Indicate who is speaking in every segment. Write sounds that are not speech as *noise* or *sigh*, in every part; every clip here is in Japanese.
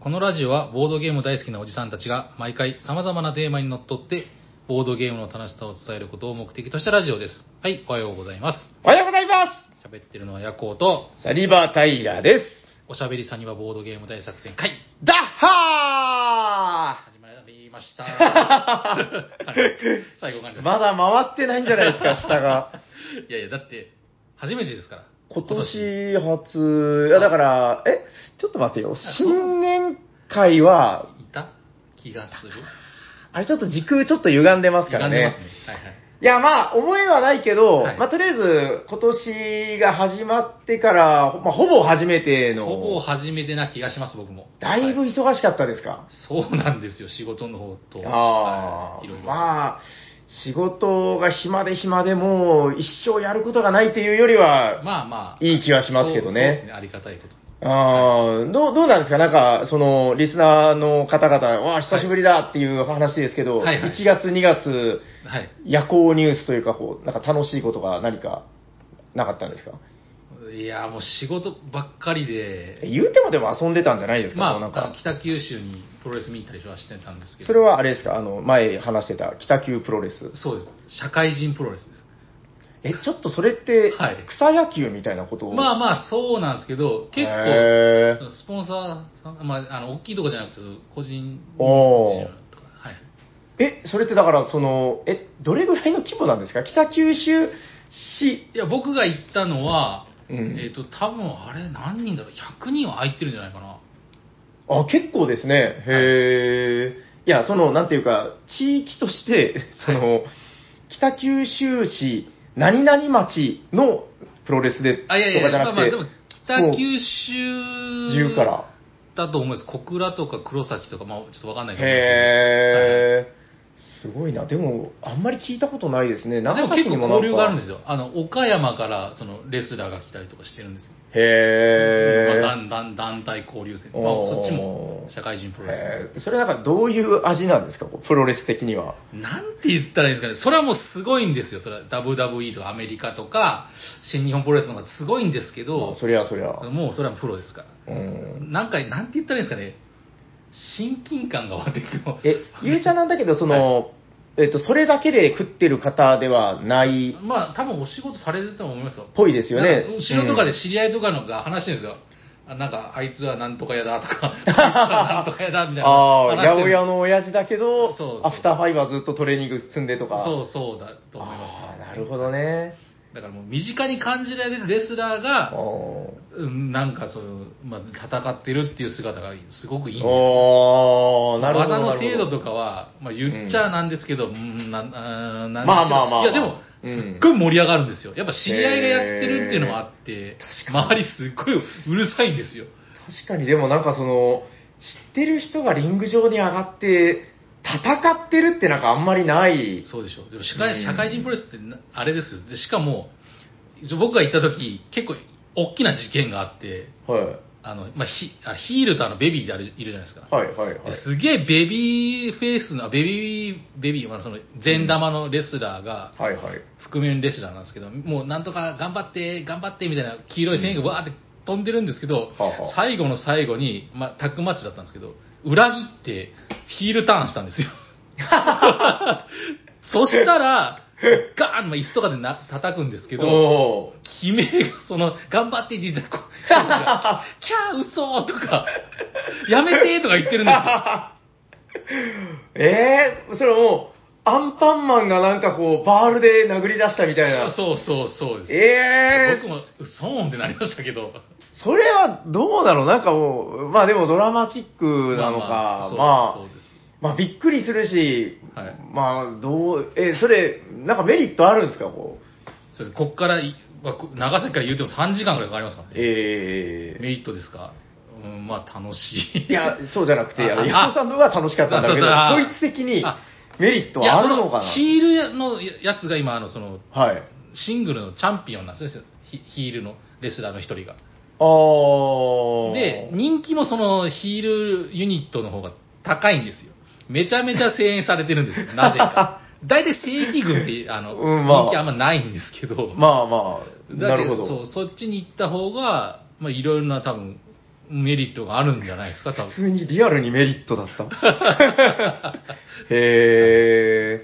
Speaker 1: このラジオはボードゲーム大好きなおじさんたちが毎回様々なテーマにのっとってボードゲームの楽しさを伝えることを目的としたラジオです。はい、おはようございます。
Speaker 2: おはようございま
Speaker 1: 喋ってるのはヤコウと、
Speaker 2: すサリバータイラーです。
Speaker 1: おしゃべりさんにはボードゲーム大作戦会
Speaker 2: ダッハ
Speaker 1: 始まりま
Speaker 2: *laughs*
Speaker 1: した。はい最後感じ
Speaker 2: ーまだ回ってないんじゃないです *laughs* か、下が。
Speaker 1: いやいや、だって、初めてですから。
Speaker 2: 今年初、いやだから、え、ちょっと待ってよ。新年会は、
Speaker 1: いた気がする。
Speaker 2: あれちょっと時空ちょっと歪んでますから
Speaker 1: 歪んでま
Speaker 2: ね
Speaker 1: す。ね。はいはい。
Speaker 2: いや、まあ、思いはないけど、
Speaker 1: はい
Speaker 2: まあ、とりあえず、今年が始まってから、ほまあ、ほぼ初めての、
Speaker 1: ほぼ初めてな気がします、僕も。
Speaker 2: だいぶ
Speaker 1: は
Speaker 2: 忙しかったですか、
Speaker 1: そうなんですよ、仕事の方と。
Speaker 2: あ
Speaker 1: はいいろい
Speaker 2: あ、
Speaker 1: ろ。
Speaker 2: まあ、仕事が暇で暇でもう一生やることがないっていうよりは、
Speaker 1: まあまあ。
Speaker 2: いい気はしますけ
Speaker 1: そ
Speaker 2: どね
Speaker 1: うそうですね、ありがたいことに。
Speaker 2: あーどうどうなんですかなんか、その、リスナーの方々、わあ、久しぶりだっていう話ですけど、
Speaker 1: はいはい
Speaker 2: 1月、2月、
Speaker 1: はい。
Speaker 2: 夜行ニュースというか、こう、なんか楽しいことが何かなかったんですか
Speaker 1: いや、もう仕事ばっかりで、
Speaker 2: 言うてもでも遊んでたんじゃないですか、
Speaker 1: ま
Speaker 2: こうなん
Speaker 1: あ
Speaker 2: か、
Speaker 1: 北九州にプロレス見に行ったりはしてたんですけど、
Speaker 2: それはあれですかあの、前話してた、北急プロレス。
Speaker 1: そうです。社会人プロレスです。
Speaker 2: え、ちょっとそれって
Speaker 1: はい、
Speaker 2: 草野球みたいなことを、
Speaker 1: まあまあ、そうなんですけど、結構、
Speaker 2: へー
Speaker 1: そのスポンサーさん、まあ、あの、大きいとこじゃなくて、個人、
Speaker 2: おー
Speaker 1: 個人とかはい。
Speaker 2: え、それってだから、その、え、どれぐらいの規模なんですか北九州市。
Speaker 1: いや、僕が行ったのは、
Speaker 2: うん
Speaker 1: えっ、と、多分あれ、何人だろう、100人は入ってるんじゃないかな。
Speaker 2: あ、結構ですね。へえ。いや、その、なんていうか、地域として、 *laughs* その、北九州市何々町のプロレスで、と
Speaker 1: あ、
Speaker 2: か
Speaker 1: いやいや、
Speaker 2: じゃ
Speaker 1: まあま
Speaker 2: な
Speaker 1: あ、
Speaker 2: く
Speaker 1: で
Speaker 2: て
Speaker 1: も、、北九州
Speaker 2: 10から。
Speaker 1: だと思います。小倉とか黒崎とか、まあ、ちょっとわかんないかもしれ
Speaker 2: へえ。すごいな。でも、あんまり聞いたことないですね。
Speaker 1: ないですけど。でも結
Speaker 2: 長崎に
Speaker 1: 構
Speaker 2: もなん
Speaker 1: 交流
Speaker 2: か。
Speaker 1: があるんですよ。あの、岡山から、その、レスラーが来たりとかしてるんですよ。
Speaker 2: へえ。
Speaker 1: まあ、団団団体交流戦。まあ、
Speaker 2: おー
Speaker 1: そっちも、社会人プロレスです。
Speaker 2: へーそれなんかどういう味なんですかこうプロレス的には。
Speaker 1: なんて言ったらいいんですかね、それはもうすごいんですよ、それは WWE とかアメリカとか、新日本プロレスの方がすごいんですけ
Speaker 2: ま
Speaker 1: ど
Speaker 2: あ、そりゃそりゃ。
Speaker 1: もうそれはプロですか
Speaker 2: うん
Speaker 1: ら、なんか、なんて言ったらいいんですかね、親近感が湧いてくるの
Speaker 2: え、ゆうちゃんなんだけど、その、えっと、それだけで食ってる方ではないっ
Speaker 1: まあ、多分お仕事されてると思いますよ、
Speaker 2: ぽいですよ
Speaker 1: な
Speaker 2: ね
Speaker 1: んか。後ろとか
Speaker 2: う
Speaker 1: で
Speaker 2: ん
Speaker 1: 知り合いとかのが話してるんですよ、あなんか、あいつはなんとかやだと
Speaker 2: *laughs*
Speaker 1: か、あいつはなんとかやだみたいな
Speaker 2: ああ、
Speaker 1: 話
Speaker 2: 八
Speaker 1: して
Speaker 2: 百
Speaker 1: る
Speaker 2: 屋の親父だけ
Speaker 1: そ
Speaker 2: ど、
Speaker 1: うそう
Speaker 2: アフターファイブはずっとトレーニング積んでとか。
Speaker 1: そうそうだと思います
Speaker 2: あー
Speaker 1: ね、
Speaker 2: なるほどね。
Speaker 1: だからもう身近に感じられるレスラーが、
Speaker 2: おー
Speaker 1: うんなんかその、まあ、戦ってるっていう姿がすごくいいんです
Speaker 2: おーなるほど。
Speaker 1: 技の
Speaker 2: なるほど
Speaker 1: 精度とかは、まあ、言っちゃなんですけど、うん、なあーなんですけど
Speaker 2: まあまあまあまあ
Speaker 1: いや、でも、
Speaker 2: うん
Speaker 1: すっごい盛り上がるんですよ。やっぱ知り合いがやってるっていうのもあって、周りすっごいうるさいんですよ。
Speaker 2: 確かに、でもなんかその、知ってる人がリング上に上がって、戦ってるってなんかあんまりない。
Speaker 1: そうでしょ。でも社会
Speaker 2: うん
Speaker 1: 社会人プロレスってなあれですよ。でしかも、僕が行った時、結構大きな事件があって、
Speaker 2: はい。
Speaker 1: あの、まあ、ヒあヒールとあのベビーであるいるじゃないですか。
Speaker 2: はいはいはい。
Speaker 1: すげえベビーフェイスの、あベビー、ベビー、まあその善玉のレスラーが、
Speaker 2: はいはい。
Speaker 1: 覆面レスラーなんですけど、もうなんとか頑張って、頑張ってみたいな黄色い線がわーって飛んでるんですけど、
Speaker 2: あはあ
Speaker 1: 最後の最後に、まあ、タッグマッチだったんですけど、裏切ってヒールターンしたん
Speaker 2: *laughs*
Speaker 1: ですよ。そしたら、ガーン、まあ、椅子とかでな叩くんですけど、
Speaker 2: おー
Speaker 1: 悲鳴が、その、頑張ってって言ってた子、 *laughs* キャー、嘘とか、やめてとか言ってるんですよ。
Speaker 2: *laughs* えー、それもう、アンパンマンがなんかこう、バールで殴り出したみたい *laughs* な。
Speaker 1: そうそうそうです。
Speaker 2: え
Speaker 1: 僕
Speaker 2: ー、
Speaker 1: も、うそーんってなりましたけど。
Speaker 2: それはどうだろうなんかもう、まあでもドラマチックなのか、まあ、
Speaker 1: そう
Speaker 2: まあ、
Speaker 1: そうです。
Speaker 2: びっくりするし、
Speaker 1: はい
Speaker 2: まあ、どう、えそれ、なんかメリットあるんですか、こう。
Speaker 1: そうです。こっからい、わこ長崎から言うても3時間くらいかかりますからね。
Speaker 2: え
Speaker 1: メリットですかうん、まあ楽しい。*laughs*
Speaker 2: いや、そうじゃなくて、
Speaker 1: ああ
Speaker 2: あのヤコさんの方が楽しかったんだけど、
Speaker 1: あそうそうあ
Speaker 2: そいつ的に
Speaker 1: あ
Speaker 2: メリットはあるの
Speaker 1: いや
Speaker 2: か
Speaker 1: そ
Speaker 2: な
Speaker 1: ヒールのやつが今、あの、その、
Speaker 2: はい。
Speaker 1: シングルのチャンピオンなんですね。ヒヒールのレスラーの一人が。
Speaker 2: あー。
Speaker 1: で、人気もそのヒールユニットの方が高いんですよ。めちゃめちゃ声援されてるんですよ。なぜ
Speaker 2: *laughs*
Speaker 1: か。大体正規軍って、あの、
Speaker 2: うんまあ
Speaker 1: 人気あんまないんですけど。
Speaker 2: まあまあ、
Speaker 1: だ
Speaker 2: な
Speaker 1: け
Speaker 2: る
Speaker 1: ど
Speaker 2: ほど。
Speaker 1: そうそっちに行った方がまあいろいろな多分メリットがあるんじゃないですか、多
Speaker 2: 普
Speaker 1: 分。
Speaker 2: 通にリアルにメリットだった。
Speaker 1: *laughs*
Speaker 2: へ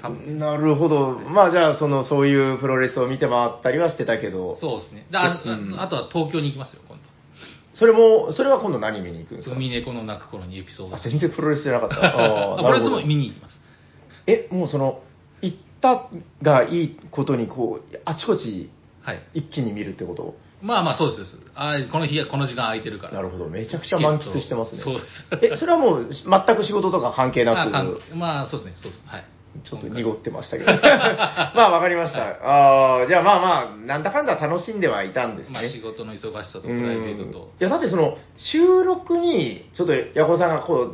Speaker 1: 多分多分
Speaker 2: え。なるほど。まあじゃあ、その、そういうプロレスを見て回ったりはしてたけど、
Speaker 1: そうですね。であ
Speaker 2: うん
Speaker 1: あとは東京に行きますよ、今度。
Speaker 2: それも、それは今度何見に行くんですか
Speaker 1: 海猫の泣く頃にエピソード
Speaker 2: あ全然プロレスじゃなかった。あ
Speaker 1: *laughs*
Speaker 2: ー
Speaker 1: あプロレス
Speaker 2: なる
Speaker 1: も
Speaker 2: ほど
Speaker 1: 見に行きます。
Speaker 2: え、もうその、行ったがいいことに、こう、あちこち
Speaker 1: はい。
Speaker 2: 一気に見るってこと
Speaker 1: まあまあ、そうですそうです。あーこの日が、この時間空いてるから。
Speaker 2: なるほど。めちゃくちゃ満喫してますね。
Speaker 1: そう
Speaker 2: です。え、それはもう全く仕事とか関係な
Speaker 1: まあ
Speaker 2: く。
Speaker 1: かんまあ、そうですね、そうです。はい。
Speaker 2: ちょっと濁ってましたけど。ま *laughs* あ、わかりました。ああ、じゃあまあまあ、なんだかんだ楽しんではいたんですね
Speaker 1: まあ、。仕事の忙しさとプ
Speaker 2: うん
Speaker 1: ライベートと。
Speaker 2: いや、だってその、収録に、ちょっと、ヤコウさんがこ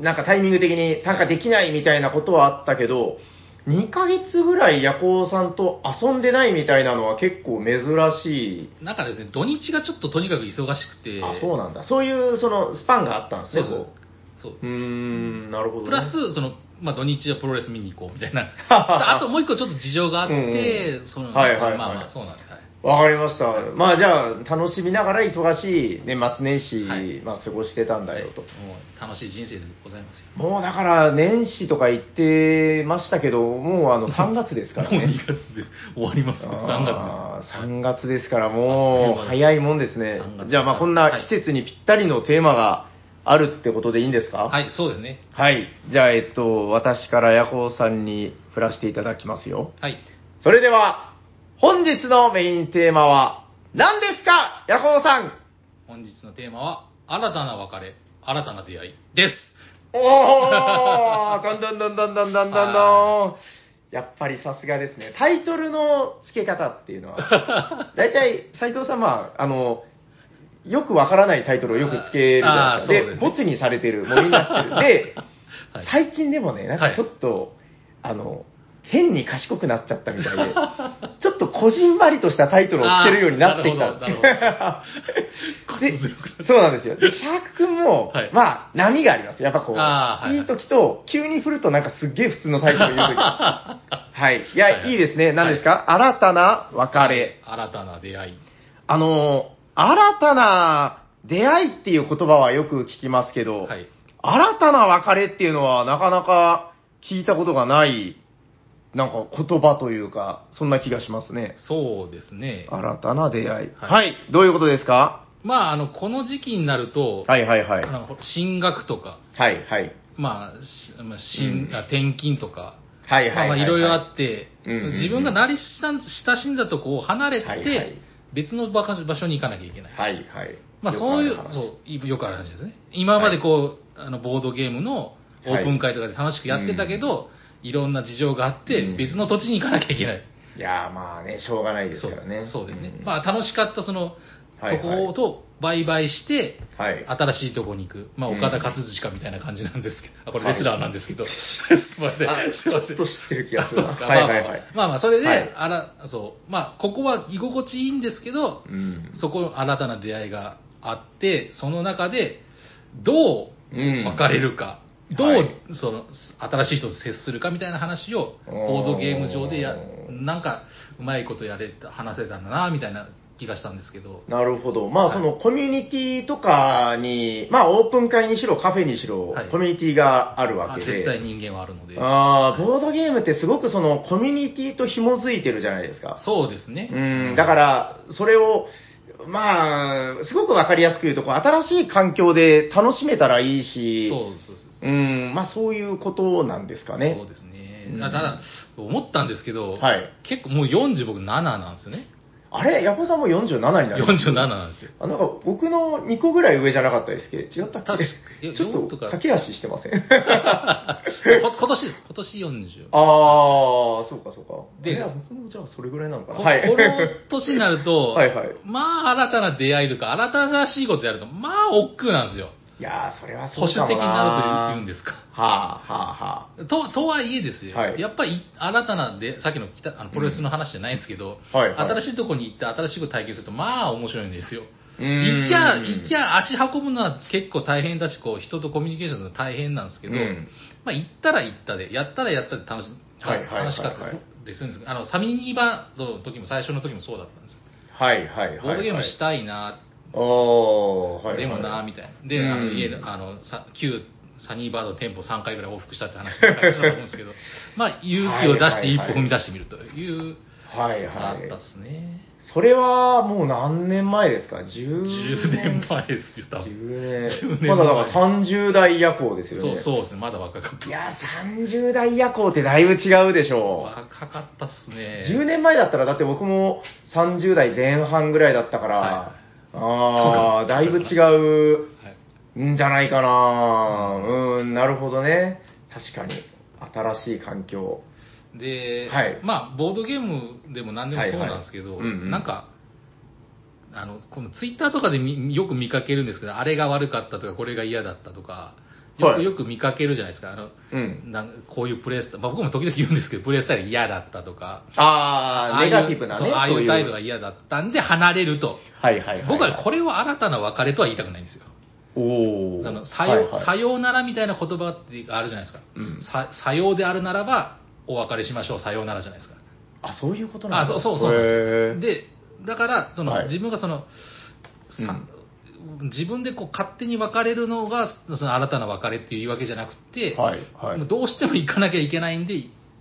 Speaker 2: う、なんかタイミング的に参加できないみたいなことはあったけど、2ヶ月ぐらいヤコウさんと遊んでないみたいなのは結構珍しい。
Speaker 1: なんかですね、土日がちょっととにかく忙しくて、
Speaker 2: あ、そうなんだ。そういう、その、スパンがあったんですね、
Speaker 1: そうそう
Speaker 2: こ
Speaker 1: そう
Speaker 2: ううーん、なるほど、ね。
Speaker 1: プラ
Speaker 2: *laughs*
Speaker 1: ス、その、まあ、土日はプロレス見に行こうみたいな。あともう一個ちょっと事情があっ
Speaker 2: うん
Speaker 1: て
Speaker 2: う、ん
Speaker 1: その、ま
Speaker 2: は
Speaker 1: あ
Speaker 2: いはいはい
Speaker 1: まあ、そうなんです。はい
Speaker 2: わかりました。まあじゃあ、楽しみながら忙しい年末年始、
Speaker 1: はい
Speaker 2: まあ過ごしてたんだよと。
Speaker 1: はいもう楽しい人生でございますよ。
Speaker 2: もうだから、年始とか言ってましたけど、もう
Speaker 1: *laughs*
Speaker 2: *laughs* あの3月ですから
Speaker 1: もう2
Speaker 2: ね。
Speaker 1: 月です。終わりますね。3月
Speaker 2: あー3月ですから、もう早いもんですね
Speaker 1: 3月。
Speaker 2: じゃあまあこんな季節にぴったりのテーマがあるってことでいいんですか
Speaker 1: です。はい、そうですね。
Speaker 2: はい。じゃあ、えっと、私からヤホーさんに振らせていただきますよ。
Speaker 1: はい。
Speaker 2: それでは、本日のメインテーマは、何ですかヤホーさん
Speaker 1: 本日のテーマは、新たな別れ、新たな出会い
Speaker 2: *laughs*
Speaker 1: です。
Speaker 2: おーどんどんどんどんどんどんどんど
Speaker 1: は
Speaker 2: ん。やっぱりさすがですね。タイトルの付け方っていう
Speaker 1: *laughs*
Speaker 2: のは、大体、斎藤さんは、あの、よくわからないタイトルをよくつけるじゃな
Speaker 1: あー
Speaker 2: いですか。
Speaker 1: そうです
Speaker 2: で、
Speaker 1: ね
Speaker 2: ボツにされてる、もうみんな知ってる。で、
Speaker 1: はい。
Speaker 2: 最近でもね、なんかちょっと、あの、変に賢くなっちゃったみたい
Speaker 1: *laughs*
Speaker 2: で、ちょっとこじんまりとしたタイトルをつけるようになってきた。
Speaker 1: あーなるほどな
Speaker 2: で
Speaker 1: こじんまりとした
Speaker 2: そうなんですよ。で、シャークくんも、
Speaker 1: はい
Speaker 2: まあ、波がありますよ。やっぱこう、
Speaker 1: あーはい
Speaker 2: い、い時と、急に振るとなんかすっげえ普通のタイトル言う
Speaker 1: *laughs*
Speaker 2: 時。はい。いや、
Speaker 1: はい
Speaker 2: い
Speaker 1: はい
Speaker 2: い、ですね。何ですか、新たな別れ。
Speaker 1: *laughs* 新たな出会い。
Speaker 2: あのー、新たな出会いっていう言葉はよく聞きますけど、
Speaker 1: はい。
Speaker 2: 新たな別れっていうのはなかなか聞いたことがない、なんか言葉というか、そんな気がしますね。
Speaker 1: そうですね。
Speaker 2: 新たな出会い。は、
Speaker 1: はいい
Speaker 2: どういうことですか
Speaker 1: まあ、あの、この時期になると、
Speaker 2: はいはいはい。
Speaker 1: あ
Speaker 2: は
Speaker 1: の進学とか、
Speaker 2: いはい。
Speaker 1: まあ、しまあ進
Speaker 2: うん
Speaker 1: あ転勤とか、
Speaker 2: はい
Speaker 1: ま
Speaker 2: は
Speaker 1: あ
Speaker 2: い
Speaker 1: ま
Speaker 2: は
Speaker 1: あ
Speaker 2: い。
Speaker 1: いろいろあって、
Speaker 2: うんうんうん
Speaker 1: 自分が慣れ親親しんだとこを離れて、
Speaker 2: はいはい
Speaker 1: 別の場所場所に行かなきゃいけない。
Speaker 2: はいはい。
Speaker 1: まあそういう、
Speaker 2: よくる話
Speaker 1: そうい、よくある話ですね。今までこう、あの、ボードゲームのオープン会とかで楽しくやってたけど、い、ろんな事情があって、
Speaker 2: うん
Speaker 1: 別の土地に行かなきゃいけない。
Speaker 2: いやーまあね、しょうがないです
Speaker 1: そう
Speaker 2: からね。
Speaker 1: そうですね。
Speaker 2: ん
Speaker 1: まあ楽しかったその、
Speaker 2: はいはい
Speaker 1: とこと売買して、
Speaker 2: はい。
Speaker 1: 新しいとこに行く。まあ、
Speaker 2: うん
Speaker 1: 岡田勝司かみたいな感じなんですけど、あ、これ
Speaker 2: はい
Speaker 1: レスラーなんですけど、すいません
Speaker 2: あ、
Speaker 1: すいません。
Speaker 2: ちょっと知ってる気が
Speaker 1: あ
Speaker 2: す
Speaker 1: そ
Speaker 2: る
Speaker 1: う
Speaker 2: な
Speaker 1: ですか。
Speaker 2: は
Speaker 1: ま
Speaker 2: い
Speaker 1: あま
Speaker 2: は
Speaker 1: あ
Speaker 2: いはい。
Speaker 1: まあまあ、それで、
Speaker 2: はい
Speaker 1: あら、そう。まあ、ここは居心地いいんですけど、
Speaker 2: うん
Speaker 1: そこ、新たな出会いがあって、その中で、どう別れるか、
Speaker 2: うん
Speaker 1: どう、
Speaker 2: はい
Speaker 1: その、新しい人と接するかみたいな話を、
Speaker 2: おー
Speaker 1: ボードゲーム上でや、なんか、うまいことやれた、話せたんだな、みたいな気がしたんですけど、
Speaker 2: なるほど。まあ、
Speaker 1: はい
Speaker 2: そのコミュニティとかに、まあ、オープン会にしろ、カフェにしろ、
Speaker 1: はい
Speaker 2: コミュニティがあるわ
Speaker 1: あ
Speaker 2: け
Speaker 1: 絶
Speaker 2: で。
Speaker 1: 対人間はあるので、
Speaker 2: あーボードゲームってすごくそのコミュニティと紐づいてるじゃないですか。
Speaker 1: そうですね。
Speaker 2: うん、だから、それを、まあ、すごくわかりやすく言うと、こう新しい環境で楽しめたらいいし、
Speaker 1: そうそうそうそう。
Speaker 2: うん、まあそういうことなんですかね
Speaker 1: そう。ですね。
Speaker 2: うん
Speaker 1: だただ、思ったんですけど、
Speaker 2: はい
Speaker 1: 結構もう47なんですよね。
Speaker 2: あれヤコさんも47になりました
Speaker 1: 47なんですよ。
Speaker 2: あなんか僕の2個ぐらい上じゃなかったですけど、違ったっ
Speaker 1: 確か
Speaker 2: け *laughs*
Speaker 1: え
Speaker 2: ちょっ
Speaker 1: 四と
Speaker 2: と
Speaker 1: か
Speaker 2: 駆け足して
Speaker 1: *laughs*
Speaker 2: ません
Speaker 1: こ今年です。今年40。
Speaker 2: ああ、そうかそうか。
Speaker 1: で
Speaker 2: いや僕もじゃあそれぐらいなのかな。
Speaker 1: こ
Speaker 2: はい。
Speaker 1: この年になると、
Speaker 2: *laughs* はいはい
Speaker 1: まあ新たな出会いとか、新しいことやると、まあ億劫なんですよ。
Speaker 2: いやー、それは
Speaker 1: 保
Speaker 2: そう
Speaker 1: 守
Speaker 2: かもな
Speaker 1: 的になるというんですか。
Speaker 2: はあ、はあ、は
Speaker 1: ととはいえですよ、
Speaker 2: はい
Speaker 1: やっぱり新たなで、さっきの北あのプロレスの話じゃないんですけど、
Speaker 2: うんはいはい
Speaker 1: 新しいとこに行って新しいこと体験すると、まあ面白いんですよ。
Speaker 2: うーん
Speaker 1: 行きゃ、行きゃ足運ぶのは結構大変だし、こう人とコミュニケーションするの大変なんですけど、
Speaker 2: うん
Speaker 1: まあ行ったら行ったで、やったらやったで楽し,、
Speaker 2: はいはいはいはい
Speaker 1: 楽しかったでするんですあの、サミニバの時も最初の時もそうだったんですよ。
Speaker 2: はい、はい、はい。
Speaker 1: ボードゲームしたいな、
Speaker 2: ああ、はい、はい。
Speaker 1: でもな、みたいな。で、あの
Speaker 2: うん
Speaker 1: 家で、あの、さ旧サニーバードの店舗3回ぐらい往復したって話をしたと思うんです
Speaker 2: *laughs*
Speaker 1: けど、まあ、勇気を出して一歩踏み出してみるという、
Speaker 2: はい
Speaker 1: のがあ
Speaker 2: は
Speaker 1: った
Speaker 2: い
Speaker 1: っ。すね。
Speaker 2: それはもう何年前ですか ?10
Speaker 1: 10年前ですよ、多分。
Speaker 2: 10
Speaker 1: 10
Speaker 2: 年。
Speaker 1: 年前
Speaker 2: まだだから30代夜行ですよ
Speaker 1: そ
Speaker 2: ね。
Speaker 1: う、そうですね。まだ若かった。
Speaker 2: いや、30代夜行ってだいぶ違うでしょう。
Speaker 1: 若かったっすね。
Speaker 2: 10年前だったら、だって僕も30代前半ぐらいだったから、
Speaker 1: は
Speaker 2: ああ、
Speaker 1: そうか
Speaker 2: だいぶ違
Speaker 1: はい、
Speaker 2: うんじゃないかな。うん、なるほどね。確かに。新しい環境。
Speaker 1: で、
Speaker 2: はい
Speaker 1: まあ、ボードゲームでも何でもそうなんですけど、
Speaker 2: はいはいうんうん
Speaker 1: なんか、あの、このツイッターとかでみよく見かけるんですけど、あれが悪かったとか、これが嫌だったとか、よ
Speaker 2: は
Speaker 1: く
Speaker 2: い
Speaker 1: よく見かけるじゃないですか。あの、
Speaker 2: うん。
Speaker 1: なんこういうプレイスタイル、まあ僕も時々言うんですけど、プレイスタイル嫌だったとか、
Speaker 2: ああ、
Speaker 1: ああい
Speaker 2: ネ
Speaker 1: う
Speaker 2: ガティブなね。
Speaker 1: そうああい
Speaker 2: そう
Speaker 1: 態度が嫌だったんで離れると。
Speaker 2: はいはいはい。
Speaker 1: 僕はこれを新たな別れとは言いたくないんですよ。
Speaker 2: おお。
Speaker 1: あのさよ
Speaker 2: はい
Speaker 1: さ
Speaker 2: はい
Speaker 1: ようならみたいな言葉ってあるじゃないですか、
Speaker 2: うん
Speaker 1: ささようであるならばお別れしましょうさようならじゃないですか
Speaker 2: あ、そういうことな
Speaker 1: あ
Speaker 2: んだ
Speaker 1: そうそうそうなん
Speaker 2: へー
Speaker 1: ですよでだからその、
Speaker 2: はい
Speaker 1: 自分がその、さ自分でこう勝手に別れるのがその新たな別れっていう言い訳じゃなくて、
Speaker 2: はいはい
Speaker 1: もう。どうしても行かなきゃいけないんで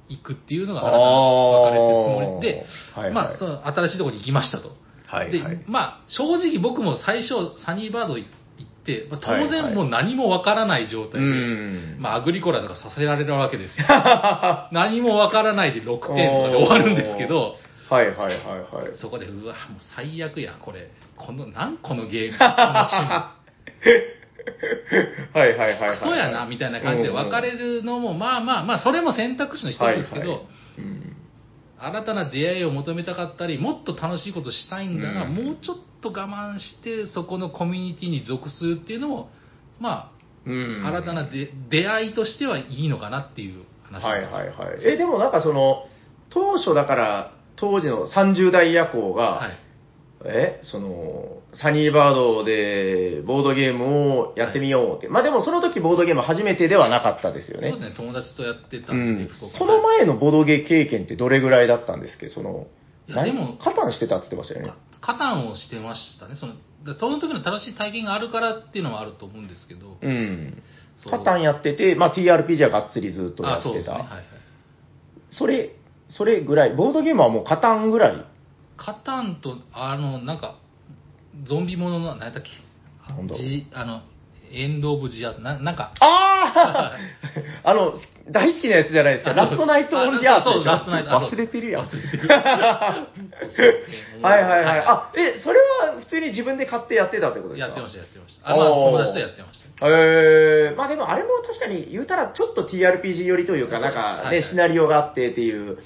Speaker 1: 行くっていうのが新たな別れっていうつもりで、
Speaker 2: あーはいはい
Speaker 1: まあ、その新しいところに行きましたと、
Speaker 2: はいは
Speaker 1: で
Speaker 2: い。
Speaker 1: まあ正直僕も最初サニーバード行って、まあ当
Speaker 2: はいはい
Speaker 1: 然もう何もわからない状
Speaker 2: う
Speaker 1: 態で、
Speaker 2: ん。
Speaker 1: まあアグリコラとかさせられるわけです
Speaker 2: *laughs*
Speaker 1: よ何もわからないで6点とかで終わるんですけど
Speaker 2: はいはいはいはい。
Speaker 1: そこでうわもう最悪やこれこの何このゲームこの趣
Speaker 2: はいはいはいはいは
Speaker 1: 味
Speaker 2: い。
Speaker 1: クソやなみたいな感じで別れるのもまあまあまあそれも選択肢の一つですけど、
Speaker 2: はいはいうん。
Speaker 1: 新たな出会いを求めたかったりもっと楽しいことしたいんだが、
Speaker 2: うん
Speaker 1: もうちょっと我慢してそこのコミュニティに属するっていうのもまあ、
Speaker 2: うん。
Speaker 1: 新たなで出会いとしてはいいのかなっていう話
Speaker 2: はい
Speaker 1: です、
Speaker 2: はいはい。え、でもなんかその、当初だから、当時の30代夜行が、
Speaker 1: はい
Speaker 2: えそのサニーバードでボードゲームをやってみようって、まあでもその時ボードゲーム初めてではなかったですよね
Speaker 1: そうですね、友達とやってた
Speaker 2: うん
Speaker 1: で、
Speaker 2: ん
Speaker 1: そうか
Speaker 2: その前のボードゲー経験ってどれぐらいだったんですけどその
Speaker 1: いやでも
Speaker 2: 何カタンしてたって言ってましたよね
Speaker 1: かカタンをしてましたね、そのだその時の正しい体験があるからっていうのもあると思うんですけど、
Speaker 2: うん
Speaker 1: そう
Speaker 2: カタンやってて、まあ、TRPG はがっつりずっとや
Speaker 1: あ
Speaker 2: っ
Speaker 1: そうで
Speaker 2: て
Speaker 1: すね、はい
Speaker 2: た
Speaker 1: はい、
Speaker 2: そ,、れそれぐらいボードゲームはもうカタンぐらい
Speaker 1: カタンと、あの、なんか、ゾンビものの、何だっけ、あ
Speaker 2: なんだろう
Speaker 1: ジあのエンド・オブ・ジ・アス、ななんか、
Speaker 2: あ *laughs* ああの大好きなやつじゃないですか
Speaker 1: あそう
Speaker 2: ラストナイト・オン・ジ・アースで
Speaker 1: あ
Speaker 2: しょ
Speaker 1: そうラストナイトあそう
Speaker 2: 忘れてるやん
Speaker 1: 忘れて
Speaker 2: *laughs*
Speaker 1: る
Speaker 2: はいはいはい。あ、え、それは普通に自分で買ってやってたってことですか
Speaker 1: やってました、やってました。あまあ、
Speaker 2: おー
Speaker 1: 友達とやってました。
Speaker 2: えー、まあでもあれも確かに言うたらちょっと TRPG 寄りというか、
Speaker 1: そう
Speaker 2: なんかね、
Speaker 1: はいはい
Speaker 2: シナリオがあってっていう。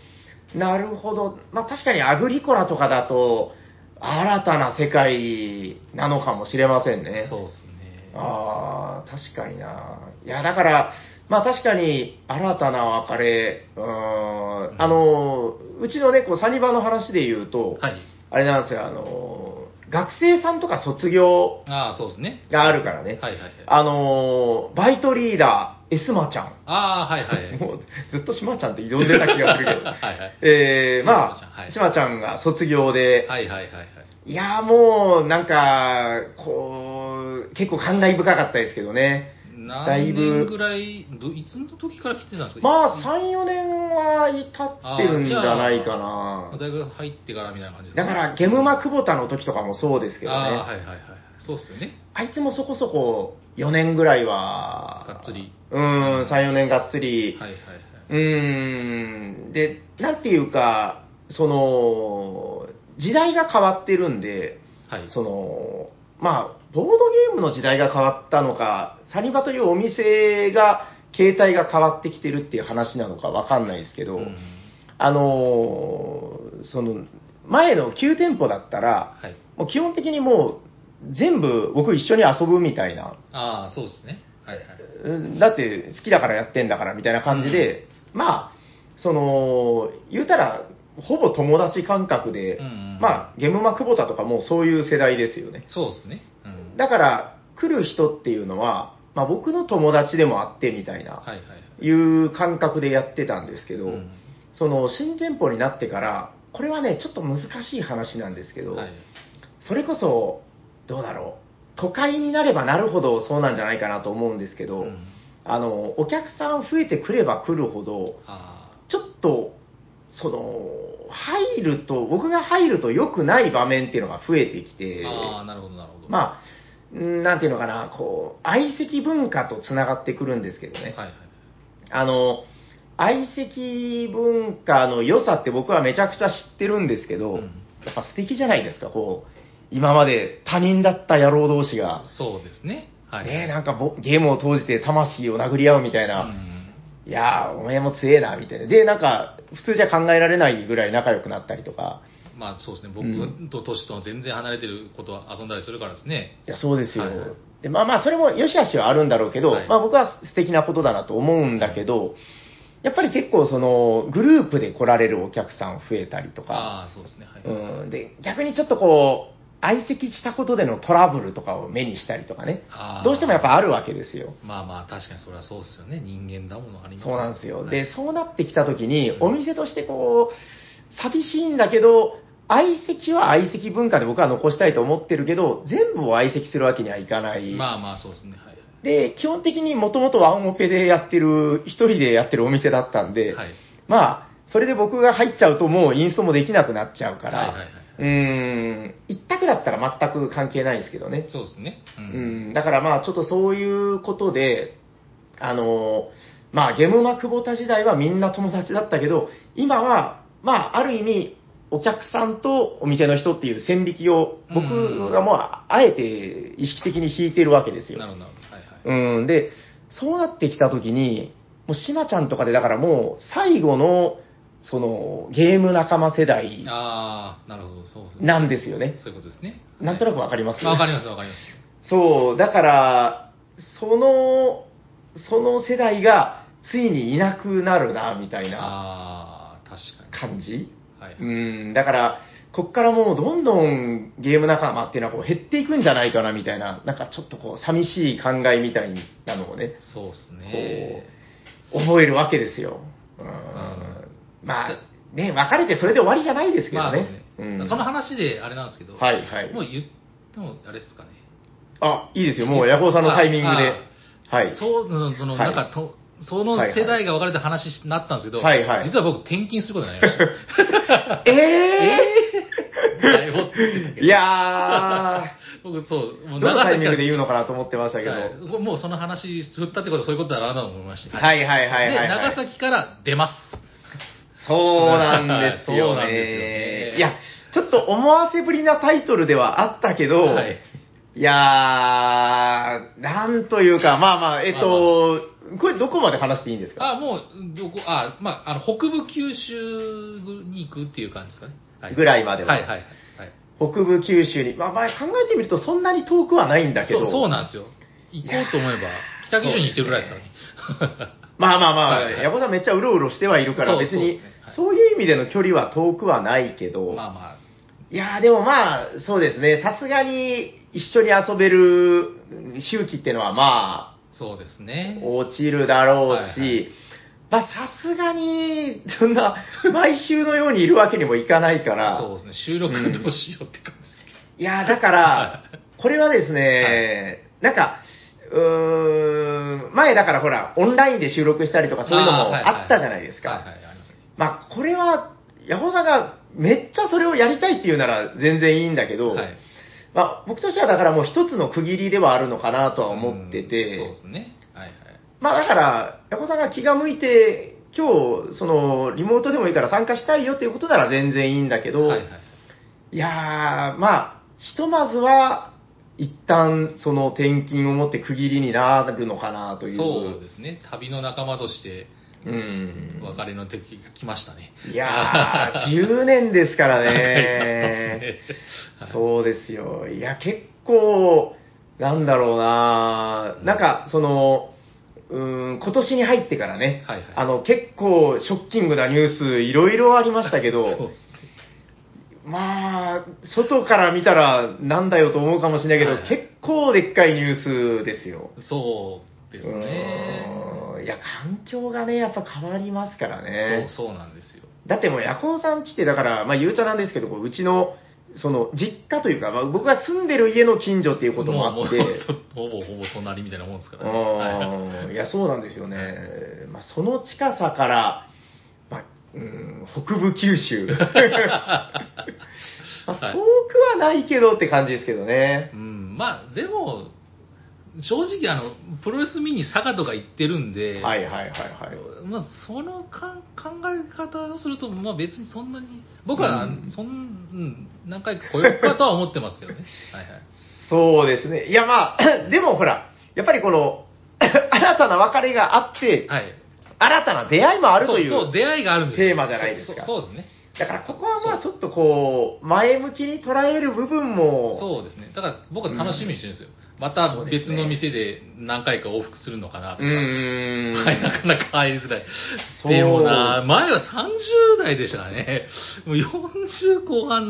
Speaker 2: なるほど。まあ確かにアグリコラとかだと、新たな世界なのかもしれませんね。
Speaker 1: そうですね。
Speaker 2: ああ、確かにな。いや、だから、まあ確かに、新たな別れ、うーん、あの、うちのね、こうサニバの話で言うと、
Speaker 1: はい。
Speaker 2: あれなんですよ、あの、学生さんとか卒業
Speaker 1: ああ、そうですね。
Speaker 2: があるからね、
Speaker 1: はいはいはい。
Speaker 2: あの、バイトリーダー、エスマちゃん。
Speaker 1: ああ、はいはいはい。
Speaker 2: もうずっとシマちゃんって呼んでた気がするけど。
Speaker 1: はいはい。
Speaker 2: えー、ま
Speaker 1: は
Speaker 2: あ、
Speaker 1: い
Speaker 2: シマちゃんが卒業で、
Speaker 1: はいはいはいはい。
Speaker 2: いやーもう、なんか、こう、結構感慨深かったですけどね。だい
Speaker 1: 何
Speaker 2: ぶ
Speaker 1: 年ぐらい、どいつの時から来てたんですか
Speaker 2: まあ、3、4年は至ってるんじゃないかな。
Speaker 1: 大学入ってからみたいな感じです
Speaker 2: だ
Speaker 1: ね
Speaker 2: から、ゲムマ久保田の時とかもそうですけどね。
Speaker 1: ああ、はいはいはい。そうっすよね。
Speaker 2: あいつもそこそこ4年ぐらいは、
Speaker 1: がっつり。
Speaker 2: うーん、3、4年がっつり、
Speaker 1: はいはいは
Speaker 2: うーん、で、なんていうか、その、時代が変わってるんで、
Speaker 1: い。はい。
Speaker 2: その、まあ、ボードゲームの時代が変わったのか、サニバというお店が、携帯が変わってきてるっていう話なのかわかんないですけど、
Speaker 1: うん
Speaker 2: あのーその、前の9店舗だったら、
Speaker 1: はい。
Speaker 2: もう基本的にもう、全部僕一緒に遊ぶみたいな、
Speaker 1: ああ、そうですね。はいはい。
Speaker 2: うんだって好きだからやってんだからみたいな感じで、まあ、その、言うたら、ほぼ友達感覚で、
Speaker 1: うんうん
Speaker 2: まあ、ゲムマ久保田とかもそういう世代ですよね。
Speaker 1: そうですね。うん。
Speaker 2: だから、来る人っていうのは、まあ僕の友達でもあってみたいな、
Speaker 1: はいはいはい。
Speaker 2: いう感覚でやってたんですけど、
Speaker 1: うん
Speaker 2: その新店舗になってから、これはね、ちょっと難しい話なんですけど、
Speaker 1: はい。
Speaker 2: それこそ、どうだろう。都会になればなるほどそうなんじゃないかなと思うんですけど、
Speaker 1: うん
Speaker 2: あの、お客さん増えてくれば来るほど、
Speaker 1: あ
Speaker 2: ちょっと、その、入ると、僕が入ると良くない場面っていうのが増えてき
Speaker 1: ー、
Speaker 2: て、
Speaker 1: あーなるほどなるほど
Speaker 2: まあ、んなんていうのかな、こう、相席文化とつながってくるんですけどね。
Speaker 1: はいはい
Speaker 2: あの、相席文化の良さって僕はめちゃくちゃ知ってるんですけど、
Speaker 1: うん
Speaker 2: やっぱ素敵じゃないですか、こう、今まで他人だった野郎同士が、
Speaker 1: そうですねはい
Speaker 2: ねえ、なん
Speaker 1: か
Speaker 2: んかぼゲームを投じて魂を殴り合うみたいな、いやー、お前も強えな、みたいな。で、なんか、普通じゃ考えられないぐらい仲良くなったりとか、
Speaker 1: まあそうですね、
Speaker 2: うん
Speaker 1: 僕とトシとは全然離れてることは遊んだりするからですね。
Speaker 2: いや、そうですよ。
Speaker 1: はいはい
Speaker 2: でまあまあ、それも良し悪しはあるんだろうけど、
Speaker 1: はい
Speaker 2: まあ僕は素敵なことだなと思うんだけど、やっぱり結構その、グループで来られるお客さん増えたりとか、
Speaker 1: ああ、そうですね、はい。
Speaker 2: うん、で、逆にちょっとこう、相席したことでのトラブルとかを目にしたりとかね
Speaker 1: あ、ー
Speaker 2: どうしてもやっぱあるわけですよ。
Speaker 1: まあまあ、確かにそれはそうですよね。人間だものあります
Speaker 2: そうなんですよ。
Speaker 1: はい
Speaker 2: で、そうなってきたときに、
Speaker 1: うん
Speaker 2: お店としてこう、寂しいんだけど、相席は相席文化で僕は残したいと思ってるけど、全部を相席するわけにはいかない。
Speaker 1: まあまあ、そうですね、はい。
Speaker 2: で、基本的にもともとワンオペでやってる、一人でやってるお店だったんで、
Speaker 1: はい
Speaker 2: まあ、それで僕が入っちゃうともうインストもできなくなっちゃうから、
Speaker 1: はいはいはいう
Speaker 2: ーん、一択だったら全く関係ないですけどね。
Speaker 1: そうですね。う
Speaker 2: う。ん、だからまあちょっとそういうことで、あのーまあゲムマ久保田時代はみんな友達だったけど、今は、まあある意味、お客さんとお店の人っていう線引きを僕がもうあえて意識的に引いてるわけですよ。
Speaker 1: なるほど、なるほど。はいはい。
Speaker 2: うん、で、そうなってきたときに、もう、しなちゃんとかで、だからもう、最後の、その、ゲーム仲間世代
Speaker 1: ああ、なるほど、そうですね。
Speaker 2: なんですよね。
Speaker 1: そういうことですね。
Speaker 2: なんとな
Speaker 1: く
Speaker 2: くわかります
Speaker 1: わかります、わかります。
Speaker 2: そう、だから、その、その世代が、ついにいなくなるな、みたいな
Speaker 1: ああ、確か
Speaker 2: 感じ
Speaker 1: に。はい。
Speaker 2: うん、だから、こっからもうどんどんゲーム仲間っていうのはこう減っていくんじゃないかなみたいな、なんかちょっとこう寂しい考えみたいなのをね、
Speaker 1: そうです
Speaker 2: こ
Speaker 1: ね。
Speaker 2: う、覚えるわけですよ。うんまあ、ね、別れてそれで終わりじゃないですけ
Speaker 1: ま
Speaker 2: ど
Speaker 1: あ、そう
Speaker 2: ね
Speaker 1: ですね。。
Speaker 2: うん
Speaker 1: その話であれなんですけど、
Speaker 2: はいはい
Speaker 1: もう言っても、あれですかね。
Speaker 2: あ、いいですよ。もう、ヤコウさんのタイミングで。
Speaker 1: あ
Speaker 2: はい。
Speaker 1: そう、その、その
Speaker 2: は
Speaker 1: ないんかと、その世代が別れた話になったんですけど、
Speaker 2: はいはい
Speaker 1: 実は僕転勤することになりま
Speaker 2: *laughs*
Speaker 1: した。
Speaker 2: え
Speaker 1: だいぶ
Speaker 2: えー、いや
Speaker 1: 僕そう、 *laughs* も
Speaker 2: ー、
Speaker 1: う
Speaker 2: どのタイミングで
Speaker 1: い
Speaker 2: 言うのかなと思ってましたけど。は
Speaker 1: はいもうもうその話振ったってことはそういうことだなと思いました。
Speaker 2: いはいはいはい、は
Speaker 1: で、
Speaker 2: い。
Speaker 1: 長崎から出ます。
Speaker 2: そうなんです
Speaker 1: そ
Speaker 2: よ
Speaker 1: うなんですよ
Speaker 2: ね
Speaker 1: ね。
Speaker 2: いや、ちょっと思わせぶりなタイトルではあったけど、
Speaker 1: はい
Speaker 2: いやー、なんというか、まあまあ、えっと、これどこまで話していいんですか
Speaker 1: あ、もう、どこ、あ、まあ、あの、北部九州に行くっていう感じですかね。はい、
Speaker 2: ぐらいまでは
Speaker 1: はいはいはい。はい
Speaker 2: 北部九州に。まあまあ、考えてみるとそんなに遠くはないんだけ
Speaker 1: そう
Speaker 2: ど。
Speaker 1: そうなんですよ。行こうと思えば、北九州に行ってるぐらいですからね。
Speaker 2: まあまあまあ、
Speaker 1: はいはい
Speaker 2: ヤコさんめっちゃうろうろしてはいるから、
Speaker 1: そう
Speaker 2: 別
Speaker 1: そうです
Speaker 2: に
Speaker 1: ねはい
Speaker 2: そういう意味での距離は遠くはないけど、
Speaker 1: まあまあ、
Speaker 2: いやーでもまあ、そうですね、さすがに一緒に遊べるうん周期ってのはまあ、
Speaker 1: そうですね。
Speaker 2: 落ちるだろうし、
Speaker 1: はいはい
Speaker 2: まあさすがに、そんな、 *laughs* 毎週のようにいるわけにもいかないから、
Speaker 1: そうですね。収録どうしようって感じですけど。
Speaker 2: いやー、
Speaker 1: *laughs*
Speaker 2: だから、これはですね、なんか、うーん、前だからほら、オンラインで収録したりとかそういうの
Speaker 1: ー
Speaker 2: も
Speaker 1: はいはい
Speaker 2: あったじゃないです
Speaker 1: はいは
Speaker 2: か。
Speaker 1: いありましたね
Speaker 2: まあ、これは、ヤホーさんがめっちゃそれをやりたいっていうなら全然いいんだけど、
Speaker 1: はい
Speaker 2: まあ、僕としてはだからもう一つの区切りではあるのかなとは思ってて、
Speaker 1: うんそうですね。はいはい。
Speaker 2: まあだから、ヤコさんが気が向いて、今日、その、リモートでもいいから参加したいよっていうことなら全然いいんだけど、
Speaker 1: はい
Speaker 2: い
Speaker 1: はい、
Speaker 2: やー、まあ、ひとまずは、一旦、その転勤を持って区切りになるのかなという。
Speaker 1: そうですね。旅の仲間として
Speaker 2: うん。
Speaker 1: 別れの時が来ましたね。
Speaker 2: いやー、10年ですか
Speaker 1: *laughs*
Speaker 2: らね。
Speaker 1: はい
Speaker 2: そうですよ。いや、結構、なんだろうななんか、その、うーん、今年に入ってから
Speaker 1: *laughs*
Speaker 2: ね、
Speaker 1: はいはい
Speaker 2: あの、結構ショッキングなニュース、いろいろありました
Speaker 1: *laughs*
Speaker 2: け
Speaker 1: そう
Speaker 2: ど
Speaker 1: で、すね
Speaker 2: まあ、外から見たらなんだよと思うかもしれないけど、
Speaker 1: はいはい
Speaker 2: 結構でっかいニュースですよ。
Speaker 1: そうですね。
Speaker 2: うーんいや、環境がね、やっぱ変わりますからね。
Speaker 1: そうそうなんですよ。
Speaker 2: だってもう、ヤコウさんちって、だから、まあ、ゆうちゃなんですけど、こううちの、その、実家というか、まあ、僕が住んでる家の近所っていうこともあって、
Speaker 1: もうもうほぼほぼ隣みたいなもんですからね。
Speaker 2: うんいや、そうなんですよね。まあ、その近さから、まあ、うん、北部
Speaker 1: *laughs*
Speaker 2: 九州。まあ、
Speaker 1: はい
Speaker 2: 遠くはないけどって感じですけどね。
Speaker 1: うん、まあでも、正直あの、プロレス見に佐賀とか行ってるんで、
Speaker 2: はいはいはいはい。
Speaker 1: まあ、そのかん考え方をすると、まあ、別にそんなに、僕は
Speaker 2: うん
Speaker 1: そん、うん、何回か来ようかとは思ってますけどね。はいはい
Speaker 2: そうですね。いやまあ、 *clears throat* でもほら、やっぱりこの、 *clears throat* 新たな別れがあって、
Speaker 1: はい、
Speaker 2: 新たな出会いもあるという。
Speaker 1: そうそう、出会いがあるんですよ
Speaker 2: テーマじゃないですか
Speaker 1: そうそうそうですね。
Speaker 2: だからここはまあちょっとこう、前向きに捉える部分も、
Speaker 1: そうですね。だから僕は楽しみにしてるんですよ。また
Speaker 2: そうです
Speaker 1: 別
Speaker 2: ね
Speaker 1: の店で何回か往復するのかなとか。
Speaker 2: うーん。
Speaker 1: はい、なかなか入りづらい。
Speaker 2: そう
Speaker 1: でもな、前は30代でしたからね。もう40後半に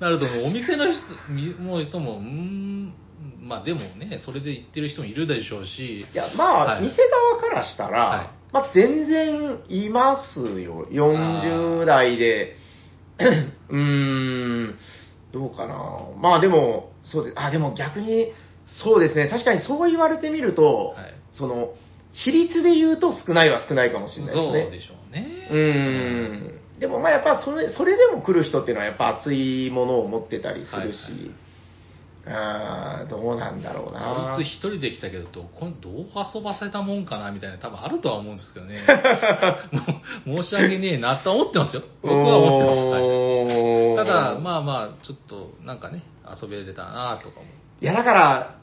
Speaker 1: なると、もうお店の人みもう人も、うーん、まあでもね、それで行ってる人もいるでしょうし、
Speaker 2: いや、まあ、
Speaker 1: はい
Speaker 2: 店側からしたら、
Speaker 1: はい
Speaker 2: まあ、全然いますよ。40代で、うーん、どうかな。まあ、でも、そうです。あ、でも逆に、そうですね。確かにそう言われてみると、
Speaker 1: はい
Speaker 2: その、比率で言うと少ないは少ないかもし
Speaker 1: そ
Speaker 2: れ
Speaker 1: う
Speaker 2: ないですね。
Speaker 1: でしょうね。
Speaker 2: うーんでもまあやっぱそれそれでも来る人っていうのはやっぱ熱いものを持ってたりするし、あーどうなんだろうな
Speaker 1: こいつ一人で来たけどどこ、どう遊ばせたもんかなみたいな、多分あるとは思うんですけ
Speaker 2: *laughs*
Speaker 1: どね。もう申し訳ねえなとは思ってますよ。僕は思ってます。はいただ、
Speaker 2: あ
Speaker 1: まあまあ、ちょっとなんかね、遊べれたなとかも。
Speaker 2: いやだから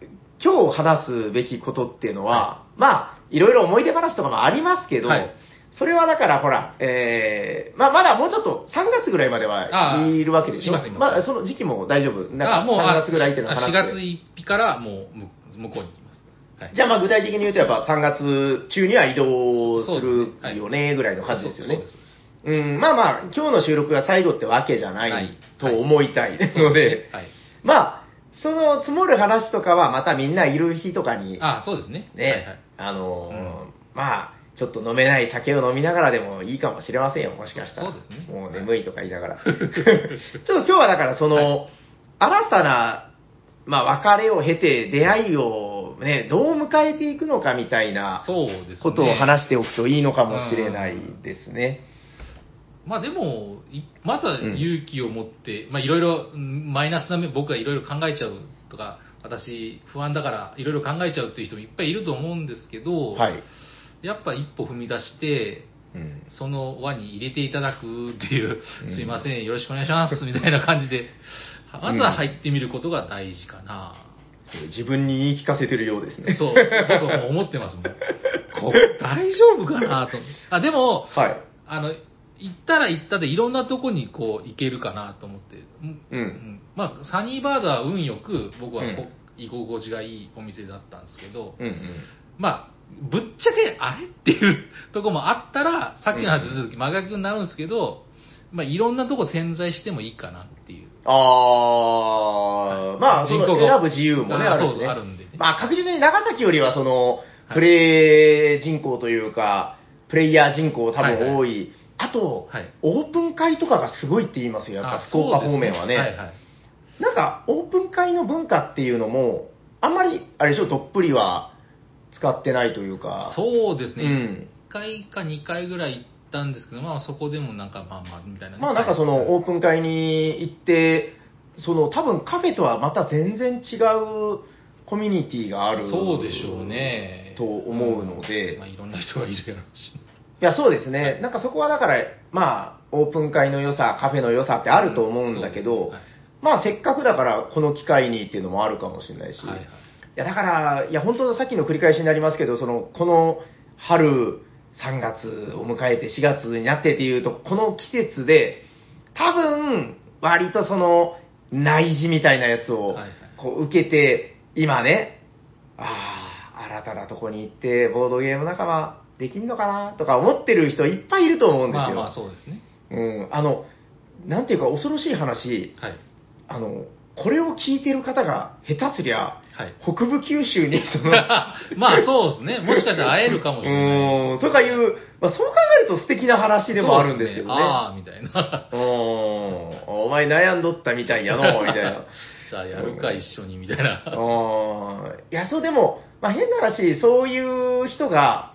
Speaker 2: 今日話すべきことっていうのは、まあいろいろ思い出話とかもありますけど、
Speaker 1: はい
Speaker 2: それはだからほら、えーまあ、まだもうちょっと3月ぐらいまでは
Speaker 1: あー
Speaker 2: いるわけでし
Speaker 1: い
Speaker 2: ょ
Speaker 1: ますいます
Speaker 2: あ、その時期も大丈夫
Speaker 1: あ
Speaker 2: なんか
Speaker 1: もう
Speaker 2: 3
Speaker 1: あ
Speaker 2: 月ぐらいっていうのは話
Speaker 1: あ4
Speaker 2: して
Speaker 1: 月1日からもうむ向こうに行きます。はい、
Speaker 2: じゃあまあ具体的に言うと、やっぱ3月中には移動
Speaker 1: そうそ
Speaker 2: す
Speaker 1: うですね
Speaker 2: るよねぐらいの話ですよ
Speaker 1: そう
Speaker 2: ね
Speaker 1: で。すそうです
Speaker 2: うん、まあまあ、今日の収録が最後ってわけじゃな
Speaker 1: はいい
Speaker 2: と思いたいの
Speaker 1: *laughs*
Speaker 2: で、
Speaker 1: はい、
Speaker 2: まあ、その積もる話とかはまたみんないる日とかに、
Speaker 1: あそうですね。はいはい
Speaker 2: ね、あのー、まあ、ちょっと飲めない酒を飲みながらでもいいかもしれませんよ、もしかしたら。
Speaker 1: そうですね
Speaker 2: もう眠いとか言いながら。
Speaker 1: *laughs*
Speaker 2: ちょっと今日はだから、その、新たな、まあ、別れを経て出会いをね、どう迎えていくのかみたいな
Speaker 1: そうですね。
Speaker 2: ことを話しておくといいのかもしれないですね。
Speaker 1: まあでも、いまずは勇気を持って、まあいろいろ、うんマイナスな面、僕がいろいろ考えちゃうとか、私不安だからいろいろ考えちゃうっていう人もいっぱいいると思うんですけど、
Speaker 2: はい。
Speaker 1: やっぱ一歩踏み出して、
Speaker 2: うん
Speaker 1: その輪に入れていただくっていう
Speaker 2: うん、
Speaker 1: すいません、よろしくお願いします、みたいな感じで、まずは入ってみることが大事かな。
Speaker 2: それ自分に言い聞かせてるようですね。
Speaker 1: そう、僕はもう思って *laughs* ますもん。こ大丈夫かなと。あ、でも、
Speaker 2: はい。
Speaker 1: あの、行ったら行ったでいろんなとこにこう行けるかなと思って。うんう
Speaker 2: う。
Speaker 1: んんまあ、サニーバードは運よく、僕はこ
Speaker 2: うん
Speaker 1: 居心地がいいお店だったんですけど、
Speaker 2: うんうん。
Speaker 1: まあ、ぶっちゃけあれっていうとこもあったら、さっきの話と続き真逆になるんですけど、まあ、いろんなとこ点在してもいいかなっていう。
Speaker 2: あー、まあ、その
Speaker 1: 人口が
Speaker 2: 選ぶ自由もね、あるし
Speaker 1: そう
Speaker 2: ね
Speaker 1: あ。るんでね。
Speaker 2: まあ確実に長崎よりはその、
Speaker 1: い
Speaker 2: プレイ人口というか、プレイヤー人口多
Speaker 1: はいはい
Speaker 2: 分多い。あと、
Speaker 1: はい
Speaker 2: オープン会とかがすごいって言いますよ、やっぱ
Speaker 1: あ
Speaker 2: 福
Speaker 1: そ
Speaker 2: 岡
Speaker 1: うです
Speaker 2: 方面はね。
Speaker 1: はいはい。
Speaker 2: なんか、オープン会の文化っていうのも、あんまり、あれでしょ、どっぷりは使ってないというか。
Speaker 1: そうですね。
Speaker 2: うん。
Speaker 1: 1回か2回ぐらい行ったんですけど、まあそこでもなんかまあまあみたいなね、
Speaker 2: まあなんかそ
Speaker 1: はい
Speaker 2: の、オープン会に行って、その、多分カフェとはまた全然違うコミュニティがある。
Speaker 1: そうでしょう。ね。
Speaker 2: と思うので
Speaker 1: んまあいろんな人がいるやろうし。
Speaker 2: いや、そうですね。なんかそこはだから、まあ、オープン会の良さ、カフェの良さってあると思うんだけど、
Speaker 1: そうです
Speaker 2: まあ、せっかくだから、この機会にっていうのもあるかもしれないし、、
Speaker 1: ねはいはいいはい
Speaker 2: や、だから、いや、本当さっきの繰り返しになりますけど、その、この春、3月を迎えて4月になってっていうと、この季節で、多分、割とその、内示みたいなやつを、
Speaker 1: はいはい
Speaker 2: こう受けて、今ね、ああ、新たなとこに行って、ボードゲーム仲間できんのかなとか思ってる人いっぱいいると思うんですよ。
Speaker 1: まあまあそうですね。
Speaker 2: うん。あの、なんていうか恐ろしい話、
Speaker 1: はい。
Speaker 2: あの、これを聞いてる方が下手すりゃ、
Speaker 1: はい。 *laughs*
Speaker 2: 北部九州に *laughs* その、
Speaker 1: まあそうですね。もしかしたら会えるかもしれない。
Speaker 2: うーんとかいう、まあ、そう考えると素敵な話でもあるんですけどね。
Speaker 1: そうっああ、みたいな。 *laughs*
Speaker 2: うーんお前悩んどったみたいや *laughs* の、みたいな。
Speaker 1: じゃあやるか、一緒に、みたいな。
Speaker 2: あーいや、そうでも、まあ、変な話、そういう人が、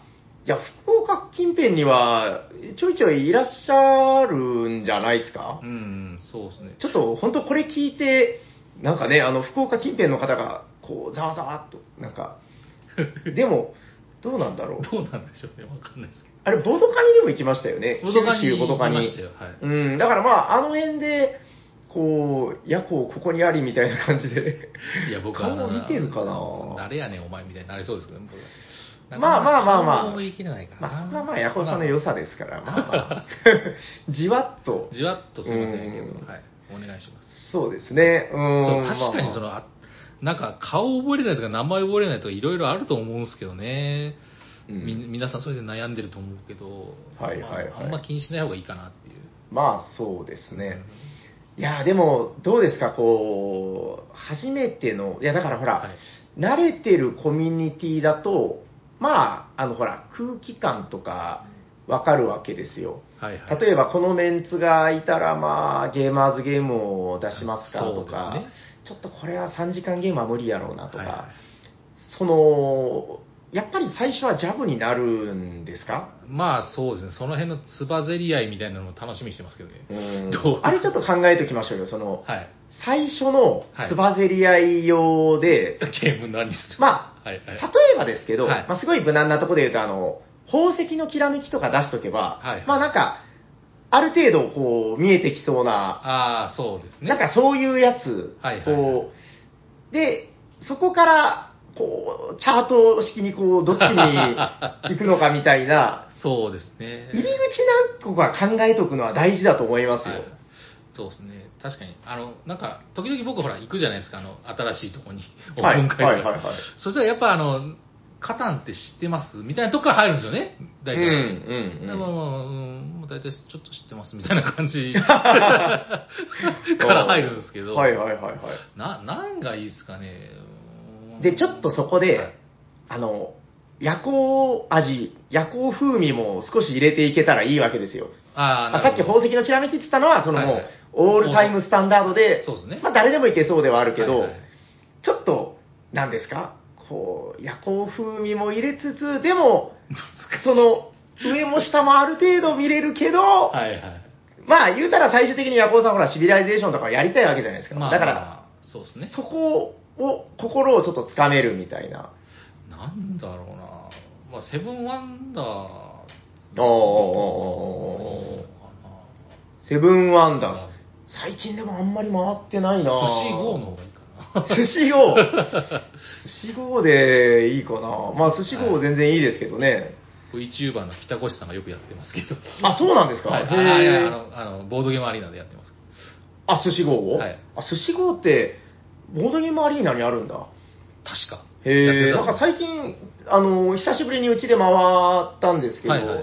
Speaker 2: いや、福岡近辺には、ちょいちょいいらっしゃるんじゃないですか
Speaker 1: う。ん、そうですね。
Speaker 2: ちょっと、本当これ聞いて、なんかね、あの、福岡近辺の方が、こう、ざわざわっと、なん *laughs* か、でも、どうなんだろう。
Speaker 1: どうなんでしょうね。わかんないですけ
Speaker 2: あれ、ボドカニでも行きましたよね。
Speaker 1: ど。ボドカ
Speaker 2: 九
Speaker 1: に
Speaker 2: 州
Speaker 1: 行
Speaker 2: ボド
Speaker 1: き
Speaker 2: カニ。
Speaker 1: ましたよ。はい。
Speaker 2: うん、だからまあ、あの辺で、こう、夜行ここにありみたいな感
Speaker 1: *laughs*
Speaker 2: じで。
Speaker 1: いや、僕は
Speaker 2: 顔
Speaker 1: な
Speaker 2: を見てるかな。
Speaker 1: 誰やねん、お前みたいになりそうですけどね、僕
Speaker 2: まあまあまあまあ
Speaker 1: そう言い切れないから
Speaker 2: まあ、そ
Speaker 1: な
Speaker 2: こはまあ、ヤコウさんの良さですから、まあ
Speaker 1: *laughs*
Speaker 2: まあ、じわっと。
Speaker 1: じわっとすいませんけど、
Speaker 2: うん
Speaker 1: はい。お願いします。
Speaker 2: そうですね。うん。
Speaker 1: そう確かにそ
Speaker 2: まあ
Speaker 1: の、あなんか顔覚えれないとか名前覚えれないとかいろいろあると思うんですけどね。
Speaker 2: うん
Speaker 1: み皆さんそれで悩んでると思うけど、
Speaker 2: はいはいはい
Speaker 1: まああんま気にしない方がいいかなっていう。
Speaker 2: まあ、そうですね。いや、でも、どうですか、こう、初めての、いや、だからほら、
Speaker 1: はい。
Speaker 2: 慣れてるコミュニティだと、まあ、あの、ほら、空気感とか、わかるわけですよ。
Speaker 1: はいはい。
Speaker 2: 例えばこのメンツがいたら、まあ、ゲーマーズゲームを出しますかとか、
Speaker 1: そうですね
Speaker 2: ちょっとこれは3時間ゲームは無理やろうなとか、
Speaker 1: はいはい
Speaker 2: その、やっぱり最初はジャブになるんですか
Speaker 1: まあそうですね、その辺のつばぜり合いみたいなのを楽しみにしてますけどね。
Speaker 2: うん
Speaker 1: どう
Speaker 2: あれちょっと考えておきましょうよ。その、
Speaker 1: はい。
Speaker 2: 最初の
Speaker 1: はい
Speaker 2: つばぜり合い用で、
Speaker 1: ゲーム何する
Speaker 2: まあ、
Speaker 1: はいはい。
Speaker 2: 例えばですけど、
Speaker 1: はい
Speaker 2: まあ、すごい無難なとこで言うと、あの、宝石のきらめきとか出しとけば、
Speaker 1: はいはい
Speaker 2: まあなんか、ある程度こう見えてきそうな
Speaker 1: ああ、そうですね。
Speaker 2: なんかそういうやつ、
Speaker 1: はいはいはい
Speaker 2: こう、で、そこから、こう、チャート式にこう、どっ
Speaker 1: *laughs*
Speaker 2: ちに行くのかみたいな、
Speaker 1: そうですね。
Speaker 2: 入り口何個か考えとくのは大事だと思いますよ。
Speaker 1: はいそうですね。確かに。あの、なんか、時々僕ほら、行くじゃないですか、あの、新しいとこに。オープン会とか
Speaker 2: はいはいはいはい
Speaker 1: そしたらやっぱ、あの、カタンって知ってますみたいなとこから入るんですよね。大体。
Speaker 2: うん
Speaker 1: で
Speaker 2: うんうん
Speaker 1: も、うん、もう大体ちょっと知ってますみたいな感
Speaker 2: *laughs*
Speaker 1: じ *laughs* から入るんですけど、
Speaker 2: はいはいはいは
Speaker 1: な、何がいいですかね。うん
Speaker 2: い。で、ちょっとそこで、
Speaker 1: はい
Speaker 2: あの、夜行味、夜行風味も少し入れていけたらいいわけですよ。
Speaker 1: あ
Speaker 2: あさっき宝石のきらめきって言ったのは、そのもう、
Speaker 1: はいはい
Speaker 2: オールタイムスタンダードで、
Speaker 1: そうですね
Speaker 2: まあ誰でもいけそうではあるけど、
Speaker 1: はいはい
Speaker 2: ちょっと、なんですか、こう、夜行風味も入れつつ、でも、その、上も下もある程度見れるけど、
Speaker 1: はいはい。
Speaker 2: まあ言うたら最終的に夜行さんほらシビライゼーションとかやりたいわけじゃないですか。
Speaker 1: まあ、
Speaker 2: だから、
Speaker 1: まあそうですね。
Speaker 2: そこを、心をちょっとつかめるみたいな。
Speaker 1: なんだろうな。まあ、セブンワンダー。
Speaker 2: おーおーおーおーおーセブンワンダーズ。最近でもあんまり回ってないな
Speaker 1: 寿司号の方がいいかな。
Speaker 2: 寿司号寿司号でいいかなまあ寿司号全然いいですけどね。
Speaker 1: VTuber の北越さんがよくやってますけ
Speaker 2: *laughs*
Speaker 1: ど。
Speaker 2: あ、そうなんですか、
Speaker 1: はい、
Speaker 2: へ
Speaker 1: あ
Speaker 2: ー
Speaker 1: いやいやあの、あの、ボードゲームアリーナでやってます。
Speaker 2: あ、寿司号を、
Speaker 1: はい
Speaker 2: あ、寿司号って、ボードゲームアリーナにあるんだ。
Speaker 1: 確か。
Speaker 2: へえ。
Speaker 1: や
Speaker 2: な
Speaker 1: ってた
Speaker 2: んか最近、あの、久しぶりにうちで回ったんですけど、
Speaker 1: はい
Speaker 2: い
Speaker 1: はい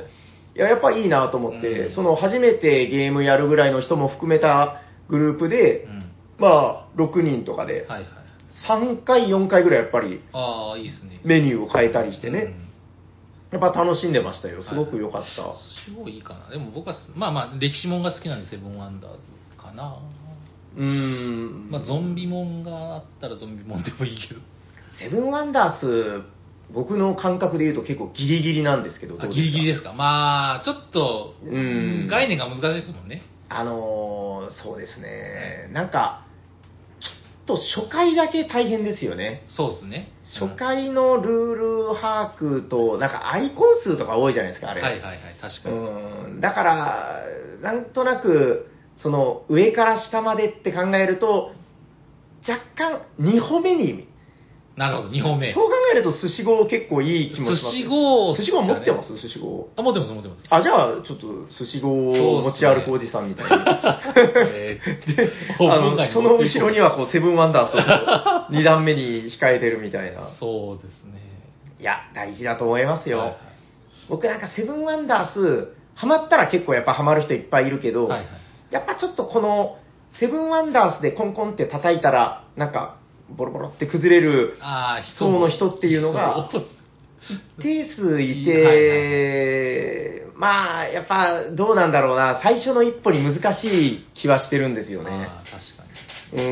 Speaker 2: や、やっぱいいなと思って、
Speaker 1: うん
Speaker 2: その、初めてゲームやるぐらいの人も含めたグループで
Speaker 1: う、ん。
Speaker 2: まあ、6人とかで、
Speaker 1: はいはい。
Speaker 2: 3回、4回ぐらいやっぱり、
Speaker 1: ああ、いいですね。
Speaker 2: メニューを変えたりして
Speaker 1: う
Speaker 2: ね、
Speaker 1: ん
Speaker 2: やっぱ楽しんでましたよ。すごく良かった。
Speaker 1: 寿司号いいかな。でも僕はす、まあまあ、歴史もんが好きなんで、セブンワンダーズかな。
Speaker 2: うーん。
Speaker 1: まあ、ゾンビもんがあったらゾンビもんでもいいけど。
Speaker 2: セブンワンダース、僕の感覚で言うと結構ギリギリなんですけど、
Speaker 1: あ
Speaker 2: どう
Speaker 1: ギリギリ
Speaker 2: ですか
Speaker 1: ですか。まあ、ちょっと、
Speaker 2: うん
Speaker 1: 概念が難しいですもんね。
Speaker 2: あのーそうですね、なんか、ちょっと初回だけ大変ですよね。
Speaker 1: そうですね。
Speaker 2: 初回のルール把握と、なんかアイコン数とか多いじゃないですか、
Speaker 1: は
Speaker 2: あれ。
Speaker 1: いはいはい、確かに。
Speaker 2: うんだから、なんとなく、その上から下までって考えると、若干2歩目に、
Speaker 1: なるほど、2本目。
Speaker 2: そう考えると寿司号結構いい気もしますよ。
Speaker 1: 寿司号
Speaker 2: 寿司号持ってます寿司号。
Speaker 1: あ、持ってます、持って
Speaker 2: *laughs*
Speaker 1: ます。
Speaker 2: あ、じゃあ、ちょっと寿司号を持ち歩くおじさん
Speaker 1: *laughs*
Speaker 2: みたいな。
Speaker 1: えー
Speaker 2: あのその後
Speaker 1: 本
Speaker 2: ろに。
Speaker 1: 文内に持っていこ
Speaker 2: はこうセブンワンダースを2段目に控えてるみたいな
Speaker 1: う。そうですね。
Speaker 2: いや、大事だと思いますよ。
Speaker 1: はいはい
Speaker 2: 僕なんかセブンワンダース、ハマったら結構やっぱハマる人いっぱいいるけど、
Speaker 1: はいはい
Speaker 2: やっぱちょっとこのセブンワンダースでコンコンって叩いたら、なんかボロボロって崩れる
Speaker 1: ああ、
Speaker 2: 層の人っていうのが
Speaker 1: そう
Speaker 2: 一定数い
Speaker 1: はい
Speaker 2: て、まあ、やっぱどうなんだろうな、最初の一歩に難しい気はしてるんですよね。
Speaker 1: ああ、確かに。
Speaker 2: う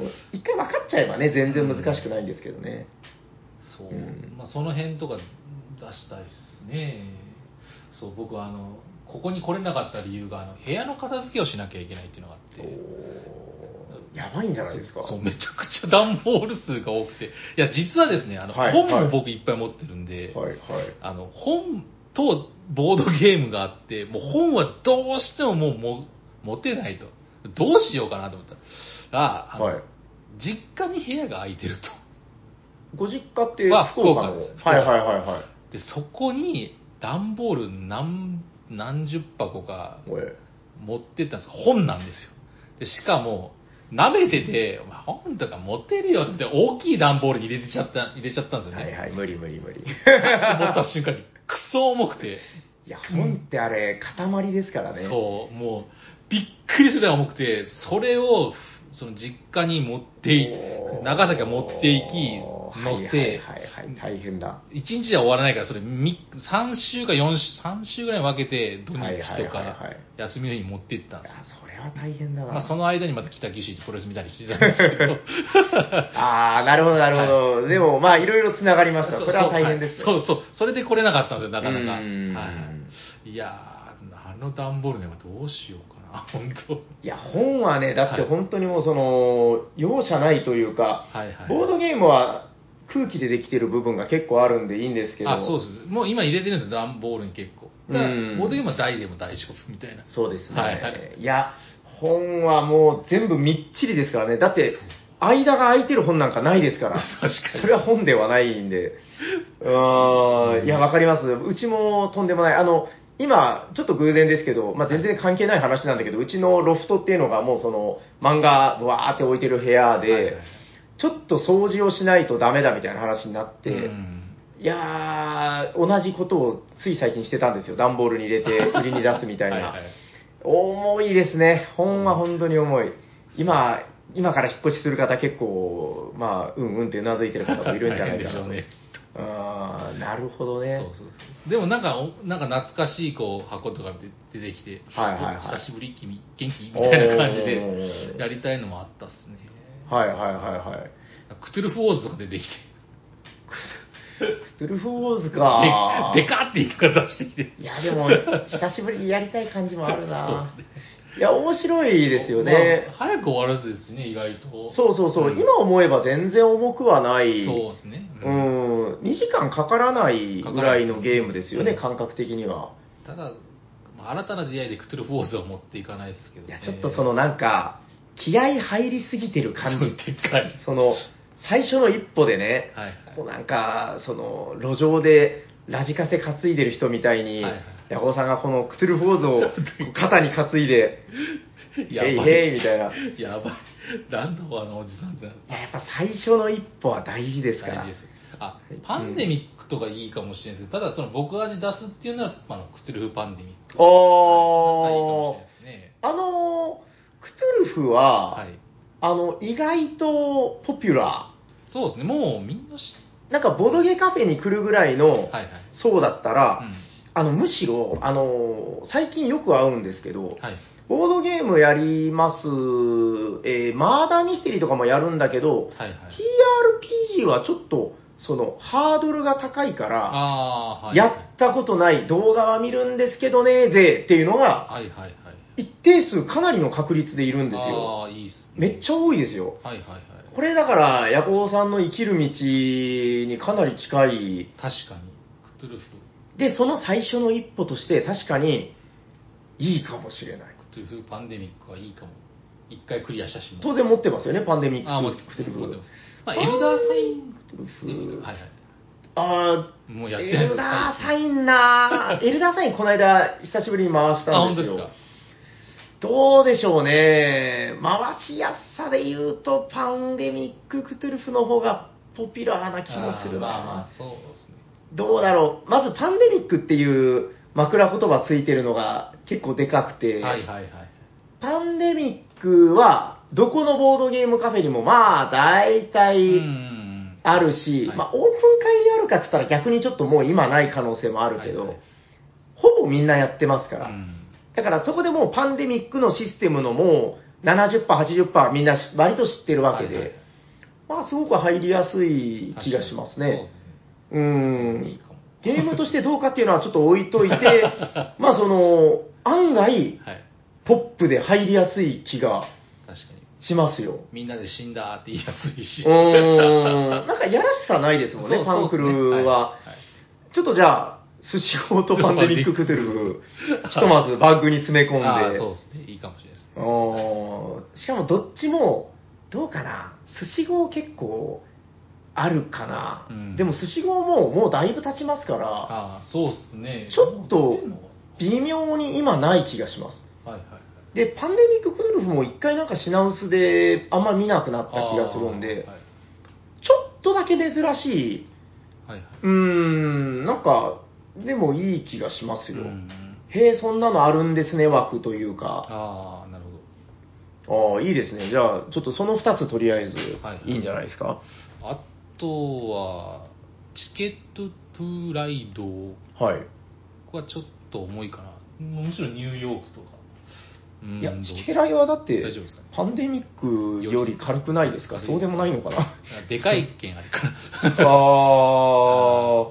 Speaker 2: ーん、一回分かっちゃえばね、全然難しくないんですけどね。
Speaker 1: そう、
Speaker 2: うん
Speaker 1: まあ、その辺とか出したいですね。そう、僕はあの、ここに来れなかった理由が、あの、部屋の片付けをしなきゃいけないっていうのがあって。
Speaker 2: おーやばいんじゃないですか。
Speaker 1: そう、めちゃくちゃ段ボール数が多くて。いや、実はですね、あの、
Speaker 2: はい
Speaker 1: 本
Speaker 2: はい
Speaker 1: も僕いっぱい持ってるんで、
Speaker 2: はいはい。
Speaker 1: あの、本とボードゲームがあって、もう本はどうしてももうも持てないと。どうしようかなと思ったら、あの、
Speaker 2: はい。
Speaker 1: 実家に部屋が空いてると。
Speaker 2: ご実家って
Speaker 1: は
Speaker 2: 福岡
Speaker 1: 福
Speaker 2: の。
Speaker 1: 岡です
Speaker 2: はいはいはいはい。
Speaker 1: で、そこに段ボール何、何十箱か
Speaker 2: おい
Speaker 1: 持ってったんです本なんですよ。で、しかも、舐めてて、お前本とか持てるよって大きい段ボールに入れてちゃった、入れちゃったんですよね。
Speaker 2: はいはい、無理無理無理。い
Speaker 1: 持った瞬間に、クソ重くて、
Speaker 2: や、本ってあれ、塊ですからね。
Speaker 1: そう、もう、びっくりするぐらい重くて、それを、その実家に持ってい
Speaker 2: おー
Speaker 1: 長崎は持っていき
Speaker 2: お、ー
Speaker 1: 乗せて、
Speaker 2: はいはいはいはい、大変だ。
Speaker 1: 1日じゃ終わらないから、それみ3週か4週、3週ぐらいに分けて、土
Speaker 2: はい
Speaker 1: 日
Speaker 2: はい
Speaker 1: と
Speaker 2: はい
Speaker 1: か
Speaker 2: はい、
Speaker 1: 休みの日に持って行ったん
Speaker 2: い
Speaker 1: ですよ
Speaker 2: や。それは大変だな。
Speaker 1: まあ、その間にまた北九州行ってプロレス見たりしてたんですけ
Speaker 2: *laughs*
Speaker 1: ど、
Speaker 2: ああ、なるほど、なるほど。でも、まあ、いろいろつながりました。それは大変ですよ。
Speaker 1: そうそう、それで来れなかったんですよ、なかなか。
Speaker 2: うーん
Speaker 1: はい、いやー、あの段ボールね、どうしようかな、 *laughs* 本当。
Speaker 2: いや、本はね、だって
Speaker 1: はい
Speaker 2: 本当にもう、その、容赦ないというか、
Speaker 1: はいはい。
Speaker 2: ボードゲームは空気でできてる部分が結構あるんでいいんですけど、
Speaker 1: あ、そうです。もう今入れてるんですよ、段ボールに結構。だから、
Speaker 2: うーん
Speaker 1: ボードゲームは台でも大丈夫みたいな。
Speaker 2: そうですね。
Speaker 1: はい
Speaker 2: い
Speaker 1: は
Speaker 2: や、本はもう全部みっちりですからね。だって、間が空いてる本なんかないですから。
Speaker 1: 確かに
Speaker 2: それは本ではないんで。うーん、いや、わかります。うちもとんでもない。あの、今、ちょっと偶然ですけど、まあ、全然関係ない話なんだけど、うちのロフトっていうのがもうその、漫画、わーって置いてる部屋で、
Speaker 1: はいはいはい
Speaker 2: ちょっと掃除をしないとダメだみたいな話になって、
Speaker 1: うん
Speaker 2: いやー、同じことをつい最近してたんですよ。段ボールに入れて売りに出すみたいな。
Speaker 1: はは
Speaker 2: 重いですね。本は本当に重い。今、今から引っ越しする方結構、まあ、うんうんってうなずいてる方もいるんじ
Speaker 1: *laughs*
Speaker 2: ゃない
Speaker 1: 大変で
Speaker 2: かなと。
Speaker 1: しょうね
Speaker 2: あーなるほどね。
Speaker 1: そうそうそうでもなんかおなんか懐かしいこう箱とかで出てきて、
Speaker 2: はいはいはい
Speaker 1: お久しぶり君元気みたいな感じ
Speaker 2: お
Speaker 1: で
Speaker 2: ー
Speaker 1: やりたいのもあったっすね
Speaker 2: はいはいはいはい。
Speaker 1: クトゥルフウォーズとか出てきて
Speaker 2: クトゥルフォーズか。
Speaker 1: ででかって言いながら出してきて
Speaker 2: いや、でも、久しぶりにやりたい感じもあるな
Speaker 1: *laughs* そうで。
Speaker 2: いや、面白いですよね。
Speaker 1: まあ早く終わらずですね意外と
Speaker 2: そうそうそう、
Speaker 1: ん
Speaker 2: 今思えば全然重くはない。
Speaker 1: そうですね、
Speaker 2: う
Speaker 1: うん
Speaker 2: ん、2時間かからないぐらいのゲームですよね、
Speaker 1: かか
Speaker 2: 感覚的には。
Speaker 1: ただ、まあ、新たな出会いでクトゥルフウォーズは持っていかないですけど、
Speaker 2: い
Speaker 1: ね、
Speaker 2: や、ちょっとそのなんか、気合入りすぎてる感
Speaker 1: *laughs* そう
Speaker 2: じ。
Speaker 1: でっかい
Speaker 2: その、最初の一歩でね、
Speaker 1: はいはい
Speaker 2: こうなんか、その、路上でラジカセ担いでる人みたいに
Speaker 1: はいはい、
Speaker 2: ヤコウさんがこのクトゥルフォー
Speaker 1: *laughs*
Speaker 2: ズをこう肩に担いで、
Speaker 1: やば
Speaker 2: へい
Speaker 1: い
Speaker 2: へいみたいな。い
Speaker 1: やばいなんだあのおじさんって
Speaker 2: や、やっぱ最初の一歩は大事ですから。
Speaker 1: 大事ですよあパンデミックとかいいかもしれないですけど、ただその僕味出すっていうのはあのクトゥルフパンデミックはいなんかいいかもしれないで
Speaker 2: おー
Speaker 1: すね
Speaker 2: あのー、クトゥルフは、
Speaker 1: はい
Speaker 2: あの、意外とポピュラ
Speaker 1: そうですねもうみんな知っ
Speaker 2: ー。なんか、ボドゲカフェに来るぐらいの
Speaker 1: はいはい
Speaker 2: 層だったら、
Speaker 1: う
Speaker 2: あの、むしろ、あのー最近よく会うんですけど
Speaker 1: ん、はい
Speaker 2: ボードゲームやります、えーマーダーミステリーとかもやるんだけ
Speaker 1: はい
Speaker 2: ど、
Speaker 1: はい
Speaker 2: TRPG はちょっと、その、ハードルが高いから、
Speaker 1: ああはい
Speaker 2: やったことない動画は見るんですけどね、ぜっていうのが、
Speaker 1: はいはいはい
Speaker 2: 一定数かなりの確率でいるんですよ。
Speaker 1: ああいいっす
Speaker 2: めっちゃ多いですよ。
Speaker 1: ゃはいはいはい
Speaker 2: これだから、ヤコウさんの生きる道にかなり近い。
Speaker 1: 確かにクトゥルフ
Speaker 2: で、その最初の一歩として確かにいいかもしれない。
Speaker 1: クトゥルフパンデミックはいいかも一回クリアしたしも
Speaker 2: 当然持ってますよね、パンデミック。
Speaker 1: ああもう
Speaker 2: クテルフ
Speaker 1: 持ってますまあエルダーサイン
Speaker 2: クテル
Speaker 1: デミッ
Speaker 2: フ
Speaker 1: クはいはい
Speaker 2: あ
Speaker 1: もう
Speaker 2: ー
Speaker 1: やって
Speaker 2: エ
Speaker 1: ない
Speaker 2: ルダーサ
Speaker 1: ン
Speaker 2: インな
Speaker 1: *laughs*
Speaker 2: ーエルダーサインこの間久しぶりに回した
Speaker 1: あ
Speaker 2: ん
Speaker 1: 本
Speaker 2: で
Speaker 1: 当で
Speaker 2: す
Speaker 1: す
Speaker 2: よ
Speaker 1: か。
Speaker 2: どうでしょうね。回しやすさで言うと、パンデミッククトゥルフの方がポピュラーな気もするな。
Speaker 1: あーまあまあそうですね
Speaker 2: どうだろう、まずパンデミックっていう枕言葉ついてるのが結構でかくて、
Speaker 1: はいはいはい
Speaker 2: パンデミックはどこのボードゲームカフェにも、まあ、大
Speaker 1: うんう
Speaker 2: 体
Speaker 1: ん
Speaker 2: あるし、
Speaker 1: はい
Speaker 2: まあ、オープン会にあるかっつったら逆にちょっともう今ない可能性もあるけど、
Speaker 1: はいはい
Speaker 2: ほぼみんなやってますか
Speaker 1: うん。
Speaker 2: ら、
Speaker 1: うん
Speaker 2: だからそこでもうパンデミックのシステムのもう70%、80%みんなし割と知ってるわけで、
Speaker 1: はいはい
Speaker 2: まあすごく入りやすい気がしますね。う
Speaker 1: そうですね。いい
Speaker 2: ん。
Speaker 1: かも。
Speaker 2: ゲームとしてどうかっていうのはちょっと置いといて、
Speaker 1: *laughs*
Speaker 2: まあその、案外
Speaker 1: はい。
Speaker 2: ポップで入りやすい気が
Speaker 1: 確かに。
Speaker 2: しま
Speaker 1: *laughs*
Speaker 2: すよ。
Speaker 1: みんなで死んだって言いやすいうし。
Speaker 2: ーん。なんかやらしさないですもんね、パンクルは。ちょっとじゃあ、寿司法とパンデミッククトゥルフ、ひとまずバッグに詰め込
Speaker 1: そ
Speaker 2: ん
Speaker 1: うですねはいはいああ、
Speaker 2: で。
Speaker 1: そうですね。いいかもしれないですね。
Speaker 2: おーしかもどっちも、どうかな、スシ号結構あるかな、
Speaker 1: うん
Speaker 2: でもスシ号ももうだいぶ経ちますから、
Speaker 1: ああ、そうですね。
Speaker 2: ちょっと
Speaker 1: もう出てんのか
Speaker 2: 微妙に今ない気がします。
Speaker 1: なはいはいはい。
Speaker 2: で、パンデミッククドルフも一回なんか品薄であんま見なくなった気がするんで、
Speaker 1: あ
Speaker 2: ちょっとだけ珍しい、
Speaker 1: あはいはいは
Speaker 2: うーん、なんか、でもいい気がします
Speaker 1: い。
Speaker 2: よ。
Speaker 1: うん
Speaker 2: へえ、そんなのあるんですね、枠というか。
Speaker 1: ああ、なるほど。
Speaker 2: ああ、いいですね。じゃあ、ちょっとその2つとりあえず
Speaker 1: はいはい
Speaker 2: いいんじゃないですか。
Speaker 1: あとは、チケットトゥーライド、こ
Speaker 2: はい。
Speaker 1: こはちょっと重いかな。むしろニューヨークとか。うん
Speaker 2: いや
Speaker 1: ど、う
Speaker 2: チケライはだって
Speaker 1: 大丈夫ですかね、
Speaker 2: パンデミックより軽くないですか
Speaker 1: 軽いです
Speaker 2: そうでもない
Speaker 1: *laughs*
Speaker 2: のかな
Speaker 1: でかい件あるから。
Speaker 2: あー、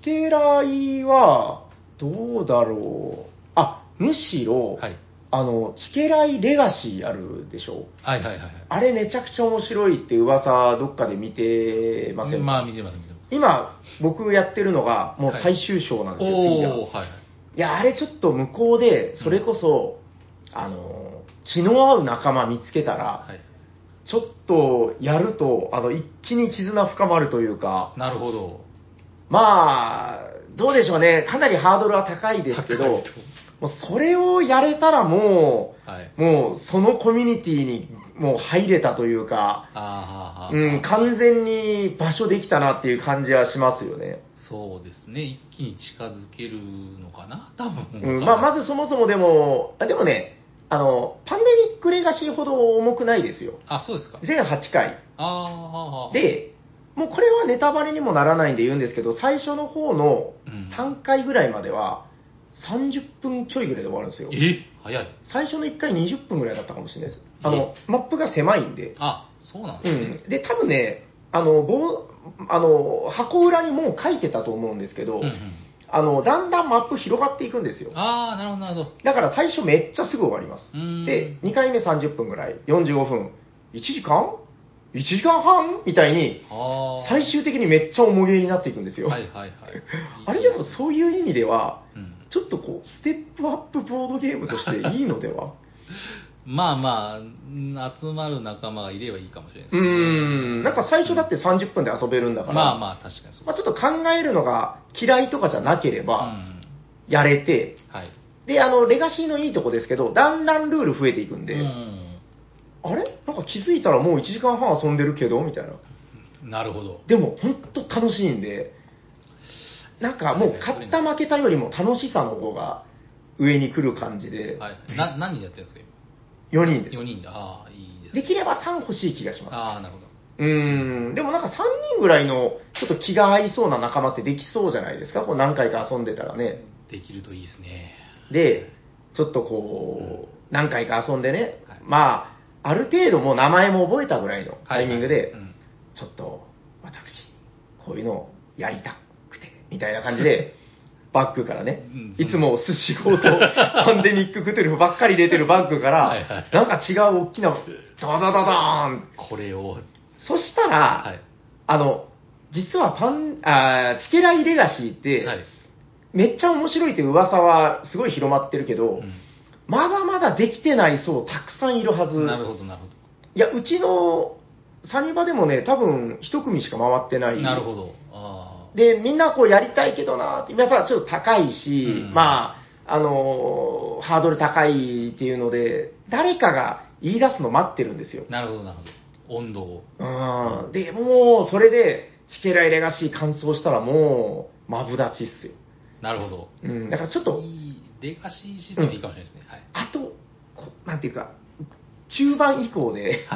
Speaker 2: チケライは、どうだろう。あ、むしろ、
Speaker 1: はい。
Speaker 2: あの、チケライレガシーあるでしょ
Speaker 1: はいはいはいはい。
Speaker 2: あれめちゃくちゃ面白いって噂、どっかで見てませんか、
Speaker 1: まあ見てます見てます。
Speaker 2: 今、僕やってるのが、もう
Speaker 1: はい
Speaker 2: 最終章なんですよ、次が。
Speaker 1: おおーはいはい。
Speaker 2: いや、あれちょっと向こうで、それこそ、あの、気の合う仲間見つけたら、
Speaker 1: はい、
Speaker 2: ちょっとやると、あの、一気に絆深まるというか、
Speaker 1: なるほど。
Speaker 2: まあ、どうでしょうね、かなりハードルは高いですけど、も
Speaker 1: 高いう
Speaker 2: それをやれたらも
Speaker 1: とはい。
Speaker 2: う、もうそのコミュニティにもう入れたというか、
Speaker 1: あーはーはー
Speaker 2: うん、完全に場所できたなっていう感じはしますよね。
Speaker 1: そうですね。一気に近づけるのかな多分。
Speaker 2: うん、まあ、ま
Speaker 1: ず。
Speaker 2: ずそもそもでも、あでもね、あの、パンデミックレガシーほど重くないですよ。
Speaker 1: あ、そうですか。
Speaker 2: 全8回。
Speaker 1: ああ、
Speaker 2: で、もうこれはネタバレにもならないんで言うんですけど、最初の方の
Speaker 1: うん
Speaker 2: 3回ぐらいまでは、30分ちょいぐらいで終わるんですよ。
Speaker 1: え早い。
Speaker 2: 最初の1回20分ぐらいだったかもしれないです。あの、マップが狭いんで。
Speaker 1: あ、そうなん
Speaker 2: う
Speaker 1: ですね。
Speaker 2: ん。で、多分ね、あの、棒あの箱裏にもう書いてたと思うんですけど、
Speaker 1: うんうん
Speaker 2: あの、だんだんマップ広がっていくんですよ。
Speaker 1: ああ、なるほど、なるほど。
Speaker 2: だから最初めっちゃすぐ終わります。
Speaker 1: うーん
Speaker 2: で、2回目30分ぐらい、45分、1時間 ?1 時間半みたいに、
Speaker 1: ああ。
Speaker 2: 最終的にめっちゃ重げになっていくんですよ。
Speaker 1: はいはいはい。
Speaker 2: *laughs* あれでもそういう意味では、
Speaker 1: うん
Speaker 2: ちょっとこう、ステップアップボードゲームとしていいのでは
Speaker 1: まあまあうん、集まる仲間がいればいいかもしれないで
Speaker 2: うー
Speaker 1: すね。
Speaker 2: ん、なんか最初だって30分で遊べるんだから、
Speaker 1: まあまあ、確かにそう。
Speaker 2: まあちょっと考えるのが嫌いとかじゃなけれ
Speaker 1: う
Speaker 2: ば、
Speaker 1: ん
Speaker 2: やれて、
Speaker 1: はい。
Speaker 2: で、あの、レガシーのいいとこですけど、だんだんルール増えていくんで、
Speaker 1: うん
Speaker 2: あれなんか気づいたらもう1時間半遊んでるけどみたいな。
Speaker 1: なるほど。
Speaker 2: でも本当楽しいんで、なんかもう勝った負けたよりも楽しさの方が上に来る感じで、
Speaker 1: はい。な、何人やってるんですか、
Speaker 2: 4人で
Speaker 1: 今。4
Speaker 2: す。
Speaker 1: 人で。ああ、いいですね
Speaker 2: できれば3欲しい気がしま
Speaker 1: ああ、なるほど。
Speaker 2: す。うーん、でもなんか3人ぐらいのちょっと気が合いそうな仲間ってできそうじゃないですか、こう何回か遊んでたらね。
Speaker 1: できるといいですね。
Speaker 2: で、ちょっとこう、何回か遊んでね
Speaker 1: はい、
Speaker 2: まあ、ある程度もう名前も覚えたぐらいのタイミングで
Speaker 1: う、ん
Speaker 2: ちょっと私、こういうのをやりたくて、みたいな感
Speaker 1: *laughs*
Speaker 2: じで、バッグからね
Speaker 1: うん、
Speaker 2: いつも寿司号と *laughs* パンデミッククトゥルフばっかり入れてるバッグか
Speaker 1: はいは
Speaker 2: ら、なんか違う大きな、ドドドドーン
Speaker 1: これを、
Speaker 2: そした
Speaker 1: は
Speaker 2: ら、
Speaker 1: い。
Speaker 2: あの、実はパン、あーチケライレガシーっ
Speaker 1: はい
Speaker 2: て、。めっちゃ面白いって噂はすごい広まってるけど、まだまだできてない層たくさんいるはず
Speaker 1: うんなるほど、なるほ
Speaker 2: いや、うちのサニバでもね、多分一組しか回ってな
Speaker 1: ど。
Speaker 2: い。
Speaker 1: なるほど。ああ。
Speaker 2: で、みんなこうやりたいけどなーって、やっぱちょっと高いし、
Speaker 1: うん
Speaker 2: まあ、あのーハードル高いっていうので、誰かが言い出すの待ってるんですよ。
Speaker 1: なるほど、なるほど。温度を。
Speaker 2: うん。で、もう、それで、チケライレガシー完走したらもう、マブダチっすよ。
Speaker 1: なるほど。
Speaker 2: うん。だからちょっと、
Speaker 1: いい、レガシーシステムいいかもしれないですね。はい。
Speaker 2: あと、こなんていうか、中盤以降で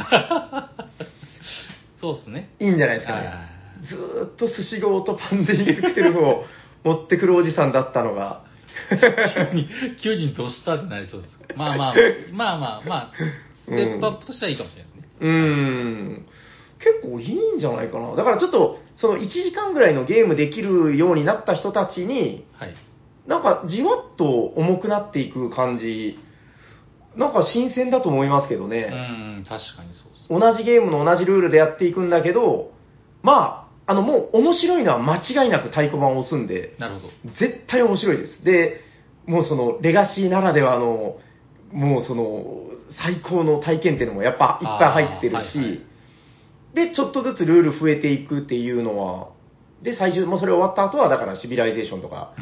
Speaker 1: そうですね。
Speaker 2: いいんじゃないですかね
Speaker 1: あ。
Speaker 2: ずーっと寿司号とパンで入れてる分を持ってくるおじさんだったのが、
Speaker 1: 急に、急にどうしたってなりそうです。まあまあ、まあまあ、まあ、ステップアップとしてはいいかもしれないですね。
Speaker 2: うーん、結構いいんじゃないかな。だからちょっと、その1時間ぐらいのゲームできるようになった人たちに、
Speaker 1: はい。
Speaker 2: なんかじわっと重くなっていく感じ、なんか新鮮だと思いますけど
Speaker 1: う
Speaker 2: ね。
Speaker 1: ん、確かにそうです。
Speaker 2: 同じゲームの同じルールでやっていくんだけど、まあ、あのもう面白いのは間違いなく太鼓判を押すんで、
Speaker 1: なるほど。 *laughs*
Speaker 2: 絶対面白いです。で、もうそのレガシーならではの、もうその最高の体験っていうのもやっぱいっぱい入ってるし、
Speaker 1: あーはい
Speaker 2: で、ちょっとずつルール増えていくっていうのは、で、最終、もうそれ終わった後は、だからシビライゼーションとか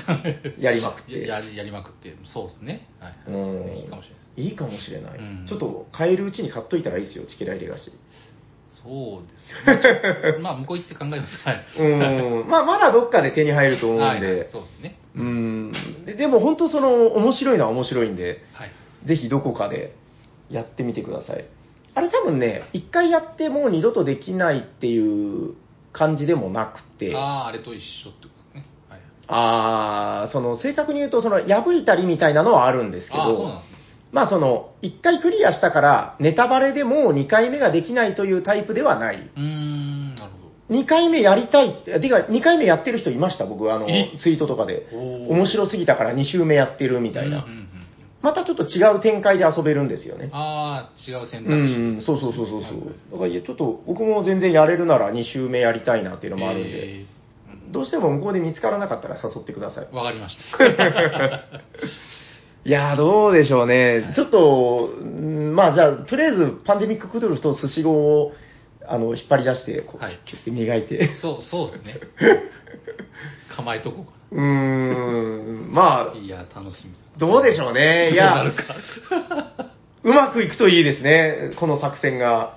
Speaker 2: やりまくって。
Speaker 1: *laughs* やややりまくって、そうですね。はい。
Speaker 2: うん
Speaker 1: いいかもしれないです。
Speaker 2: いいかもしれない、
Speaker 1: うん
Speaker 2: ちょっと買えるうちに買っといたらいいですよ、チキライレガシー。
Speaker 1: そうですね。まあ、向こう行って考えます。はい。
Speaker 2: うん、まあ、まだどっかで手に入ると思う
Speaker 1: は
Speaker 2: ん
Speaker 1: い
Speaker 2: で、
Speaker 1: はい、そうですね。
Speaker 2: うんで、でも本当その、面白いのは面白いんで、
Speaker 1: はい。
Speaker 2: ぜひどこかでやってみてください。あれ多分ね、一回やってもう二度とできないっていう感じでもなくて、
Speaker 1: あ
Speaker 2: あ
Speaker 1: あ、あれと一緒ってことね。はい。
Speaker 2: あーその正確に言うと、その破いたりみたいなのはあるんですけ
Speaker 1: ああ、そうな
Speaker 2: ど、
Speaker 1: んですね。
Speaker 2: まあその、一回クリアしたから、ネタバレでもう2回目ができないというタイプではない。
Speaker 1: うーん、なるほど。
Speaker 2: 2回目やりたいって、てか2回目やってる人いました、僕、あの
Speaker 1: え、
Speaker 2: ツイートとかで。
Speaker 1: おー
Speaker 2: 面白すぎたから2周目やってるみたいな
Speaker 1: うんう。んうん
Speaker 2: またちょっと違う展開で遊べるんですよね。
Speaker 1: ああ、違う選択肢。
Speaker 2: うん、そうそうそうそうそう。だからいやちょっと僕も全然やれるなら2周目やりたいなっていうのもあるんで、
Speaker 1: えー
Speaker 2: どうしても向こうで見つからなかったら誘ってください。
Speaker 1: わかりま
Speaker 2: *laughs*
Speaker 1: した。
Speaker 2: いやー、どうでしょうね。ちょっと、うんまあじゃあ、とりあえずパンデミッククドルフと寿司号をあの引っ張り出して、こう、
Speaker 1: はい
Speaker 2: キュッて磨いて。
Speaker 1: そう、そうですね。構えとこうか
Speaker 2: うーん、ま
Speaker 1: な。いや、楽しみだ
Speaker 2: あ、どうでしょう *laughs* ね。い
Speaker 1: どう
Speaker 2: や、
Speaker 1: なるか。
Speaker 2: うまくいくといいですね、この作戦が。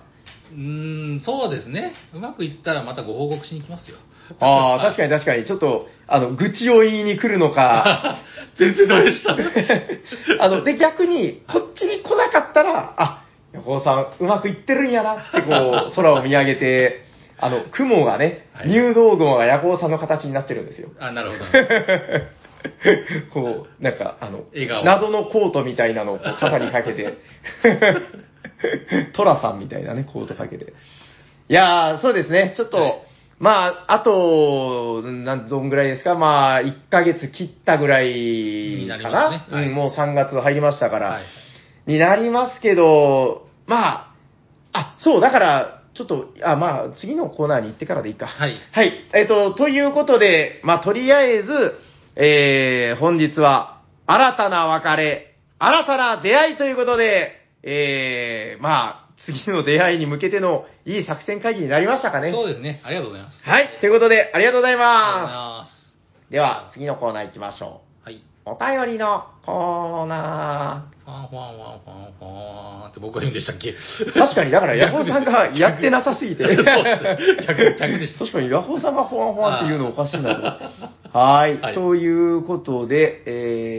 Speaker 1: うーん、そうですね。うまくいったらまたご報告しに来ますよ。
Speaker 2: ああ、確かに確かに、ちょっと、あの、愚痴を言いに来るのか、
Speaker 1: 全然ダメでした。
Speaker 2: *laughs* あの、で、逆に、こっちに来なかったら、あ、横尾さん、うまくいってるんやなって、こ
Speaker 1: *laughs*
Speaker 2: う、空を見上げて、あの、雲がね、
Speaker 1: はい
Speaker 2: 入道雲が横尾さんの形になってるんですよ。
Speaker 1: あ、なるほ
Speaker 2: *laughs*
Speaker 1: ど。
Speaker 2: こう、なんか、あの、
Speaker 1: 笑顔
Speaker 2: 謎のコートみたいなのをこう肩にか
Speaker 1: *laughs*
Speaker 2: けて、トラさんみたいなね、コートかけて。いやー、そうですね、ちょっと、
Speaker 1: はい
Speaker 2: まあ、あと、なんどんぐらいですか、まあ、1ヶ月切ったぐらい
Speaker 1: になり
Speaker 2: か
Speaker 1: ます
Speaker 2: な
Speaker 1: ね、はい
Speaker 2: うん、もう3月入りましたから、
Speaker 1: はい。
Speaker 2: になりますけど、まあ、あ、そう、だから、ちょっと、あ、まあ、次のコーナーに行ってからでいいか。
Speaker 1: はい
Speaker 2: はい。えっ、と、ということで、まあ、とりあえず、えー、本日は、新たな別れ、新たな出会いということで、えー、まあ、次の出会いに向けてのいい作戦会議になりましたかね。
Speaker 1: そうですね。ありがとうございます。
Speaker 2: はい。ということで、ありがとうございま
Speaker 1: あ
Speaker 2: す。では、次のコーナー行きましょ
Speaker 1: りがとうございます。はい。
Speaker 2: う。お便りのコーナー。
Speaker 1: ファンファンファンファンファンって僕が言うんでしたっけ
Speaker 2: 確かに、だから、ヤホーさんがやってなさすぎ
Speaker 1: *laughs*
Speaker 2: て。
Speaker 1: そうです逆逆でした
Speaker 2: 確かに、ヤホーさんがほわほわっていうのおかしいなと。はい,、
Speaker 1: はい
Speaker 2: ということで、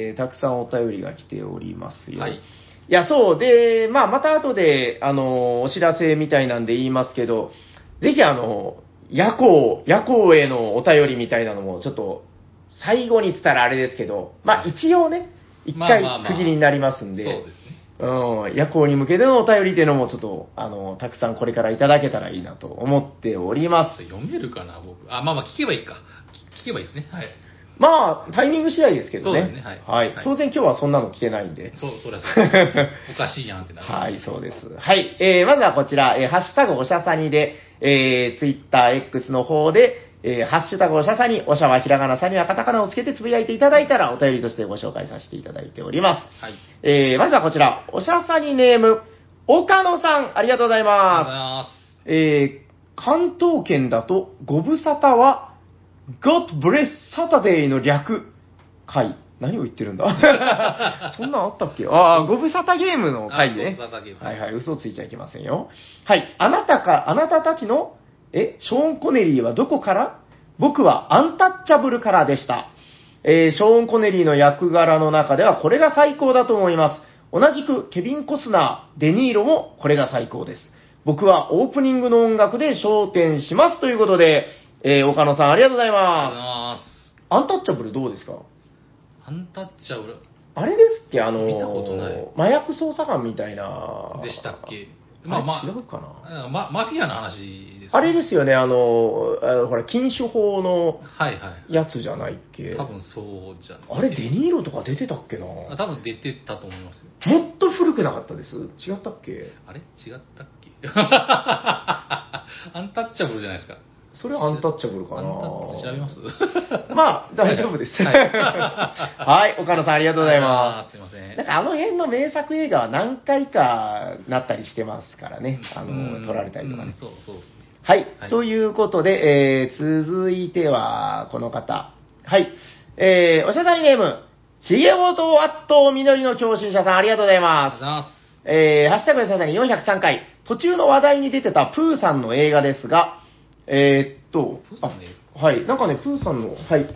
Speaker 2: えー、たくさんお便りが来ておりますよ。
Speaker 1: はい
Speaker 2: いや、そう。で、まあ、また後で、あの、お知らせみたいなんで言いますけど、ぜひ、あの、夜行、夜行へのお便りみたいなのも、ちょっと、最後に言ったらあれですけど、まあ、一応ね、一
Speaker 1: まあ
Speaker 2: 回
Speaker 1: まあまあ
Speaker 2: 区切りになりますん
Speaker 1: そう
Speaker 2: で、
Speaker 1: ですね。
Speaker 2: うん、夜行に向けてのお便りっていうのも、ちょっと、あの、たくさんこれからいただけたらいいなと思っておりま
Speaker 1: そ
Speaker 2: す。
Speaker 1: れ読めるかな、僕。あ、まあまあ、聞けばいいか。聞聞けばいいですね。はい。
Speaker 2: まあ、タイミング次第ですけどね。
Speaker 1: そうですねはいはい
Speaker 2: 当然今日はそんなの来てないんで。
Speaker 1: そう、そ
Speaker 2: *laughs*
Speaker 1: りゃそう。おかしいやんってなる。
Speaker 2: はい、そうです。はい、えー、まずはこちら、えー、ハッシュタグおしゃさにで、えー、ツイッター X の方で、えー、ハッシュタグおしゃさに、おしゃはひらがなさにはカタカナをつけてつぶやいていただいたら、お便りとしてご紹介させていただいております。
Speaker 1: はい。
Speaker 2: えー、まずはこちら、おしゃさにネーム、岡野さん、ありがとうござい
Speaker 1: あ
Speaker 2: ます。
Speaker 1: あ
Speaker 2: えー関東圏だと、ご無沙汰は、God bless Saturday の略、会。何を言ってるんだ *laughs* そんなんあったっけああ、ご無沙汰ゲームの会ね。
Speaker 1: あご無沙汰ゲーム
Speaker 2: はいはい、嘘ついちゃいけませんよ。はい、あなたか、あなたたちの、え、ショーン・コネリーはどこから僕はアンタッチャブルからでした。えーショーン・コネリーの役柄の中ではこれが最高だと思います。同じくケビン・コスナー、デニーロもこれが最高です。僕はオープニングの音楽で焦点しますということで、えー岡野さんありがとうござい
Speaker 1: ありが
Speaker 2: ます。アンタッチャブルどうですか
Speaker 1: とうございます。アンタッチャブル
Speaker 2: あれですっけあのー
Speaker 1: 見たことない
Speaker 2: 麻薬捜査官みたいな。
Speaker 1: でしたっけ
Speaker 2: ま
Speaker 1: ま
Speaker 2: あ
Speaker 1: あま
Speaker 2: まあ。
Speaker 1: あ
Speaker 2: 違うかな。
Speaker 1: あま、マフィアの話ですか
Speaker 2: あれですよね、あのー、あのほら、禁酒法の
Speaker 1: はいはい。
Speaker 2: やつじゃないっけ
Speaker 1: 多分そうじゃない
Speaker 2: あれ、デニーロとか出てたっけな
Speaker 1: あ多分出てたと思いますよ。
Speaker 2: もっと古くなかったです違ったっけ
Speaker 1: あれ違ったっけ *laughs* アンタッチャブルじゃないですか。
Speaker 2: それはアンタッチャブルかな
Speaker 1: アンタッチャブル調べます。
Speaker 2: *laughs* まあ、大丈夫です。はい、岡野さんありがとうございます
Speaker 1: すいませ
Speaker 2: す。なん
Speaker 1: ん。
Speaker 2: かあの辺の名作映画は何回かなったりしてますからね。あ
Speaker 1: う
Speaker 2: の、
Speaker 1: ん
Speaker 2: 撮られたりとかね
Speaker 1: うん。そうそうですね。
Speaker 2: はい、
Speaker 1: はい
Speaker 2: ということで、えー、続いては、この方。はい。えー、おしゃべりネーム、ひげごとあっとみのりの教習者さん、ありがとうござい
Speaker 1: ありがとうご
Speaker 2: ます
Speaker 1: ざ。います。
Speaker 2: えー、ハッシュタグおしゃべり403回、途中の話題に出てたプーさんの映画ですが、えー、っと、
Speaker 1: プーさんの映
Speaker 2: あはい、なんかね、プーさんの、はい、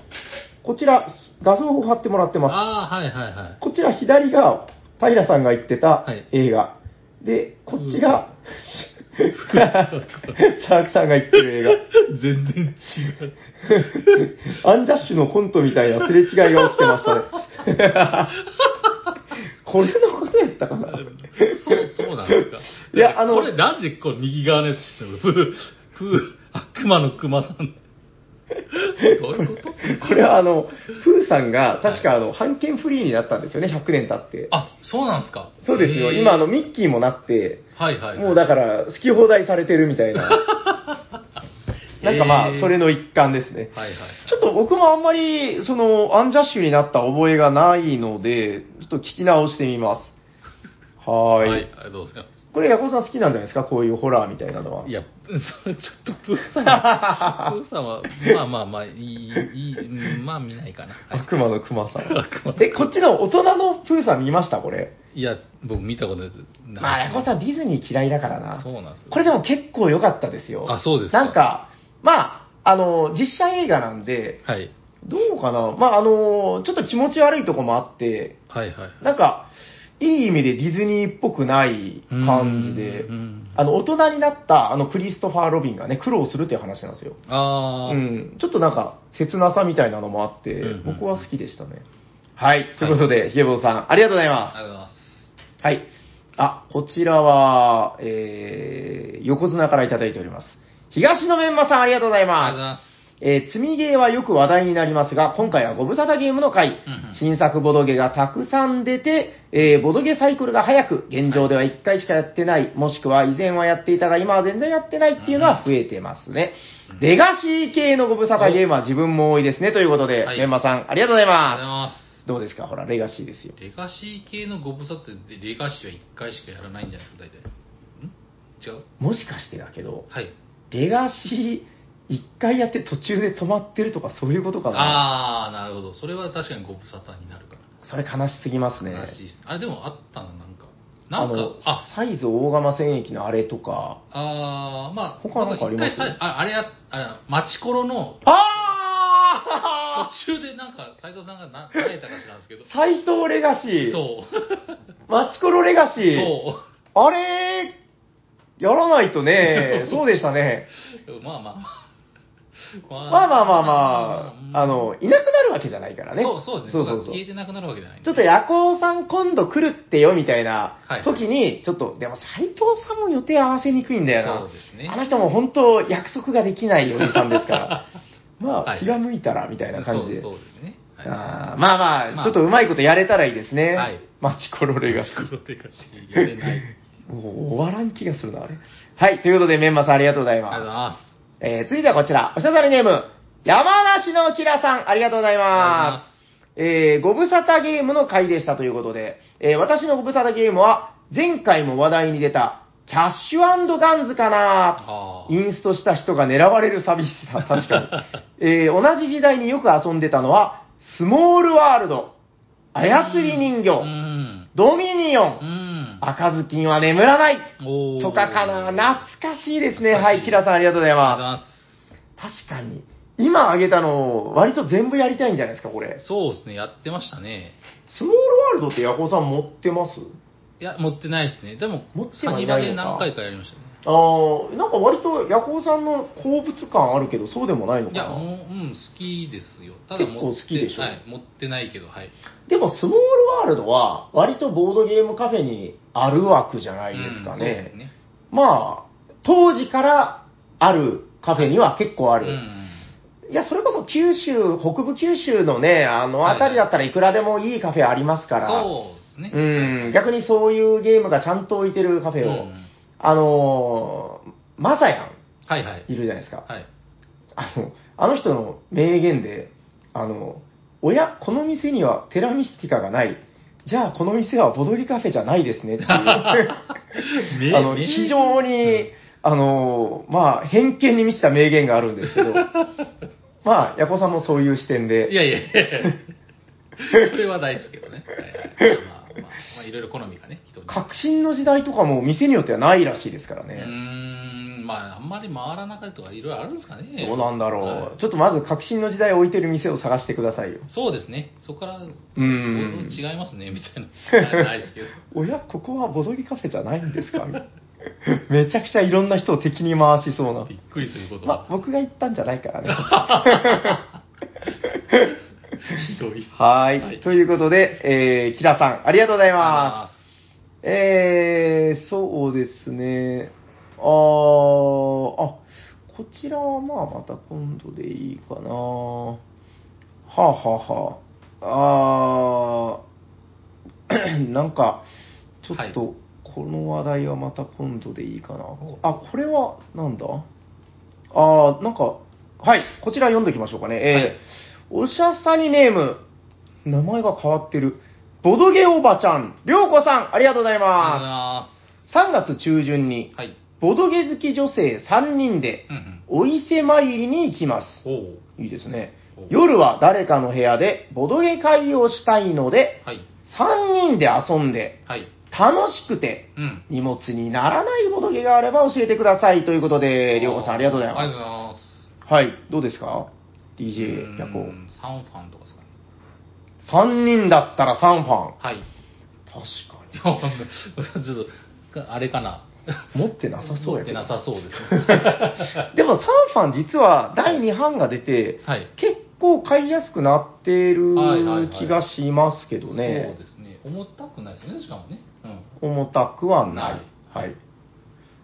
Speaker 2: こちら、画像を貼ってもらってます。
Speaker 1: ああ、はいはいはい。
Speaker 2: こちら左が平さんが言ってた
Speaker 1: はい
Speaker 2: 映画。で、こっちが、 *laughs* シャークさんが言ってる映画。
Speaker 1: *laughs* 全然違う。
Speaker 2: *laughs* アンジャッシュのコントみたいなすれ *laughs* 違いが起きてましたね。これのことやったかな
Speaker 1: そう、そうなんですか。
Speaker 2: いやあの
Speaker 1: これなんでこう右側のやつしてるのプー、プー、悪魔の熊さん。どういうこと
Speaker 2: これはあの、プーさんが確かあの、版権フリーになったんですよね、100年経って。
Speaker 1: あ、そうなんですか。
Speaker 2: そうですよ、
Speaker 1: へー
Speaker 2: 今あの、ミッキーもなって、
Speaker 1: はいはいはい。
Speaker 2: もうだから好き放題されてるみたいな。
Speaker 1: *laughs*
Speaker 2: なんかま
Speaker 1: へ
Speaker 2: あ、
Speaker 1: ー
Speaker 2: それの一環ですね。
Speaker 1: はいはい。
Speaker 2: ちょっと僕もあんまり、その、アンジャッシュになった覚えがないので、ちょっと聞き直してみます。はーい。
Speaker 1: ありがとうございます。
Speaker 2: これ、ヤコウさん好きなんじゃないですかこういうホラーみたいなのは。
Speaker 1: いや、それちょっとプーさんは、プーさんは、まあまあまあ、いい、いいうん、まあ見ないかな。はい
Speaker 2: *laughs* 悪魔のクマさ
Speaker 1: 悪魔の
Speaker 2: ん。で、こっちの大人のプーさん見ましたこれ。
Speaker 1: いや、僕見たことないです。
Speaker 2: まあ、ヤコウさんディズニー嫌いだからな。
Speaker 1: そうなんですよ
Speaker 2: これでも結構良かったですよ。
Speaker 1: あそうですか
Speaker 2: なんか、まあ、あの、実写映画なんで、
Speaker 1: はい。
Speaker 2: どうかなまあ、あの、ちょっと気持ち悪いとこもあって、
Speaker 1: はいはい。
Speaker 2: なんか、いい意味でディズニーっぽくない感じで
Speaker 1: うんうんうん、
Speaker 2: あの、大人になった、あの、クリストファー・ロビンがね、苦労するっていう話なんですよ。
Speaker 1: ああ、
Speaker 2: うん。ちょっとなんか、切なさみたいなのもあって
Speaker 1: うんうん、
Speaker 2: 僕は好きでしたね。はい。ということで、ひげぼうさん、ありがとうござい
Speaker 1: あ
Speaker 2: ま
Speaker 1: りがとうございます。
Speaker 2: す。はい。あ、こちらは、えー、横綱からいただいております。東のメンマさん、ありがとうござい
Speaker 1: ありがとう
Speaker 2: ま
Speaker 1: ご
Speaker 2: す
Speaker 1: ざい。ます。
Speaker 2: えー積みゲーはよく話題になりますが、今回はご無沙汰ゲームの回、
Speaker 1: んうん
Speaker 2: 新作ボドゲがたくさん出て、えーボドゲサイクルが早く、現状では1回しかやってない、もしくは以前はやっていたが今は全然やってないっていうのは増えてますね。レガシー系のご無沙汰ゲームは自分も多いですね、ということで、
Speaker 1: はい
Speaker 2: メンマさん、ありがとうご
Speaker 1: ありがとうござい
Speaker 2: ざいま。
Speaker 1: ます
Speaker 2: どうですかほら、レガシーですよ。
Speaker 1: す。レガシー系のご無沙汰って、レガシーは1回しかやらないんじゃないですか、大体。ん違う
Speaker 2: もしかしてだけど、
Speaker 1: はい。
Speaker 2: レガシー1回やって途中で止まってるとかそういうことかな。
Speaker 1: ああー、なるほど。それは確かにご無沙汰になるから。
Speaker 2: それ悲しすぎますね。
Speaker 1: 悲しいっすあれでもあったな、なんか。なん
Speaker 2: あの
Speaker 1: か、あ、
Speaker 2: サイズ大釜戦役のあれとか。
Speaker 1: あーまあ、
Speaker 2: 他なんかあります
Speaker 1: 一回さああれや、あれ、町コロの
Speaker 2: あ、
Speaker 1: 途中でなんか、斎藤さんがな慣れたか知らんすけど
Speaker 2: *laughs* 斎藤レガシー。
Speaker 1: そう。
Speaker 2: マチコロレガシー。
Speaker 1: そ
Speaker 2: あれやらないと
Speaker 1: *laughs*
Speaker 2: ね、そうでしたね。
Speaker 1: う。まあまあまあ。
Speaker 2: まあまあまあまあ、あの、いなくなるわけじゃないからね。
Speaker 1: そうそうですね。
Speaker 2: そ
Speaker 1: そうう
Speaker 2: そうそう
Speaker 1: 消えてなくなるわけじゃないんで。
Speaker 2: ちょっと夜行さん今度来るってよみたいな
Speaker 1: はい
Speaker 2: 時に、ちょっと、でも斎藤さんも予定合わせにくいんだよな。
Speaker 1: そうですね
Speaker 2: あの人も本当約束ができないおじさんですから。
Speaker 1: *laughs*
Speaker 2: ま
Speaker 1: は
Speaker 2: あ、
Speaker 1: い
Speaker 2: 気が向いたらみたいな感じで。
Speaker 1: そうそうですね。は
Speaker 2: あーまあまあ、
Speaker 1: まあ
Speaker 2: ちょっとうまいことやれたらいいですね。
Speaker 1: はい
Speaker 2: マチコロレガシ
Speaker 1: い。マチコロレガシー入れない。
Speaker 2: ー。もう終わらん気がするな、あれ。はい、ということで、メンマさんありがとうござ
Speaker 1: あ
Speaker 2: い
Speaker 1: りがとうござ
Speaker 2: ま。
Speaker 1: います。
Speaker 2: えー、続いてはこちら、おしゃべりネーム、山梨のキラさん、ありがとうございますす。えー、ご無沙汰ゲームの回でしたということで、えー、私のご無沙汰ゲームは、前回も話題に出た、キャッシュガンズかな
Speaker 1: あ
Speaker 2: インストした人が狙われる寂しさ、確かに。 *laughs* えー同じ時代によく遊んでたのは、スモールワールド、操り人
Speaker 1: う
Speaker 2: 形、
Speaker 1: ん。
Speaker 2: ドミニオ
Speaker 1: う
Speaker 2: ン、
Speaker 1: ん。
Speaker 2: 赤ずきんは眠らない、
Speaker 1: おー
Speaker 2: とかかな。懐かしいですね。
Speaker 1: 懐か
Speaker 2: は
Speaker 1: しい
Speaker 2: い、キラさんありがとうござい
Speaker 1: ありがとうござ
Speaker 2: ま。
Speaker 1: います
Speaker 2: 確かに。今あげたの、割と全部やりたいんじゃないですか、これ。
Speaker 1: す。そうですね、やってましたね。
Speaker 2: スモールワールドってヤコウさん持ってます
Speaker 1: いや、持ってないですね。でも、
Speaker 2: 持って
Speaker 1: サ
Speaker 2: はい
Speaker 1: ニ
Speaker 2: な
Speaker 1: バ
Speaker 2: い
Speaker 1: で
Speaker 2: のか
Speaker 1: 何回かやりましたね。
Speaker 2: あーなんか割とヤコウさんの好物感あるけど、そうでもないの
Speaker 1: い
Speaker 2: か
Speaker 1: や、
Speaker 2: な。
Speaker 1: もう、うん、好きですよ。ただ
Speaker 2: 結構
Speaker 1: 持って
Speaker 2: 好きでしょ
Speaker 1: はい、持ってないけど、はい。
Speaker 2: でも、スモールワールドは、割とボードゲームカフェにある枠じゃないですか
Speaker 1: うんそうで
Speaker 2: ね。
Speaker 1: すね。
Speaker 2: まあ、当時からあるカフェには結構あ
Speaker 1: あ
Speaker 2: る。
Speaker 1: うん。
Speaker 2: いや、それこそ九州、北部九州のね、あの
Speaker 1: はいはい
Speaker 2: 辺りだったらいくらでもいいカフェありますから、
Speaker 1: そうですね。
Speaker 2: うん、逆にそういうゲームがちゃんと置いてるカフェを、
Speaker 1: うん
Speaker 2: あのー、まさやん、
Speaker 1: はいはい。
Speaker 2: いるじゃないですか。
Speaker 1: はい。
Speaker 2: あの、あの人の名言で、あの、親、この店にはテラミスティカがない。じゃあ、この店はボドリカフェじゃないですね
Speaker 1: *laughs*
Speaker 2: っていう。あの、
Speaker 1: め
Speaker 2: 非常に、あの、まあ、偏見に満ちた名言があるんです
Speaker 1: *laughs*
Speaker 2: けど、まあ、ヤコさんもそういう視点
Speaker 1: い
Speaker 2: で、
Speaker 1: やい
Speaker 2: *laughs*
Speaker 1: やいやそれはないですけどね。はいはいまあまあ、まあ、いろいろ好みがね、人に。
Speaker 2: 革新の時代とかも店によってはないらしいですから
Speaker 1: うー
Speaker 2: ね。
Speaker 1: ん、まあ、あんまり回らなかったとか、いろいろあるんですかね。
Speaker 2: どうなんだろ
Speaker 1: は
Speaker 2: う。ちょっとまず革新の時代を置いてる店を探してくださいよ。
Speaker 1: そうですね。そこから、
Speaker 2: う。
Speaker 1: うん違いますね、みたいな。ないですけ
Speaker 2: *laughs*
Speaker 1: ど。
Speaker 2: おや、ここはボドゲカフェじゃないんですか *laughs* みたいなめちゃくちゃいろんな人を敵に回しそうな
Speaker 1: び。っくりすること
Speaker 2: まあ
Speaker 1: は、
Speaker 2: 僕が言ったんじゃないか
Speaker 1: *laughs*
Speaker 2: らね。
Speaker 1: ひどい。
Speaker 2: はーい,、
Speaker 1: はい
Speaker 2: ということで、えー、キラさん、ありがとうございま
Speaker 1: あ
Speaker 2: す。えー、そうですね。あー、あ、こちらはまあまた今度でいいかな。はあはあはあ。あー、 *clears throat* なんか、ちょっと、この話題はまた今度でいいかな。
Speaker 1: お
Speaker 2: あ、これは、なんだあー、なんか、はい、こちら読んでいきましょうかね。えーおしゃさにネーム、名前が変わってる。ボドゲおばちゃん、りょうこさん、ありがとうございま
Speaker 1: あ
Speaker 2: す。3月中旬
Speaker 1: りがとうご
Speaker 2: に、
Speaker 1: ざいます。はい。
Speaker 2: ボドゲ好き女性3人で、
Speaker 1: うんうん。
Speaker 2: お伊勢参りに行きます。
Speaker 1: おう。
Speaker 2: いいですね
Speaker 1: おう。
Speaker 2: 夜は誰かの部屋でボドゲ会をしたいので、
Speaker 1: はい。
Speaker 2: 3人で遊んで、
Speaker 1: はい。
Speaker 2: 楽しくて、
Speaker 1: うん。
Speaker 2: 荷物にならないボドゲがあれば教えてくださいということで、りょうこさんありがとうござい
Speaker 1: ありがとう
Speaker 2: ます。
Speaker 1: ございます。
Speaker 2: はい、どうですか
Speaker 1: う
Speaker 2: ?DJ
Speaker 1: ん
Speaker 2: ヤコ。
Speaker 1: サンファンとかですかね。
Speaker 2: 3人だったら3ファン。
Speaker 1: はい。
Speaker 2: 確か
Speaker 1: ちょっと、あれかな。
Speaker 2: に。持ってなさそ
Speaker 1: 持っ
Speaker 2: うやけ
Speaker 1: て
Speaker 2: ど
Speaker 1: な。さそうですね。
Speaker 2: でも3ファン実は第2版が出て、
Speaker 1: はい。
Speaker 2: 結構買いやすくなってる
Speaker 1: はいはいはい
Speaker 2: 気がしますけ
Speaker 1: そ
Speaker 2: ど
Speaker 1: うで。
Speaker 2: ね
Speaker 1: すね。重たくないですよね、しかもね。うん。
Speaker 2: 重たくはない。はい。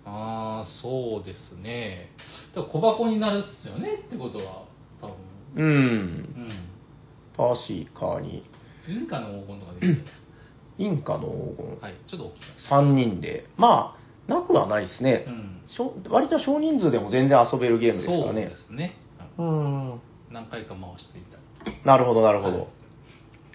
Speaker 1: ああ、そうですね。だから小箱になるっすよねってことは、多分。
Speaker 2: うん。
Speaker 1: う
Speaker 2: 確かに。
Speaker 1: ん。インカの黄金とか出てるじゃないですか。
Speaker 2: インカの黄
Speaker 1: はい。ちょっと大きいか
Speaker 2: 金。3人で。まあ、なくはないですね
Speaker 1: ら。う。ん。
Speaker 2: しょ割と少人数でも全然遊べるゲームですから
Speaker 1: そう
Speaker 2: ね
Speaker 1: で。すね。うん
Speaker 2: うん。
Speaker 1: 何回か回してみたい。
Speaker 2: なるほど、なるほど。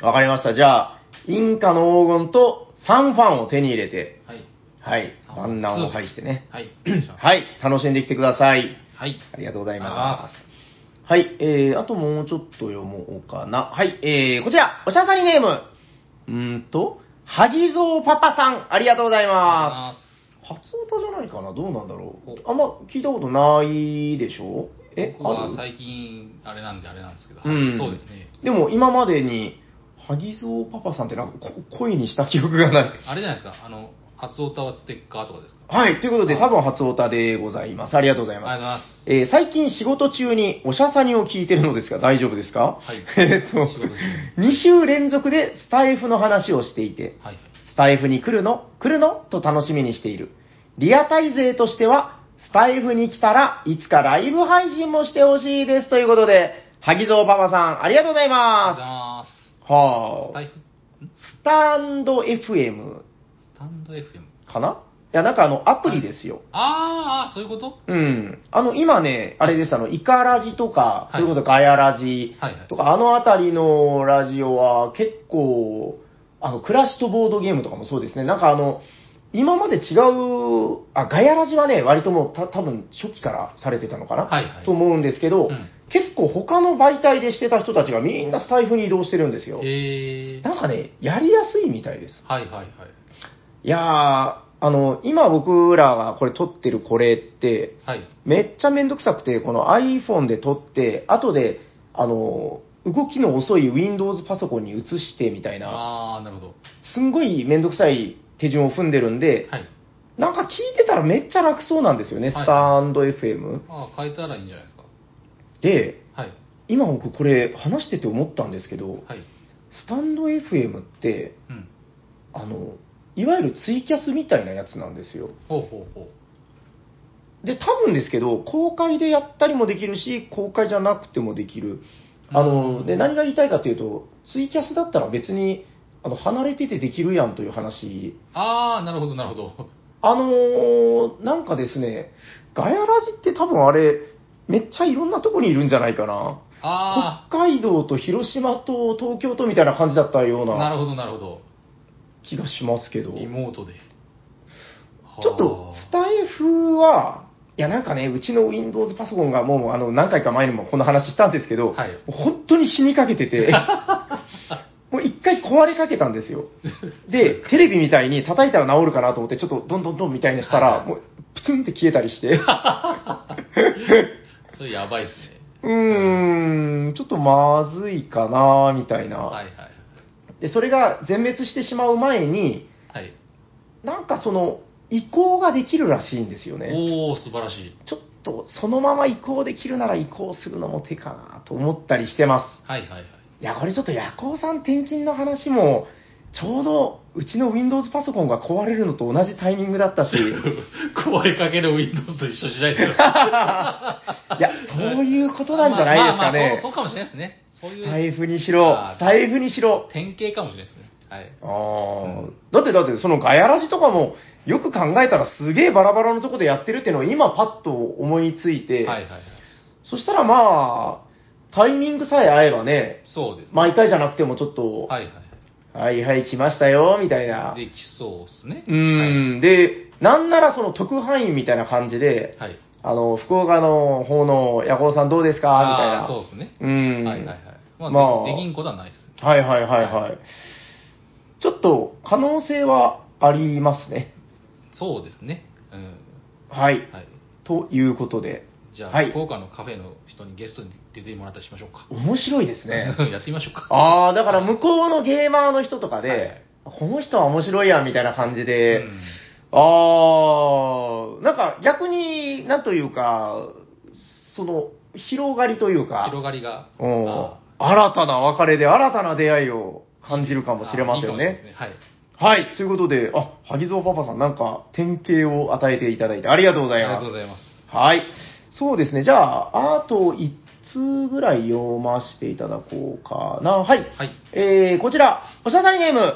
Speaker 2: わかりました。じゃあ、インカの黄金と3ファンを手に入れて、
Speaker 1: はい。
Speaker 2: はい。万難を排してね。 *clears throat*
Speaker 1: はい。お願いします
Speaker 2: はい。楽しんできてください。
Speaker 1: はい。
Speaker 2: ありがとうござい
Speaker 1: あ
Speaker 2: ます。はい。えー、あともうちょっと読もうかな。はい。えー、こちら、おしゃさにネーム。うーんと、はぎぞうパパさん、ありがとうございま
Speaker 1: あ
Speaker 2: す。初音じゃないかなどうなんだろう。
Speaker 1: お
Speaker 2: あんま聞いたことないでしょえ、
Speaker 1: 僕
Speaker 2: あ
Speaker 1: は
Speaker 2: る
Speaker 1: 最近、あれなんであれなんですけど、
Speaker 2: うん
Speaker 1: そうですね。
Speaker 2: でも今までに、はぎぞうパパさんってなんかこ声にした記憶がない。
Speaker 1: あれじゃないですか、あの、初オタはステッカーとかですか。
Speaker 2: はい。ということで、
Speaker 1: あ
Speaker 2: 多分初オタでございます。ありがとうございます
Speaker 1: あ。りが
Speaker 2: えー最近仕事中におしゃさにを聞いてるのですが大丈夫ですか、
Speaker 1: はい
Speaker 2: *laughs* えーっ
Speaker 1: とうございま
Speaker 2: と
Speaker 1: す。仕事中に。
Speaker 2: 2週連続でスタイフの話をしていて
Speaker 1: はい。
Speaker 2: スタイフに来るの来るのと楽しみにしているリアタイ勢としてはスタイフに来たらいつかライブ配信もしてほしいですということで萩蔵パパさんありがとうござい
Speaker 1: あり
Speaker 2: ま
Speaker 1: が
Speaker 2: すは
Speaker 1: とうございます。スタイ
Speaker 2: あ
Speaker 1: フ、ん
Speaker 2: スタンド FM
Speaker 1: スタンド FM。
Speaker 2: かないやなんかあのアプリですよ、
Speaker 1: あーあー、そういうこと
Speaker 2: うん。あの、今ね、あれです、あの、イカラジと
Speaker 1: は、
Speaker 2: か
Speaker 1: い
Speaker 2: それこそガヤラジ
Speaker 1: はいはい
Speaker 2: とか、あのあたりのラジオは結構、あの、クラシとボードゲームとかもそうですね。なんかあの、今まで違う、あ、ガヤラジはね、割ともうた多分初期からされてたのかな、
Speaker 1: はいはい
Speaker 2: と思うんですけど、
Speaker 1: うん
Speaker 2: 結構他の媒体でしてた人たちがみんなスタイフに移動してるんですよ。
Speaker 1: えー。
Speaker 2: なんかね、やりやすいみたいです。
Speaker 1: はいはいはい。
Speaker 2: いやー、あの、今僕らがこれ撮ってるこれって、
Speaker 1: はい。
Speaker 2: めっちゃめんどくさくて、この iPhone で撮って、後で、あの、動きの遅い Windows パソコンに移してみたいな、
Speaker 1: ああ、なるほど。
Speaker 2: すんごいめんどくさい手順を踏んでるんで、
Speaker 1: はい。
Speaker 2: なんか聞いてたらめっちゃ楽そうなんですよね、
Speaker 1: はい
Speaker 2: スタンド FM。
Speaker 1: ああ、変えたらいいんじゃないですか。
Speaker 2: で、
Speaker 1: はい。
Speaker 2: 今僕これ話してて思ったんですけど、
Speaker 1: はい。
Speaker 2: スタンド FM って、
Speaker 1: うん。
Speaker 2: あの、いわゆるツイキャスみたいなやつなんですよ。
Speaker 1: ほうほうほ
Speaker 2: で、多分ですけど、公開でやったりもできるし、公開じゃなくてもできる。あ
Speaker 1: う
Speaker 2: の、
Speaker 1: ん
Speaker 2: で、何が言いたいかというと、ツイキャスだったら別に、あの、離れててできるやんという話
Speaker 1: う。ああ、なるほど、なるほど。
Speaker 2: あのーなんかですね、ガヤラジって多分あれ、めっちゃいろんなとこにいるんじゃないかな。
Speaker 1: あ
Speaker 2: 北海道と広島と東京とみたいな感じだったよう
Speaker 1: あ、な
Speaker 2: な
Speaker 1: るほど、なるほど。
Speaker 2: 気がしますけど、
Speaker 1: リ
Speaker 2: ち
Speaker 1: モー
Speaker 2: *laughs*
Speaker 1: トで。
Speaker 2: ょっとスタイフは、いやなんかね、うちの Windows パソコンがもうあの何回か前にもこの話したんですけど、
Speaker 1: はい
Speaker 2: 本当に死にかけて
Speaker 1: *laughs*
Speaker 2: て、もう一回壊れかけたんですよ。で、テレビみたいに叩いたら治るかなと思って、ちょっとどんどんどんみたいにした
Speaker 1: は
Speaker 2: ら、
Speaker 1: い
Speaker 2: もうプツンって消えた
Speaker 1: *laughs*
Speaker 2: りして。
Speaker 1: それやばいっすね。
Speaker 2: うーん、ちょっとまずいかな、みたいな、
Speaker 1: はいはい。
Speaker 2: で。それが全滅してしまう前に、
Speaker 1: はい。
Speaker 2: なんかその、移行ができるらしいんですよね。
Speaker 1: おお素晴らしい。
Speaker 2: ちょっと、そのまま移行できるなら移行するのも手かなと思ったりしてま
Speaker 1: はいはいはい。
Speaker 2: す。いや、これちょっと夜行さん転勤の話も、ちょうどうちの Windows パソコンが壊れるのと同じタイミング
Speaker 1: *laughs*
Speaker 2: だったし、
Speaker 1: 壊れかける Windows と一緒しないで
Speaker 2: *laughs*
Speaker 1: ください。
Speaker 2: いや、そういうことなんじゃないですか
Speaker 1: まあまあまあ
Speaker 2: ね
Speaker 1: そう。そうかもしれないですね。そう
Speaker 2: ス
Speaker 1: い
Speaker 2: タ
Speaker 1: う
Speaker 2: イフにしろ、スタイフにしろ、
Speaker 1: 典型かもしれないですね。はい。
Speaker 2: ああ、だってだって、そのガヤラジとかも、よく考えたらすげえバラバラのとこでやってるっていうのを今パッと思いついて、
Speaker 1: はいはいはい。
Speaker 2: そしたらまあ、タイミングさえ合えばね、
Speaker 1: そうです、
Speaker 2: 毎回じゃなくてもちょっと、
Speaker 1: はいは。。
Speaker 2: はい、はい来ましたよ、みたいない
Speaker 1: できそうですね。
Speaker 2: うーん、で、なんならその特派員みたいな感じで、
Speaker 1: はい。
Speaker 2: あの、福岡の方の夜行さんどうですかみたい
Speaker 1: あー
Speaker 2: な。
Speaker 1: そうですね。
Speaker 2: う。ん。
Speaker 1: はいはいはい。まあ、
Speaker 2: まあ
Speaker 1: でできんことはないです。
Speaker 2: はいはいはいはい。ちょっと可能性はありますね。
Speaker 1: そうですね。うん。
Speaker 2: はい。
Speaker 1: はい。
Speaker 2: ということで、
Speaker 1: じゃあ、
Speaker 2: はい
Speaker 1: 福岡のカフェの人にゲストに出てもらったりしましょうか。
Speaker 2: 面白いですね。
Speaker 1: *laughs* やってみましょうか。
Speaker 2: ああ、だから向こうのゲーマーの人とかで、
Speaker 1: はいはい
Speaker 2: この人は面白いやんみたいな感じで、
Speaker 1: うん
Speaker 2: ああ、なんか逆になんというか、その、広がりというか、
Speaker 1: 広がりが。
Speaker 2: うん
Speaker 1: あ
Speaker 2: 新たな別れで新たな出会いを感じるか
Speaker 1: ー
Speaker 2: もしれま
Speaker 1: いい
Speaker 2: せんね。
Speaker 1: かもしれないですはい。
Speaker 2: はい、ということで、あ、萩蔵パパさんなんか典型を与えていただいてありがとうご
Speaker 1: あ
Speaker 2: ざ
Speaker 1: り
Speaker 2: い
Speaker 1: が
Speaker 2: ま
Speaker 1: と
Speaker 2: す
Speaker 1: うご。ざいます。
Speaker 2: はい。そうですね。じゃあ、あと1通ぐらい読ませていただこうかな。はい。
Speaker 1: はい。
Speaker 2: えー、こちら、おしゃべりネーム、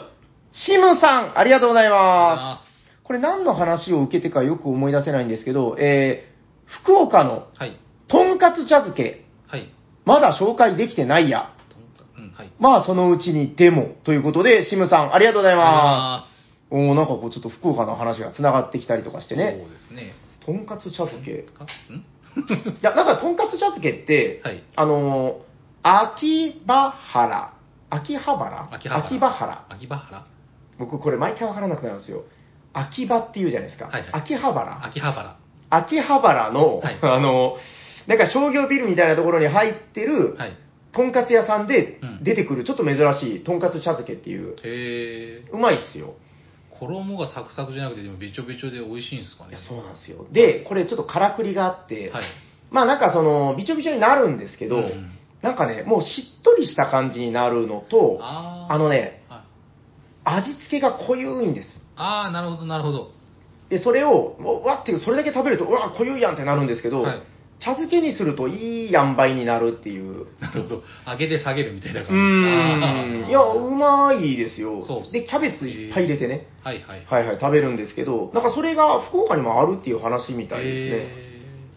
Speaker 2: シムさん、ありがとうございま
Speaker 1: あ
Speaker 2: す。これ何の話を受けてかよく思い出せないんですけど、えー、福岡の
Speaker 1: りがとうございますはい。
Speaker 2: とんかつ茶漬け、
Speaker 1: はい。
Speaker 2: まだ紹介できてないや。
Speaker 1: とんかうん、はい。
Speaker 2: まあ、そのうちにでも、ということで、シムさん、ありがとうござい
Speaker 1: あ
Speaker 2: ます。おーなんかこう、ちょっと福岡の話が繋がってきたりとかしてね。
Speaker 1: そうですね。
Speaker 2: とんかつ茶漬け。
Speaker 1: かん
Speaker 2: いや、なんか、とんかつ茶漬けって、
Speaker 1: はい
Speaker 2: あのー秋葉原。秋葉原
Speaker 1: 秋葉原
Speaker 2: 原
Speaker 1: 秋葉原
Speaker 2: 僕、これ毎回わからなくなるんですよ。秋葉って言うじゃないですか。
Speaker 1: はいはい
Speaker 2: 秋葉原。
Speaker 1: 秋葉原。
Speaker 2: 秋葉原の、
Speaker 1: はい
Speaker 2: あのーなんか商業ビルみたいなところに入ってる、
Speaker 1: はい。
Speaker 2: とんかつ屋さんで
Speaker 1: うん
Speaker 2: 出てくる、ちょっと珍しいとんかつ茶漬けっていう、
Speaker 1: へえ。
Speaker 2: うまいっすよ。
Speaker 1: 衣がサクサクじゃなくて、でもべちょべちょで美味しいんですか
Speaker 2: い
Speaker 1: ね。
Speaker 2: や、そうなんですよ。で、これちょっとからくりがあって、
Speaker 1: はい。
Speaker 2: まあなんかその、びちょびちょになるんですけど、
Speaker 1: うん
Speaker 2: なんかね、もうしっとりした感じになるのと、
Speaker 1: あー
Speaker 2: あのね、
Speaker 1: はい
Speaker 2: 味付けが濃ゆいんです。
Speaker 1: あー、なるほど、なるほど。
Speaker 2: で、それを、うわっていう、それだけ食べると、うわ、濃ゆいやんってなるんですけど、
Speaker 1: はい
Speaker 2: 茶漬けにするといい塩梅になるっていう。
Speaker 1: なるほど。上げて下げるみたいな
Speaker 2: う
Speaker 1: 感じ。
Speaker 2: ーん。
Speaker 1: あー
Speaker 2: いや、うまいですよ。
Speaker 1: そうそう
Speaker 2: で、キャベツいっぱい入れてね、
Speaker 1: はいはい。
Speaker 2: はいはい、食べるんですけど、なんかそれが福岡にもあるっていう話みたいですね。
Speaker 1: えー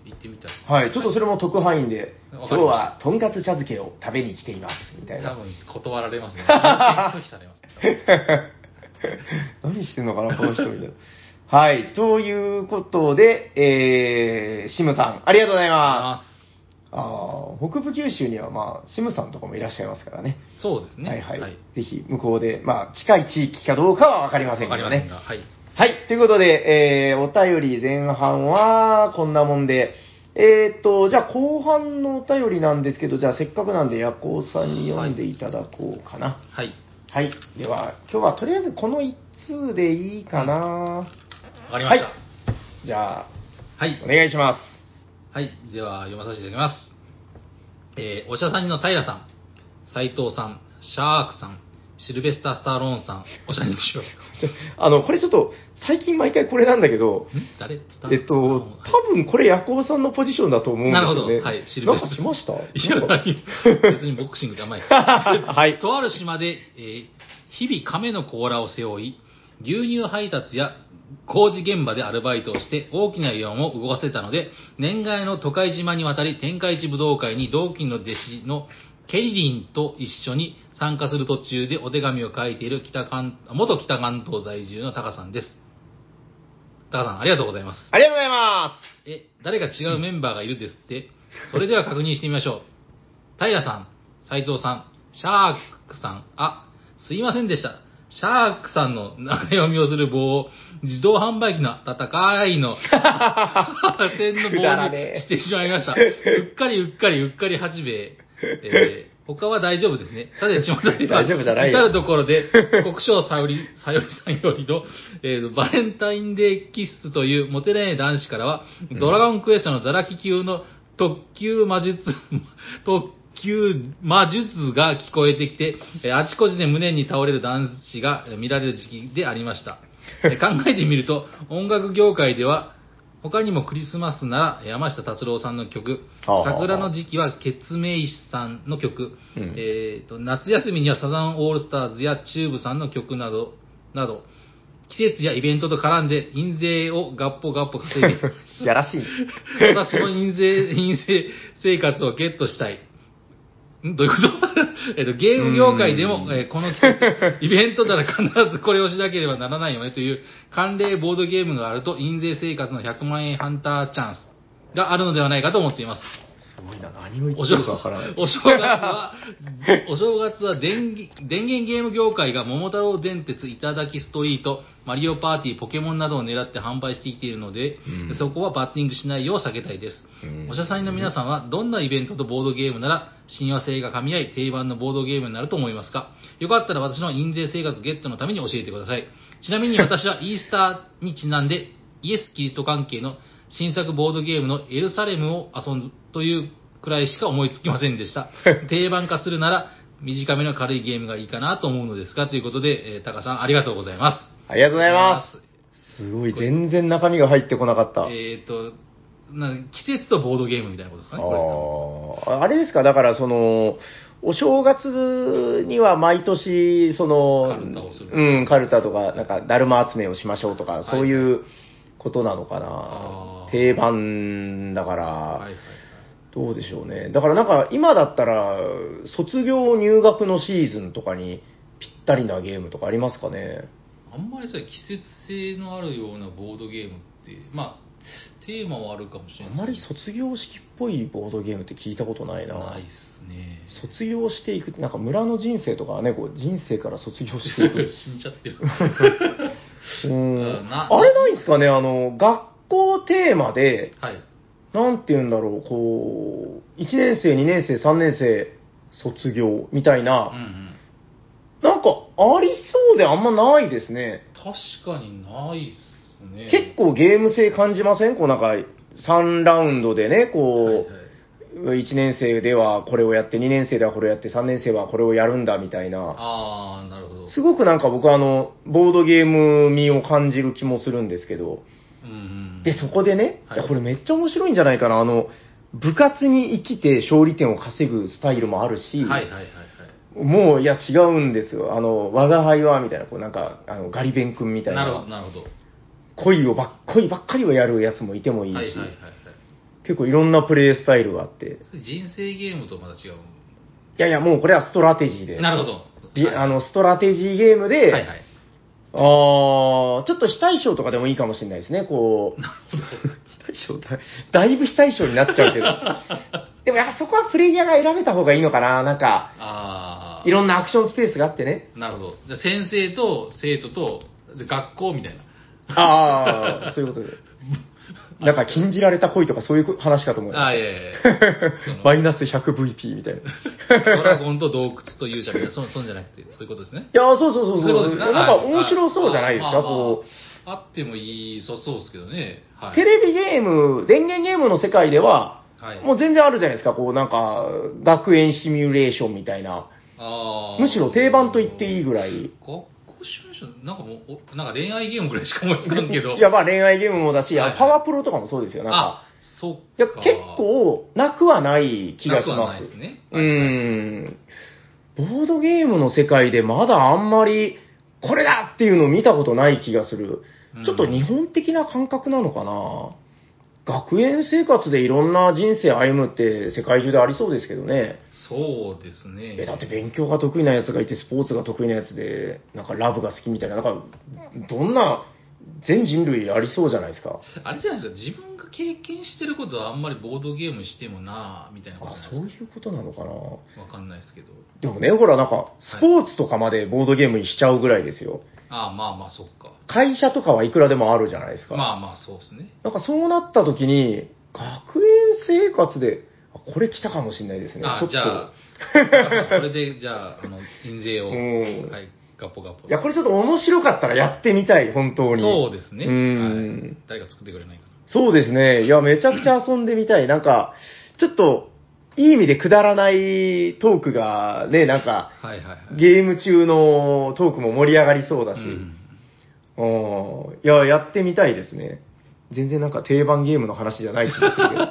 Speaker 1: 行ってみたい。
Speaker 2: はい、ちょっとそれも特派員で、
Speaker 1: わかりまし
Speaker 2: 今日
Speaker 1: た
Speaker 2: はとんかつ茶漬けを食べに来ています、みたい
Speaker 1: 多
Speaker 2: な。
Speaker 1: 分断られますね。拒否されます。
Speaker 2: *laughs* 何してんのかな、この人みたいな。はい、ということで、えー、シムさん、ありがとうございます。あー北部九州には、まあ、シムさんとかもいらっしゃいますからね。
Speaker 1: そうですね。
Speaker 2: はいはい。
Speaker 1: わ、
Speaker 2: ぜひ、向こうで、まあ、近い地域かどうかはわかりません
Speaker 1: かり
Speaker 2: けど
Speaker 1: ません
Speaker 2: ね
Speaker 1: が。。はい。
Speaker 2: はい、ということで、えー、お便り前半はこんなもんで、えー、っと、じゃあ後半のお便りなんですけど、じゃあせっかくなんで、ヤコウさんに読んでいただこうかな。
Speaker 1: はい。
Speaker 2: はい。では、今日はとりあえずこの1通でいいかな。
Speaker 1: わかりました。
Speaker 2: じゃあ、
Speaker 1: はい
Speaker 2: お。願いします。 *laughs*
Speaker 1: はい。では、読まさせていただきます。えー、おしゃさんにの平さん、斉藤さん、シャークさん、シルベスター・スターローンさん、おしゃにしよう。
Speaker 2: ちょあの、これちょっと、最近毎回これなんだけど、
Speaker 1: ん誰って言った
Speaker 2: えっと、多分これ、ヤコウさんのポジションだと思うんです
Speaker 1: なるほ
Speaker 2: よ
Speaker 1: ど。
Speaker 2: ね。
Speaker 1: はい。シル
Speaker 2: な
Speaker 1: ベ
Speaker 2: ん
Speaker 1: スタ
Speaker 2: か
Speaker 1: ー。
Speaker 2: しました
Speaker 1: いや、
Speaker 2: なんか
Speaker 1: 何
Speaker 2: *laughs*
Speaker 1: 別にボクシングじゃない。
Speaker 2: はい。
Speaker 1: とある島で、えー日々亀の甲羅を背負い、牛乳配達や工事現場でアルバイトをして大きなイオンを動かせたので、年外の都会島に渡り天下一武道会に同期の弟子のケリリンと一緒に参加する途中でお手紙を書いている北関元北関東在住のタカさんです。タカさん、ありがとうございます。
Speaker 2: ありがとうございま
Speaker 1: え、誰か違うメンバーがいるですって。それでは確認してみましょう。 *laughs* 平さん、斉藤さん、シャークさん、あ、すいませんでした。シャークさんの名読みをする棒を自動販売機の温かい
Speaker 2: *laughs*
Speaker 1: の破線の棒
Speaker 2: くだらね
Speaker 1: に
Speaker 2: え
Speaker 1: してしまいました。うっかりうっかりうっかり八兵衛。えー他は大丈夫ですね。ただ、ちまたでは、
Speaker 2: *laughs* 大丈夫じゃないよ
Speaker 1: 至るところで、国章さより、 *laughs* さよりさんよりの、えーバレンタインデーキッスというモテない男子からは、ドラゴンクエストのザラキ級の特級魔術、 *laughs* 特級魔術が聞こえてきて、えーあちこちで胸に倒れる男子がえー見られる時期でありました。えー考えてみると、音楽業界では、他にもクリスマスなら山下達郎さんの曲、
Speaker 2: はあはあ
Speaker 1: 桜の時期はケツメイシさんの曲、
Speaker 2: うん。
Speaker 1: えーと夏休みにはサザンオールスターズやチューブさんの曲など、など、季節やイベントと絡んで印税をガッポガッポ稼いでいます
Speaker 2: *laughs* やらしい。
Speaker 1: ただその陰性、陰性生活をゲットしたい。んどういうこと *laughs* えっと、ゲーム業界でも
Speaker 2: う、ん
Speaker 1: えーこの季節、イベントなら必ずこれをしなければならないよねという関連ボードゲームがあると、印税生活の100万円ハンターチャンスがあるのではないかと思っています。
Speaker 2: すごいな、何を言
Speaker 1: お
Speaker 2: っ
Speaker 1: 正
Speaker 2: てる
Speaker 1: 月
Speaker 2: かわからない。
Speaker 1: お正月は、お正月は電気電源ゲーム業界が桃太郎電鉄、いただきストリート、マリオパーティー、ポケモンなどを狙って販売してきているので、
Speaker 2: うん
Speaker 1: そこはバッティングしないよう避けたいです。
Speaker 2: *laughs* うん
Speaker 1: おしゃさんの皆さんは、どんなイベントとボードゲームなら、親和性が噛み合い、定番のボードゲームになると思いますかよかったら私の印税生活ゲットのために教えてください。ちなみに私
Speaker 2: *laughs*
Speaker 1: はイースターにちなんで、イエス・キリスト関係の新作ボードゲームのエルサレムを遊ぶというくらいしか思いつきませんで
Speaker 2: *laughs*
Speaker 1: した。定番化するなら、短めの軽いゲームがいいかなと思うのですが、ということで、えータカさんありがとうございます。。
Speaker 2: ありがとうございますす。すごい、全然中身が入ってこなかった。
Speaker 1: えっ、と、な季節とボードゲームみたいなことですかね、これ
Speaker 2: あーあれですか、だからその、お正月には毎年、その、
Speaker 1: カルタをする
Speaker 2: うん、カルタとか、なんか、だるま集めをしましょうとか、
Speaker 1: い
Speaker 2: そういうことなのか
Speaker 1: あ
Speaker 2: な
Speaker 1: ー。
Speaker 2: 定番だから、
Speaker 1: はいはい。
Speaker 2: どうでしょうね。だからなんか、今だったら、卒業入学のシーズンとかにぴったりなゲームとかありますかね。
Speaker 1: あんまりさ、季節性のあるようなボードゲームって、まあ、テーマはあるかもしれ
Speaker 2: あ
Speaker 1: ない
Speaker 2: んまり
Speaker 1: ですけ
Speaker 2: 卒業式っぽいボードゲームって聞いたことない
Speaker 1: ど
Speaker 2: な。
Speaker 1: ないっすね。
Speaker 2: 卒業していくって、なんか村の人生とかはね、こう人生から卒業して
Speaker 1: *laughs*
Speaker 2: いく
Speaker 1: 死んじゃって
Speaker 2: *laughs*
Speaker 1: る。
Speaker 2: うーん
Speaker 1: な
Speaker 2: あれないんですかね、あの、学校テーマで、
Speaker 1: はい。
Speaker 2: なんて言うんだろう、こう、1年生、2年生、3年生、卒業みたい
Speaker 1: うんう
Speaker 2: な、
Speaker 1: ん。
Speaker 2: なんかありそうであんまないですね。
Speaker 1: 確かにないっすね。
Speaker 2: 結構ゲーム性感じませんこうなんか、3ラウンドでね、こ、
Speaker 1: はいはいう
Speaker 2: 1年生ではこれをやって、2年生ではこれをやって、3年生はこれをやるんだみたいな。
Speaker 1: ああ、なるほど。
Speaker 2: すごくなんか僕はあの、ボードゲーム味を感じる気もするんですけど、
Speaker 1: うんうん。
Speaker 2: で、そこでね、
Speaker 1: はい
Speaker 2: いやこれめっちゃ面白いんじゃないかな、あの、部活に生きて勝利点を稼ぐスタイルもあるし、
Speaker 1: はいはいはいはい。
Speaker 2: もう、いや違うんですよ、あの、我が輩は、みたいな、こうなんか、あのガリ弁君みたい
Speaker 1: なるほど、
Speaker 2: な、
Speaker 1: なるほど。は
Speaker 2: 恋をばっ、恋ばっかりをやるやつもいてもい
Speaker 1: い
Speaker 2: いし、
Speaker 1: はいはいはい。
Speaker 2: 結構いろんなプレイスタイルがあって、い
Speaker 1: それ人生ゲームとまた違う。
Speaker 2: やいや、もうこれはストラテジーで、
Speaker 1: なるほど。
Speaker 2: りあの、ストラテジーゲームで、
Speaker 1: はいはい。
Speaker 2: あーちょっと非対称とかでもいいかもしれないですね、こう。非対称だ、 *laughs* だいぶ非対称になっちゃうけど。
Speaker 1: *laughs*
Speaker 2: でもやっぱそこはプレイヤーが選べた方がいいのかな、なんか、
Speaker 1: ああ。
Speaker 2: いろんなアクションスペースがあってね。
Speaker 1: なるほど。じゃあ先生と生徒とで学校みたいな。
Speaker 2: ああ、そういうことで。なんか禁じられた恋とかそういう話かと思いま
Speaker 1: あ、
Speaker 2: す。
Speaker 1: いやいやいや
Speaker 2: *laughs*
Speaker 1: その
Speaker 2: マイナス 100VP みたいな。
Speaker 1: *laughs*
Speaker 2: い
Speaker 1: ド *laughs* ラゴンと洞窟と勇者みたいな、そそんじゃなくて、そういうことですね。
Speaker 2: やー、そうそうそう
Speaker 1: そういうこ
Speaker 2: そ
Speaker 1: と
Speaker 2: う。
Speaker 1: ですね。
Speaker 2: なんか面白そうじゃないです
Speaker 1: は
Speaker 2: か、
Speaker 1: まあまあ
Speaker 2: こう。
Speaker 1: あってもいいそうそうですけどね。はい。
Speaker 2: テレビゲーム、電源ゲームの世界では、
Speaker 1: はい、
Speaker 2: もう全然あるじゃないですか、こうなんか、学園シミュレーションみたいな。
Speaker 1: あー
Speaker 2: むしろ定番と言っていいぐらい。
Speaker 1: 学校シミュレーション、なんかもう、おなんか恋愛ゲームぐらいしか思いつかんけど。
Speaker 2: いや、まあ恋愛ゲームもだし、あの
Speaker 1: はいはい
Speaker 2: パワープロとかもそうですよ、なん
Speaker 1: あ
Speaker 2: か。、
Speaker 1: そっ
Speaker 2: いや、
Speaker 1: か。
Speaker 2: 結構、なくはない気がし
Speaker 1: なくは
Speaker 2: ま
Speaker 1: ない
Speaker 2: す
Speaker 1: で。すね。
Speaker 2: うーん。ボードゲームの世界でまだあんまり、これだっていうのを見たことない気がする。ちょっと日本的な感覚なのかな学園生活でいろんな人生歩むって世界中でありそうですけどね。
Speaker 1: そうですね。
Speaker 2: え、だって勉強が得意なやつがいて、スポーツが得意なやつで、なんかラブが好きみたいな、なんか、どんな、全人類ありそうじゃないですか。
Speaker 1: あれじゃないですか、自分が経験してることはあんまりボードゲームしてもなあみたいなこと
Speaker 2: あ
Speaker 1: じゃ、
Speaker 2: そう
Speaker 1: ないで
Speaker 2: いうことなの
Speaker 1: す
Speaker 2: かな
Speaker 1: か。わかんないですけど。
Speaker 2: でもね、ほらなんか、スポーツとかまでボードゲームにしちゃうぐらいですよ。
Speaker 1: ああ、まあまあ、そっか。
Speaker 2: 会社とかはいくらでもあるじゃないですか。
Speaker 1: まあまあ、そうですね。
Speaker 2: なんかそうなった時に、学園生活で、あこれ来たかもしれないですね。
Speaker 1: あ
Speaker 2: ちょっと
Speaker 1: じゃ
Speaker 2: *laughs*
Speaker 1: あ、それで、じゃあ、あの、印税を、
Speaker 2: うん
Speaker 1: はい、ガポガポ。
Speaker 2: いや、これちょっと面白かったらやってみたい、本当に。
Speaker 1: そうですね。
Speaker 2: うん
Speaker 1: はい。誰か作ってくれないか
Speaker 2: そうですね。いや、めちゃくちゃ遊んでみたい。なんか、ちょっと、いい意味でくだらないトークが、ね、なんか、
Speaker 1: な。はいはいはい。
Speaker 2: ゲーム中のトークも盛り上がりそうだし、
Speaker 1: うん
Speaker 2: うん、いや、やってみたいですね。全然なんか定番ゲームの話じゃない気がするけど。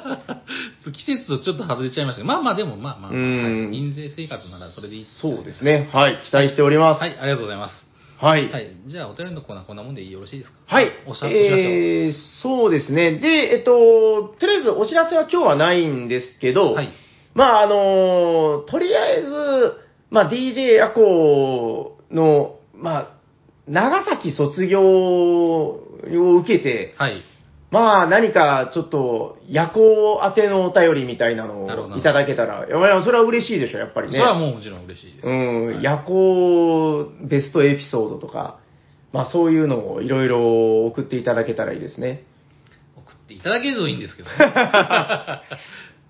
Speaker 2: *laughs*
Speaker 1: そう季節とちょっと外れちゃいましたけど、まあまあでもまあまあ、は
Speaker 2: うん
Speaker 1: い、印税生活ならそれでいい。
Speaker 2: そうですね。はい、期待しております。
Speaker 1: はい、ありがとうございます。
Speaker 2: はい。
Speaker 1: はい、じゃあお便りのコーナーこんなもんでよろしいですか
Speaker 2: はい。
Speaker 1: おしゃお知らせを
Speaker 2: えーそうですね。で、えっと、とりあえずお知らせは今日はないんですけど、
Speaker 1: はい
Speaker 2: まあ、あのーとりあえず、まあ、DJ 夜行の、まあ、長崎卒業を受けて、
Speaker 1: はい。
Speaker 2: まあ、何かちょっと、夜行宛てのお便りみたいなの
Speaker 1: なるほど
Speaker 2: をいただけたら、いやいや、それは嬉しいでしょ、やっぱりね。
Speaker 1: それはもうもちろん嬉しいです。
Speaker 2: うん、夜行ベストエピソードとか、まあそういうのをいろいろ送っていただけたらいいですね。
Speaker 1: 送っていただけるといいんですけ
Speaker 2: *laughs*
Speaker 1: どね。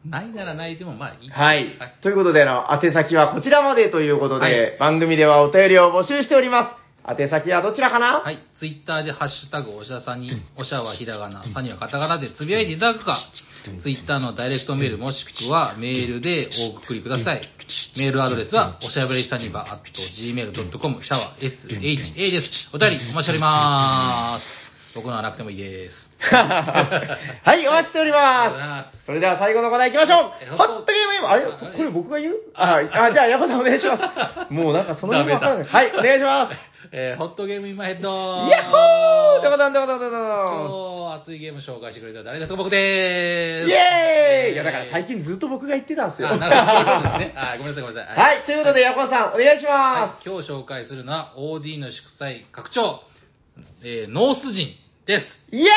Speaker 1: ないならないでもまあいい。
Speaker 2: はい
Speaker 1: はい。
Speaker 2: ということで、あの、宛先はこちらまでということで、
Speaker 1: は
Speaker 2: 番組ではお便りを募集しております。宛先はどちらかな、
Speaker 1: はい。ツイッターでハッシュタグ、おしゃさんに、おしゃはひらがな、さにはカタカナでつぶやいていただくか、ツイッターのダイレクトメールもしくはメールでお送りください。メールアドレスは、おしゃべりさにば、あと gmail.com、シャワー sha です。お便りお待ちしております。僕のはなくてもいいです。
Speaker 2: *laughs* はい、お待ちしており
Speaker 1: あ
Speaker 2: ます。それでは最後のコーナー行きましょ
Speaker 1: え
Speaker 2: うホットゲーム今あれ
Speaker 1: あ
Speaker 2: これ僕が言うあ、あじゃあ山さんお願いします。
Speaker 1: *laughs*
Speaker 2: もうなんかその辺わからない。はい、お願いします。
Speaker 1: えーホットゲーム今ヘッド
Speaker 2: イヤッホーどこだんどこだんどこだん
Speaker 1: 今日熱いゲーム紹介してくれた誰ですか僕でーす
Speaker 2: イエーイいや、だから最
Speaker 1: 近
Speaker 2: 近ずっと僕が言ってたんですよ。
Speaker 1: あ、なるほど、そういうことですね。あ、ごめんなさい、ごめんなさい。
Speaker 2: *laughs* はい、ということで、ヤコさん、お願いしま
Speaker 1: はい今日紹介するのは OD の祝祭拡張、えー、ノース人です。
Speaker 2: す。イエー
Speaker 1: イエ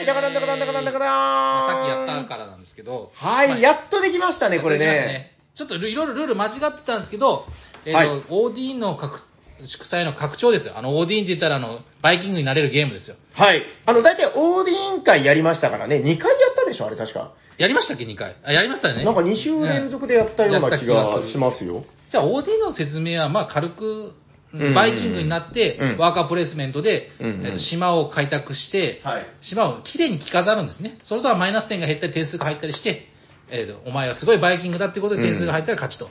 Speaker 1: ーイ
Speaker 2: イだからんだからんだからんだから
Speaker 1: まあさっき
Speaker 2: ん
Speaker 1: やったからなんですけど。
Speaker 2: は
Speaker 1: まあ
Speaker 2: い、やっとできましたね、
Speaker 1: やっ
Speaker 2: こと
Speaker 1: で
Speaker 2: れ
Speaker 1: きました
Speaker 2: ね。。
Speaker 1: ちょっとルいろいろルール間違ってたんですけど、えーと
Speaker 2: はい
Speaker 1: OD の拡祝祭の拡張ですよ。あの OD って言ったらあの、バイキングになれるゲームですよ。
Speaker 2: はい。あの、大体、オーディ委員会やりましたからね、2回やったでしょ、あれ確か。
Speaker 1: やりましたっけ、2回。あ、やりましたね。
Speaker 2: なんか2週連続でやったような気がしますよ。
Speaker 1: じゃあ OD の説明はまあ軽く、
Speaker 2: うん
Speaker 1: バイキングになって、
Speaker 2: うん
Speaker 1: ワーカープレイスメントで、
Speaker 2: うんうん
Speaker 1: えっと島を開拓して、
Speaker 2: はい。
Speaker 1: 島をきれいに着飾るんですね。それとはマイナス点が減ったり点数が入ったりして、えーとお前はすごいバイキングだってことで点数が入ったら勝ちと。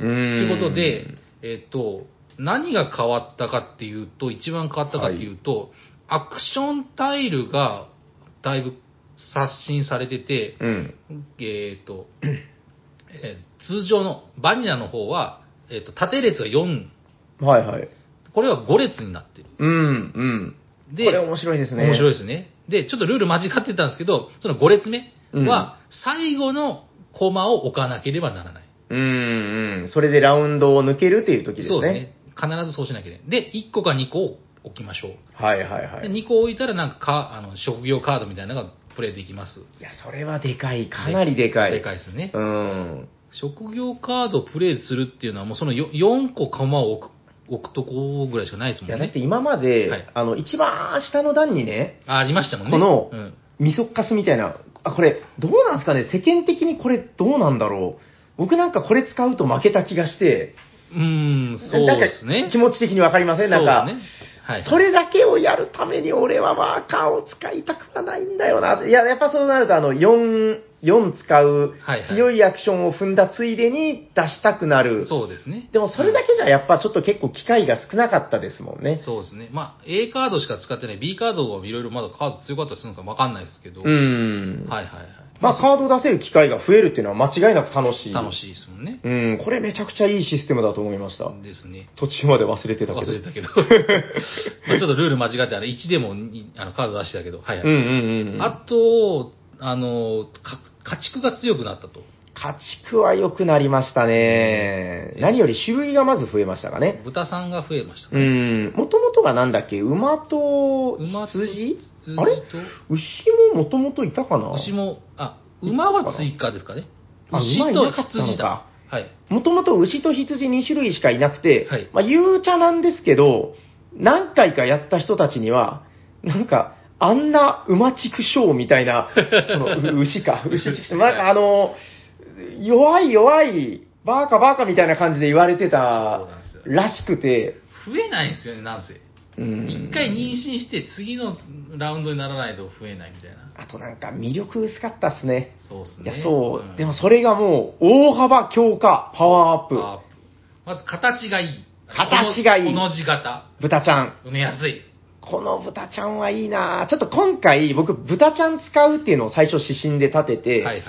Speaker 2: うー
Speaker 1: と
Speaker 2: ん
Speaker 1: いうことで、えっ、と、何が変わったかっていうと、一番変わったかっていうと、アクションタイルがだいぶ刷新されてて、
Speaker 2: うん。
Speaker 1: えーと、えー通常のバニラの方は、えーと、縦列が4、
Speaker 2: はいはい。
Speaker 1: これは5列になってる。
Speaker 2: うん、うん。
Speaker 1: で、
Speaker 2: これ面白いですね。
Speaker 1: 面白
Speaker 2: い。
Speaker 1: いですね。で、ちょっとルール間違ってたんですけど、その5列目は、最後のコマを置かなければならない。
Speaker 2: うん、うん。それでラウンドを抜けるっていう時ですね。
Speaker 1: そうです。ね。必ずそうしなきゃいけない。で、1個か2個を置きましょう。
Speaker 2: はいはいはい。
Speaker 1: で2個置いたら、なんかか、あの、職業カードみたいなのがプレイできます。
Speaker 2: いや、それはでかい。かなりでかい。
Speaker 1: でかいですよね。
Speaker 2: うん。
Speaker 1: 職業カードをプレイするっていうのは、もうその4個コマを置く、置くとこぐらいしかないですも
Speaker 2: い
Speaker 1: んね。
Speaker 2: や、だって今まで、
Speaker 1: はい
Speaker 2: あの、一番下の段にね、
Speaker 1: あありましたもんね。
Speaker 2: この
Speaker 1: うん
Speaker 2: みそっかすみたいな、あ、これ、どうなんですかね、世間的にこれどうなんだろう。僕なんかこれ使うと負けた気がして、
Speaker 1: うーん、そうです
Speaker 2: なん
Speaker 1: ね
Speaker 2: か。気持ち的にわかりませんなんか、
Speaker 1: そうですねはい。
Speaker 2: それだけをやるために俺はワーカーを使いたくはないんだよな。いや、やっぱそうなると、あの、4、4使う
Speaker 1: はいはい
Speaker 2: 強いアクションを踏んだついでに出したくなる。
Speaker 1: そうですね。
Speaker 2: でもそれだけじゃやっぱちょっと結構機会が少なかったですもんね。
Speaker 1: そうですね。まあ、A カードしか使ってない、B カードはいろいろまだカード強かったりするのかわかんないですけど、
Speaker 2: う
Speaker 1: はい
Speaker 2: ん。
Speaker 1: はいはい。
Speaker 2: まあカード出せる機会が増えるっていうのは間違いなく楽しい。
Speaker 1: 楽しいですもんね。
Speaker 2: うん、これめちゃくちゃいいシステムだと思いました。
Speaker 1: ですね。
Speaker 2: 途中まで忘れてたけ
Speaker 1: 忘
Speaker 2: ど。
Speaker 1: れたけど。 *laughs* まあちょっとルール間違って、あれ1でもにあのカード出してたけど、はいはい。
Speaker 2: うんうんうん。
Speaker 1: あと、あの、か家畜が強くなったと。
Speaker 2: 家畜は良くなりましたね。何より種類がまず増えましたかね。
Speaker 1: 豚さんが増えました
Speaker 2: う
Speaker 1: ね。
Speaker 2: ん、もともとがなんだっけ、馬と
Speaker 1: 馬と
Speaker 2: 羊
Speaker 1: 羊と
Speaker 2: あれ牛ももともといたかな
Speaker 1: 牛も、あ、馬は追加ですかね。
Speaker 2: あ
Speaker 1: 牛
Speaker 2: 馬い
Speaker 1: と
Speaker 2: なかったの
Speaker 1: 羊だ
Speaker 2: か。
Speaker 1: はい。
Speaker 2: もともと牛と羊2種類しかいなくて、
Speaker 1: はい
Speaker 2: まあ、ゆうちゃなんですけど、何回かやった人たちには、なんか、あんな馬畜生みた
Speaker 1: *laughs*
Speaker 2: いな、そのう牛か、牛畜生、なんかあの、弱い弱い、バーカバーカみたいな感じで言われて
Speaker 1: そ
Speaker 2: た
Speaker 1: うなんですよ
Speaker 2: らしくて、
Speaker 1: 増えないんですよね、なんせ。
Speaker 2: うん
Speaker 1: 一回妊娠して、次のラウンドにならないと増えないみたいな。
Speaker 2: あとなんか魅力薄かったっすね。
Speaker 1: そうです
Speaker 2: い
Speaker 1: ね。
Speaker 2: や、そう、
Speaker 1: ん
Speaker 2: でもそれがもう、大幅強化、パワーアップ。
Speaker 1: パワーアップまず形がいい。
Speaker 2: 形がいい
Speaker 1: このこの字型。
Speaker 2: 豚ちゃん。
Speaker 1: 埋めやすい。
Speaker 2: この豚ちゃんはいいなぁちょっと今回、僕、豚ちゃん使うっていうのを最初指針で立て
Speaker 1: はい
Speaker 2: て、
Speaker 1: はい。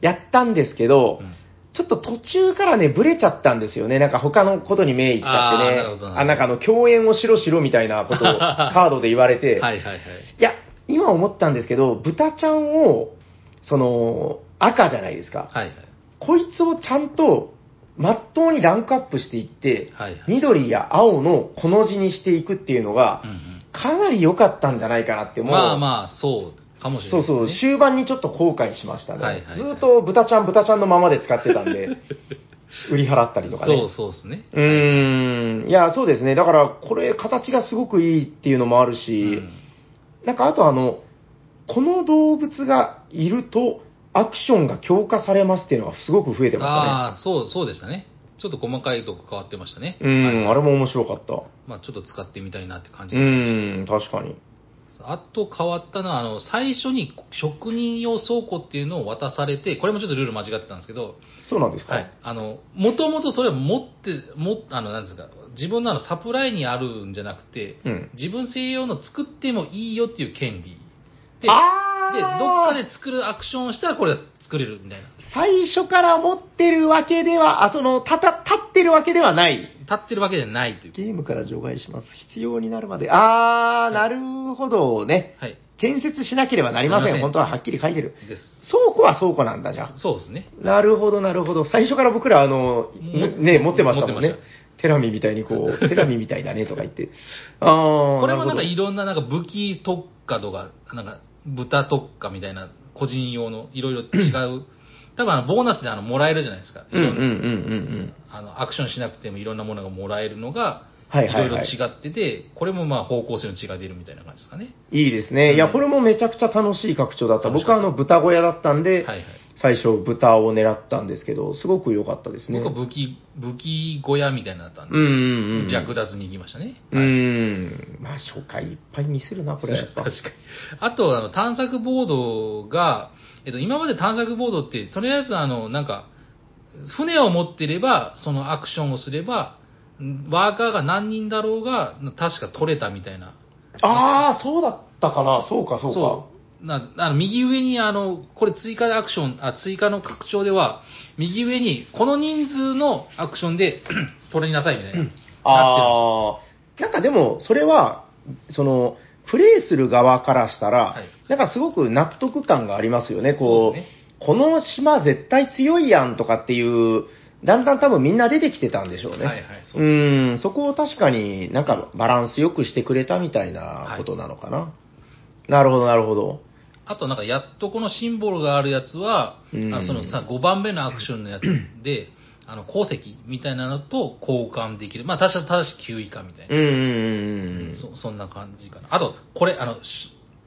Speaker 2: やったんですけど、
Speaker 1: うん
Speaker 2: ちょっと途中からね、ブレちゃったんですよね。なんか他のことに目いっちゃって
Speaker 1: あー
Speaker 2: ね
Speaker 1: なるほどなるほ。ど
Speaker 2: あ、なんかあの、共演をしろしろみたいなことを
Speaker 1: *laughs*
Speaker 2: カードで言われて、
Speaker 1: はいはいはい。
Speaker 2: いや、今思ったんですけど、豚ちゃんを、その、赤じゃないですか。
Speaker 1: はいはい。
Speaker 2: こいつをちゃんと、まっとうにランクアップしていって、
Speaker 1: はいはい。
Speaker 2: 緑や青のこの字にしていくっていうのが
Speaker 1: う、ん
Speaker 2: かなり良かったんじゃないかなって、
Speaker 1: うん
Speaker 2: もう、
Speaker 1: まあまあ、そうかもしれない、
Speaker 2: そう
Speaker 1: ですね
Speaker 2: そう、終盤にちょっと後悔しましたね。
Speaker 1: はいはいはい
Speaker 2: ずーっと豚ちゃん、豚ちゃんのままで使ってたんで、
Speaker 1: *laughs*
Speaker 2: 売り払ったりとかね。
Speaker 1: そうそうですね。
Speaker 2: うーん、いや、そうですね。だから、これ、形がすごくいいっていうのもあるし、
Speaker 1: うん
Speaker 2: なんかあとあの、この動物がいると、アクションが強化されますっていうのがすごく増えてま
Speaker 1: ああ、そう、そうでしたね。ちょっと細かいとこ変わってましたね
Speaker 2: し。たね。うん、あれも面白かった。
Speaker 1: まあちょっと使ってみたいなって感じ
Speaker 2: う
Speaker 1: で、
Speaker 2: ん、確かに。
Speaker 1: あと変わったのは、あの、最初に職人用倉庫っていうのを渡されて、これもちょっとルール間違ってたんですけど、
Speaker 2: そうなんですか、
Speaker 1: はい。あの、もともとそれは持って、も、あの、なんですか、自分のあのサプライにあるんじゃなくて、
Speaker 2: うん。
Speaker 1: 自分専用の作ってもいいよっていう権利。で、
Speaker 2: あ
Speaker 1: で、どっかで作るアクションをしたらこれは作れるみたいな。
Speaker 2: 最初から持ってるわけでは、あ、その、たた、立ってるわけではない。
Speaker 1: 立ってるわけじゃないという。
Speaker 2: ゲームから除外します。必要になるまで。あー、なるほどね。
Speaker 1: はい。
Speaker 2: 建設しなければなりませ
Speaker 1: なり
Speaker 2: ん。
Speaker 1: ません
Speaker 2: 本当ははっきり書いてる。
Speaker 1: です。
Speaker 2: 倉庫は倉庫なんだ、じゃあ。
Speaker 1: そうですね。
Speaker 2: なるほど、なるほど。最初から僕ら、あの、
Speaker 1: も
Speaker 2: ね、持ってましたもん
Speaker 1: 持
Speaker 2: ね
Speaker 1: ってまし。
Speaker 2: テラミみたいにこ *laughs* う、テラミみたいだねとか言って。ああ、
Speaker 1: これもなんか
Speaker 2: る
Speaker 1: いろんななんか武器特化とか、なんか豚特化みたいな個人用のいろいろ違う。
Speaker 2: *clears throat*
Speaker 1: 多分あのボーナスであのもらえるじゃないですか。
Speaker 2: ほど。うんう
Speaker 1: い
Speaker 2: んうん
Speaker 1: ろ
Speaker 2: うんん
Speaker 1: な
Speaker 2: うん。
Speaker 1: あのアクションしなくてもいろんなものがもらえるのが、
Speaker 2: はい
Speaker 1: い
Speaker 2: は
Speaker 1: ろ
Speaker 2: い
Speaker 1: いろ
Speaker 2: は
Speaker 1: 違
Speaker 2: い。
Speaker 1: ってて、これもまあ方向性の違いが出るみたいな感じですかね。
Speaker 2: いいですね。いうや、
Speaker 1: ん
Speaker 2: これもめちゃくちゃ楽しい拡張だった。
Speaker 1: 楽し
Speaker 2: 僕は
Speaker 1: か
Speaker 2: あ
Speaker 1: った
Speaker 2: の、豚小屋だったんで、
Speaker 1: はいはい。
Speaker 2: 最初豚を狙ったんですけど、すごく良かったですね。
Speaker 1: 僕は武器、武器小屋みたいなのだったん
Speaker 2: うん
Speaker 1: で、
Speaker 2: うんうん。
Speaker 1: 略奪に行きましたね。
Speaker 2: うーん。まあ、初回いっぱいミスるな、これはやっ
Speaker 1: *laughs*
Speaker 2: ぱ。
Speaker 1: 確かに。あと、あの、探索ボードが、えっと、今まで探索ボードって、とりあえず、あの、なんか、船を持ってれば、そのアクションをすれば、んワーカーが何人だろうが、確か取れたみたいな。
Speaker 2: ああ、そうだったかな。そうか、そうか。
Speaker 1: うなあの右上に、あの、これ追加でアクション、あ追加の拡張では、右上に、この人数のアクションで *clears throat* 取りなさいみたいな。なってるんですよ
Speaker 2: ああ、なんかでも、それは、その、プレイする側からしたら、
Speaker 1: はい
Speaker 2: なんかすごく納得感がありますよね、こ
Speaker 1: そう
Speaker 2: う、
Speaker 1: ですね
Speaker 2: この島絶対強いやんとかっていう、だんだん多分みんな出てきてたんでしょうね。
Speaker 1: はいはいそう
Speaker 2: う
Speaker 1: です
Speaker 2: ん、そこを確かになんかバランスよくしてくれたみたいなことなのかな。なるほど、なるほど。
Speaker 1: あとなんか、やっとこのシンボルがあるやつは、
Speaker 2: うん
Speaker 1: あのそのさ、5番目のアクションのやつで、あの、鉱石みたいなのと交換できる。まあ、確か正しい9以下みたいな。
Speaker 2: うんうんうんうん。
Speaker 1: そそんな感じかな。あと、これ、あの、し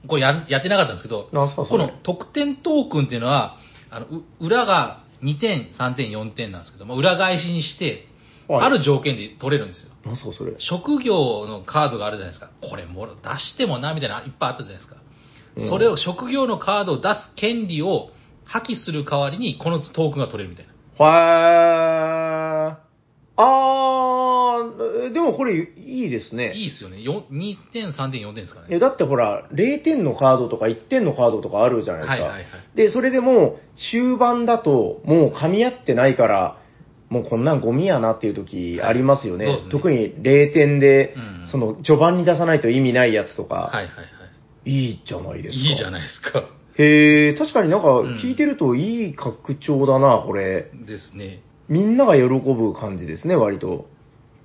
Speaker 1: これややってなかったんですけど、
Speaker 2: なんすかそ
Speaker 1: こ
Speaker 2: れ
Speaker 1: の得点トークンっていうのは、あのう裏が2点、3点、4点なんですけど、まあ裏返しにして、
Speaker 2: はい
Speaker 1: ある条件で取れるんですよ。
Speaker 2: なんすかそれ。
Speaker 1: 職業のカードがあるじゃないですか。これもろ出してもな、みたいな、いっぱいあったじゃないですか
Speaker 2: う。ん
Speaker 1: それを、職業のカードを出す権利を破棄する代わりに、このトークンが取れるみたいな。
Speaker 2: はー。あー、でもこれいいですね。
Speaker 1: いいっすよね。よ2点、3点、4点ですか
Speaker 2: いや
Speaker 1: ね。
Speaker 2: だってほら、0点のカードとか1点のカードとかあるじゃないですか。
Speaker 1: はいはいはい。
Speaker 2: で、それでも、終盤だと、もう噛み合ってないから、もうこんなんゴミやなっていう時ありますよね。
Speaker 1: はいそうですね
Speaker 2: 特に0点で、
Speaker 1: うんうん
Speaker 2: その、序盤に出さないと意味ないやつとか、、
Speaker 1: はいはいはい
Speaker 2: いじゃない
Speaker 1: い。
Speaker 2: ですか。
Speaker 1: いいじゃないですか。
Speaker 2: へえ、確かになんか
Speaker 1: ん
Speaker 2: 聞いてるといい拡張だな、これ。
Speaker 1: ですね。
Speaker 2: みんなが喜ぶ感じですね、割と。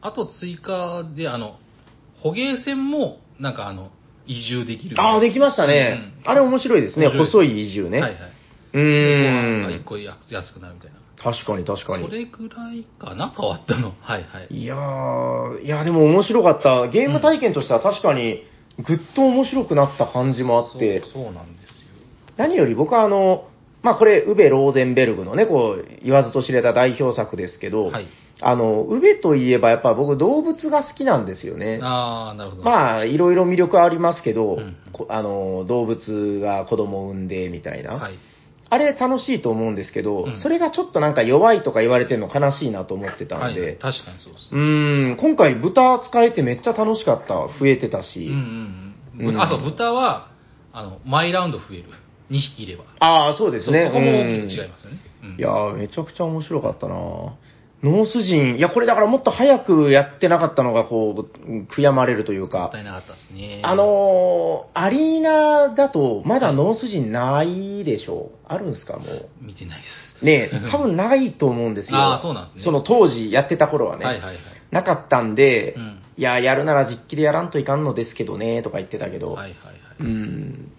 Speaker 1: あと追加で、あの、捕鯨船も、なんかあの、移住できる。
Speaker 2: ああ、できましたね。
Speaker 1: うん
Speaker 2: あれ面白いですね。
Speaker 1: 面白いです
Speaker 2: 細い移住ね。
Speaker 1: はいはい。
Speaker 2: う
Speaker 1: ご飯が
Speaker 2: ー
Speaker 1: 一
Speaker 2: ん。
Speaker 1: 個安くなるみたいな。
Speaker 2: 確かに確かに。
Speaker 1: それぐらいかな、変わったの。はいはい。
Speaker 2: いやー、いやでも面白かった。ゲーム体験としては確かに、ぐっと面白くなった感じもあって、
Speaker 1: そうそうなんです
Speaker 2: 何より僕はあの、まあこれ、ウベ・ローゼンベルグのね、こう、言わずと知れた代表作ですけど、
Speaker 1: よ。はい。
Speaker 2: あの、ウベといえばやっぱ僕動物が好きなんですよね。
Speaker 1: ああ、なるほど。あ、
Speaker 2: まあ、いろいろ魅力ありますけど、
Speaker 1: うん
Speaker 2: こあの、動物が子供を産んでみたいな、
Speaker 1: はい。
Speaker 2: あれ楽しいと思うんですけど、
Speaker 1: うん
Speaker 2: それがちょっとなんか弱いとか言われてるの悲しいなと思ってた
Speaker 1: は
Speaker 2: ん
Speaker 1: い
Speaker 2: で、
Speaker 1: はい、確かにそうです。
Speaker 2: うーん、今回豚使えてめっちゃ楽しかった。増えてたし。
Speaker 1: うんうんう
Speaker 2: うん
Speaker 1: ん。あ、そう、豚は、あの、毎ラウンド増える。2匹いれば。
Speaker 2: ああ、そうですね。
Speaker 1: そうそこも大
Speaker 2: うん
Speaker 1: きく違いますよね。うん
Speaker 2: いやー、めちゃくちゃ面白かったなノース人、いや、これだからもっと早くやってなかったのが、こう、うん悔やまれるという
Speaker 1: も
Speaker 2: か
Speaker 1: った。いなかったですね。
Speaker 2: あ、のー、アリーナだと、まだノース人ないでしょう。あるんですか、もう。
Speaker 1: 見てないです。
Speaker 2: ね
Speaker 1: *laughs*
Speaker 2: え多分ないと思うんですよ。
Speaker 1: あーそうなんですね
Speaker 2: その当時やってた頃はね。
Speaker 1: はいはいはい。
Speaker 2: なかったんで、
Speaker 1: うん
Speaker 2: いや、やるなら実機でやらんといかんのですけどね、とか言ってたけど。
Speaker 1: はいはいはい。
Speaker 2: うん。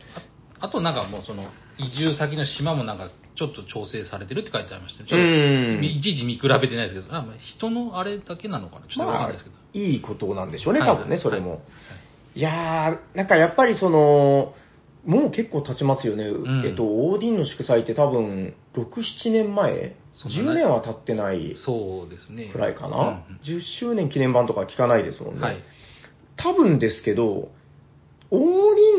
Speaker 1: あとなんかもうその、移住先の島もなんか、ちょっと調整されてるって書いてありましたね。ちょっと
Speaker 2: うん
Speaker 1: いちいち見比べてないですけど、あまあ人のあれだけなのかなちょっとわかんないですけど。
Speaker 2: いいことなんでしょうね、
Speaker 1: はいは
Speaker 2: 多
Speaker 1: い
Speaker 2: 分ね、それも。
Speaker 1: はい
Speaker 2: やー、なんかやっぱりその、もう結構経ちますよね。
Speaker 1: ん
Speaker 2: えっと、オーディンの祝祭って多分、6、7年前
Speaker 1: そんな
Speaker 2: ?10 年は経ってない
Speaker 1: そうですね。
Speaker 2: くらいかな、
Speaker 1: うんうん
Speaker 2: ?10 周年記念版とか聞かないですもんね。
Speaker 1: はい。
Speaker 2: 多分ですけど、オー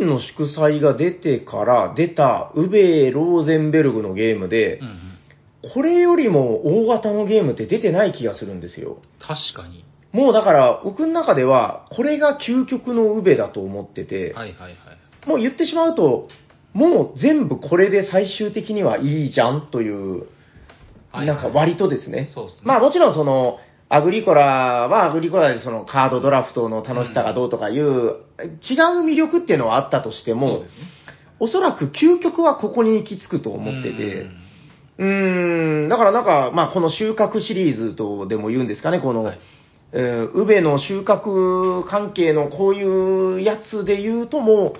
Speaker 2: ディンの祝祭が出てから出た、ウベ・ローゼンベルグのゲームで、
Speaker 1: うんうん
Speaker 2: これよりも大型のゲームって出てない気がするんですよ。
Speaker 1: 確かに。
Speaker 2: もうだから、僕の中では、これが究極のウベだと思ってて、
Speaker 1: はいはいはい。
Speaker 2: もう言ってしまうと、もう全部これで最終的にはいいじゃんという、
Speaker 1: はい
Speaker 2: なんか割とですね。
Speaker 1: そうですね。
Speaker 2: まあもちろんその、アグリコラはアグリコラでそのカードドラフトの楽しさがどうとかいう、違う魅力っていうのはあったとして
Speaker 1: そ
Speaker 2: も、
Speaker 1: うですね、
Speaker 2: おそらく究極はここに行き着くと思ってて、うーん、だからなんか、まあ、この収穫シリーズとでも言うんですかね、この、
Speaker 1: はい
Speaker 2: えー宇部の収穫関係のこういうやつで言うともう、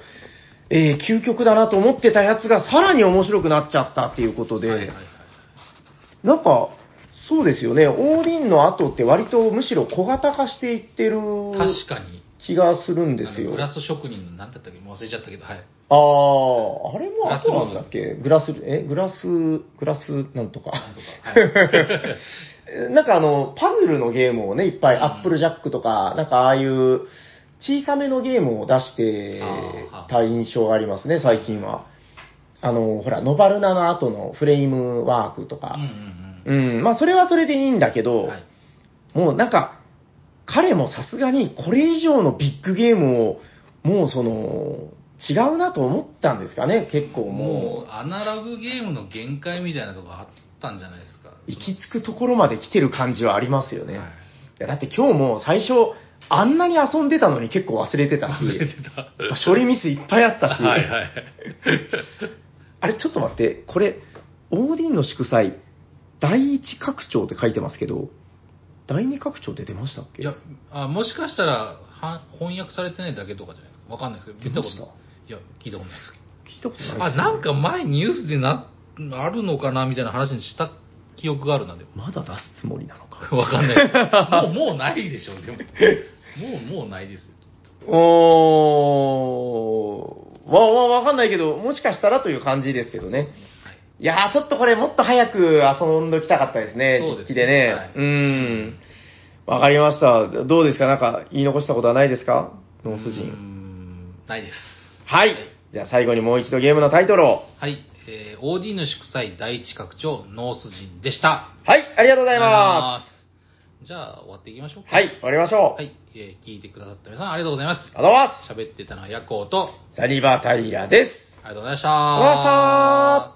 Speaker 2: えー究極だなと思ってたやつがさらに面白くなっちゃったっていうこと
Speaker 1: うん
Speaker 2: で、
Speaker 1: はいはいはい
Speaker 2: なんか、そうですよね、オーディンの後って割とむしろ小型化していってる
Speaker 1: 確かに。
Speaker 2: 気がするん
Speaker 1: あ
Speaker 2: で
Speaker 1: の
Speaker 2: すよ。
Speaker 1: グラス職人の何だったっけもう忘れちゃったけど、はい。
Speaker 2: ああ、あれも
Speaker 1: グラス
Speaker 2: 後なんだっけグラス、え、グラス、グラスなんとか。 *laughs* なんかあの、パズルのゲームをね、いっぱい、
Speaker 1: うん
Speaker 2: アップルジャックとか、なんかああいう小さめのゲームを出して
Speaker 1: あー
Speaker 2: た印象がありますね、最近は。あの、ほら、ノバルナの後のフレームワークと
Speaker 1: うんうん
Speaker 2: か。
Speaker 1: うん。
Speaker 2: うん、まあそれはそれでいいんだけど、
Speaker 1: はい
Speaker 2: もうなんか、彼もさすがにこれ以上のビッグゲームを、もうその、違うなと思ったんですかね、結構
Speaker 1: も
Speaker 2: も
Speaker 1: う、アナログゲームの限界みたいなとこあったんじゃないですか。
Speaker 2: う、行き着くところまで来てる感じはありますよね。
Speaker 1: はい
Speaker 2: いやだって今日も最初、あんなに遊んでたのに結構忘れてたし、
Speaker 1: 忘れてた。
Speaker 2: 処理ミスいっぱいあったし、
Speaker 1: はいはい。
Speaker 2: あれちょっと待って、これ、オーディンの祝祭、第一拡張って書いてますけど、第二拡張って出ましたっけ
Speaker 1: いや、あもしかしたらは翻訳されてないだけとかじゃないですか。わかんないですけど、
Speaker 2: 出
Speaker 1: 聞いた
Speaker 2: まし
Speaker 1: こと
Speaker 2: た
Speaker 1: ない。いや、聞いたことないですけど。
Speaker 2: 聞いたことないです、ね。
Speaker 1: あ、なんか前ニュースでな、あるのかなみたいな話にした記憶があるな、でも。 *laughs*
Speaker 2: まだ出すつもりなのか。
Speaker 1: わかん
Speaker 2: *laughs*
Speaker 1: ない。もう、もうないでしょ、でも。もう、もうないですよ。
Speaker 2: おー、わ、わ、わかんないけど、もしかしたらという感じですけどね。
Speaker 1: はい
Speaker 2: いやー、ちょっとこれもっと早く遊んどきたかったですね、
Speaker 1: そうですね
Speaker 2: 実機でね。
Speaker 1: はい
Speaker 2: うん。わかりました。どうですかなんか言い残したことはないですかノース
Speaker 1: うー
Speaker 2: 人。
Speaker 1: んないです。
Speaker 2: はい。じゃあ最後にもう一度ゲームのタイトルを。
Speaker 1: はい。えー、OD の祝祭第一拡張、ノース人でした。
Speaker 2: はい、ありがとうご
Speaker 1: あ。
Speaker 2: ざいます
Speaker 1: じゃあ、終わっていきましょう
Speaker 2: す。
Speaker 1: か。
Speaker 2: はい、終わりましょう。
Speaker 1: はい。えー聞いてくださった皆さん、ありがとうございます。
Speaker 2: ありがとうございま
Speaker 1: 喋ってたのはヤコウと、
Speaker 2: す。サニバタイラです。
Speaker 1: ありがとうございました。
Speaker 2: ありがとうございました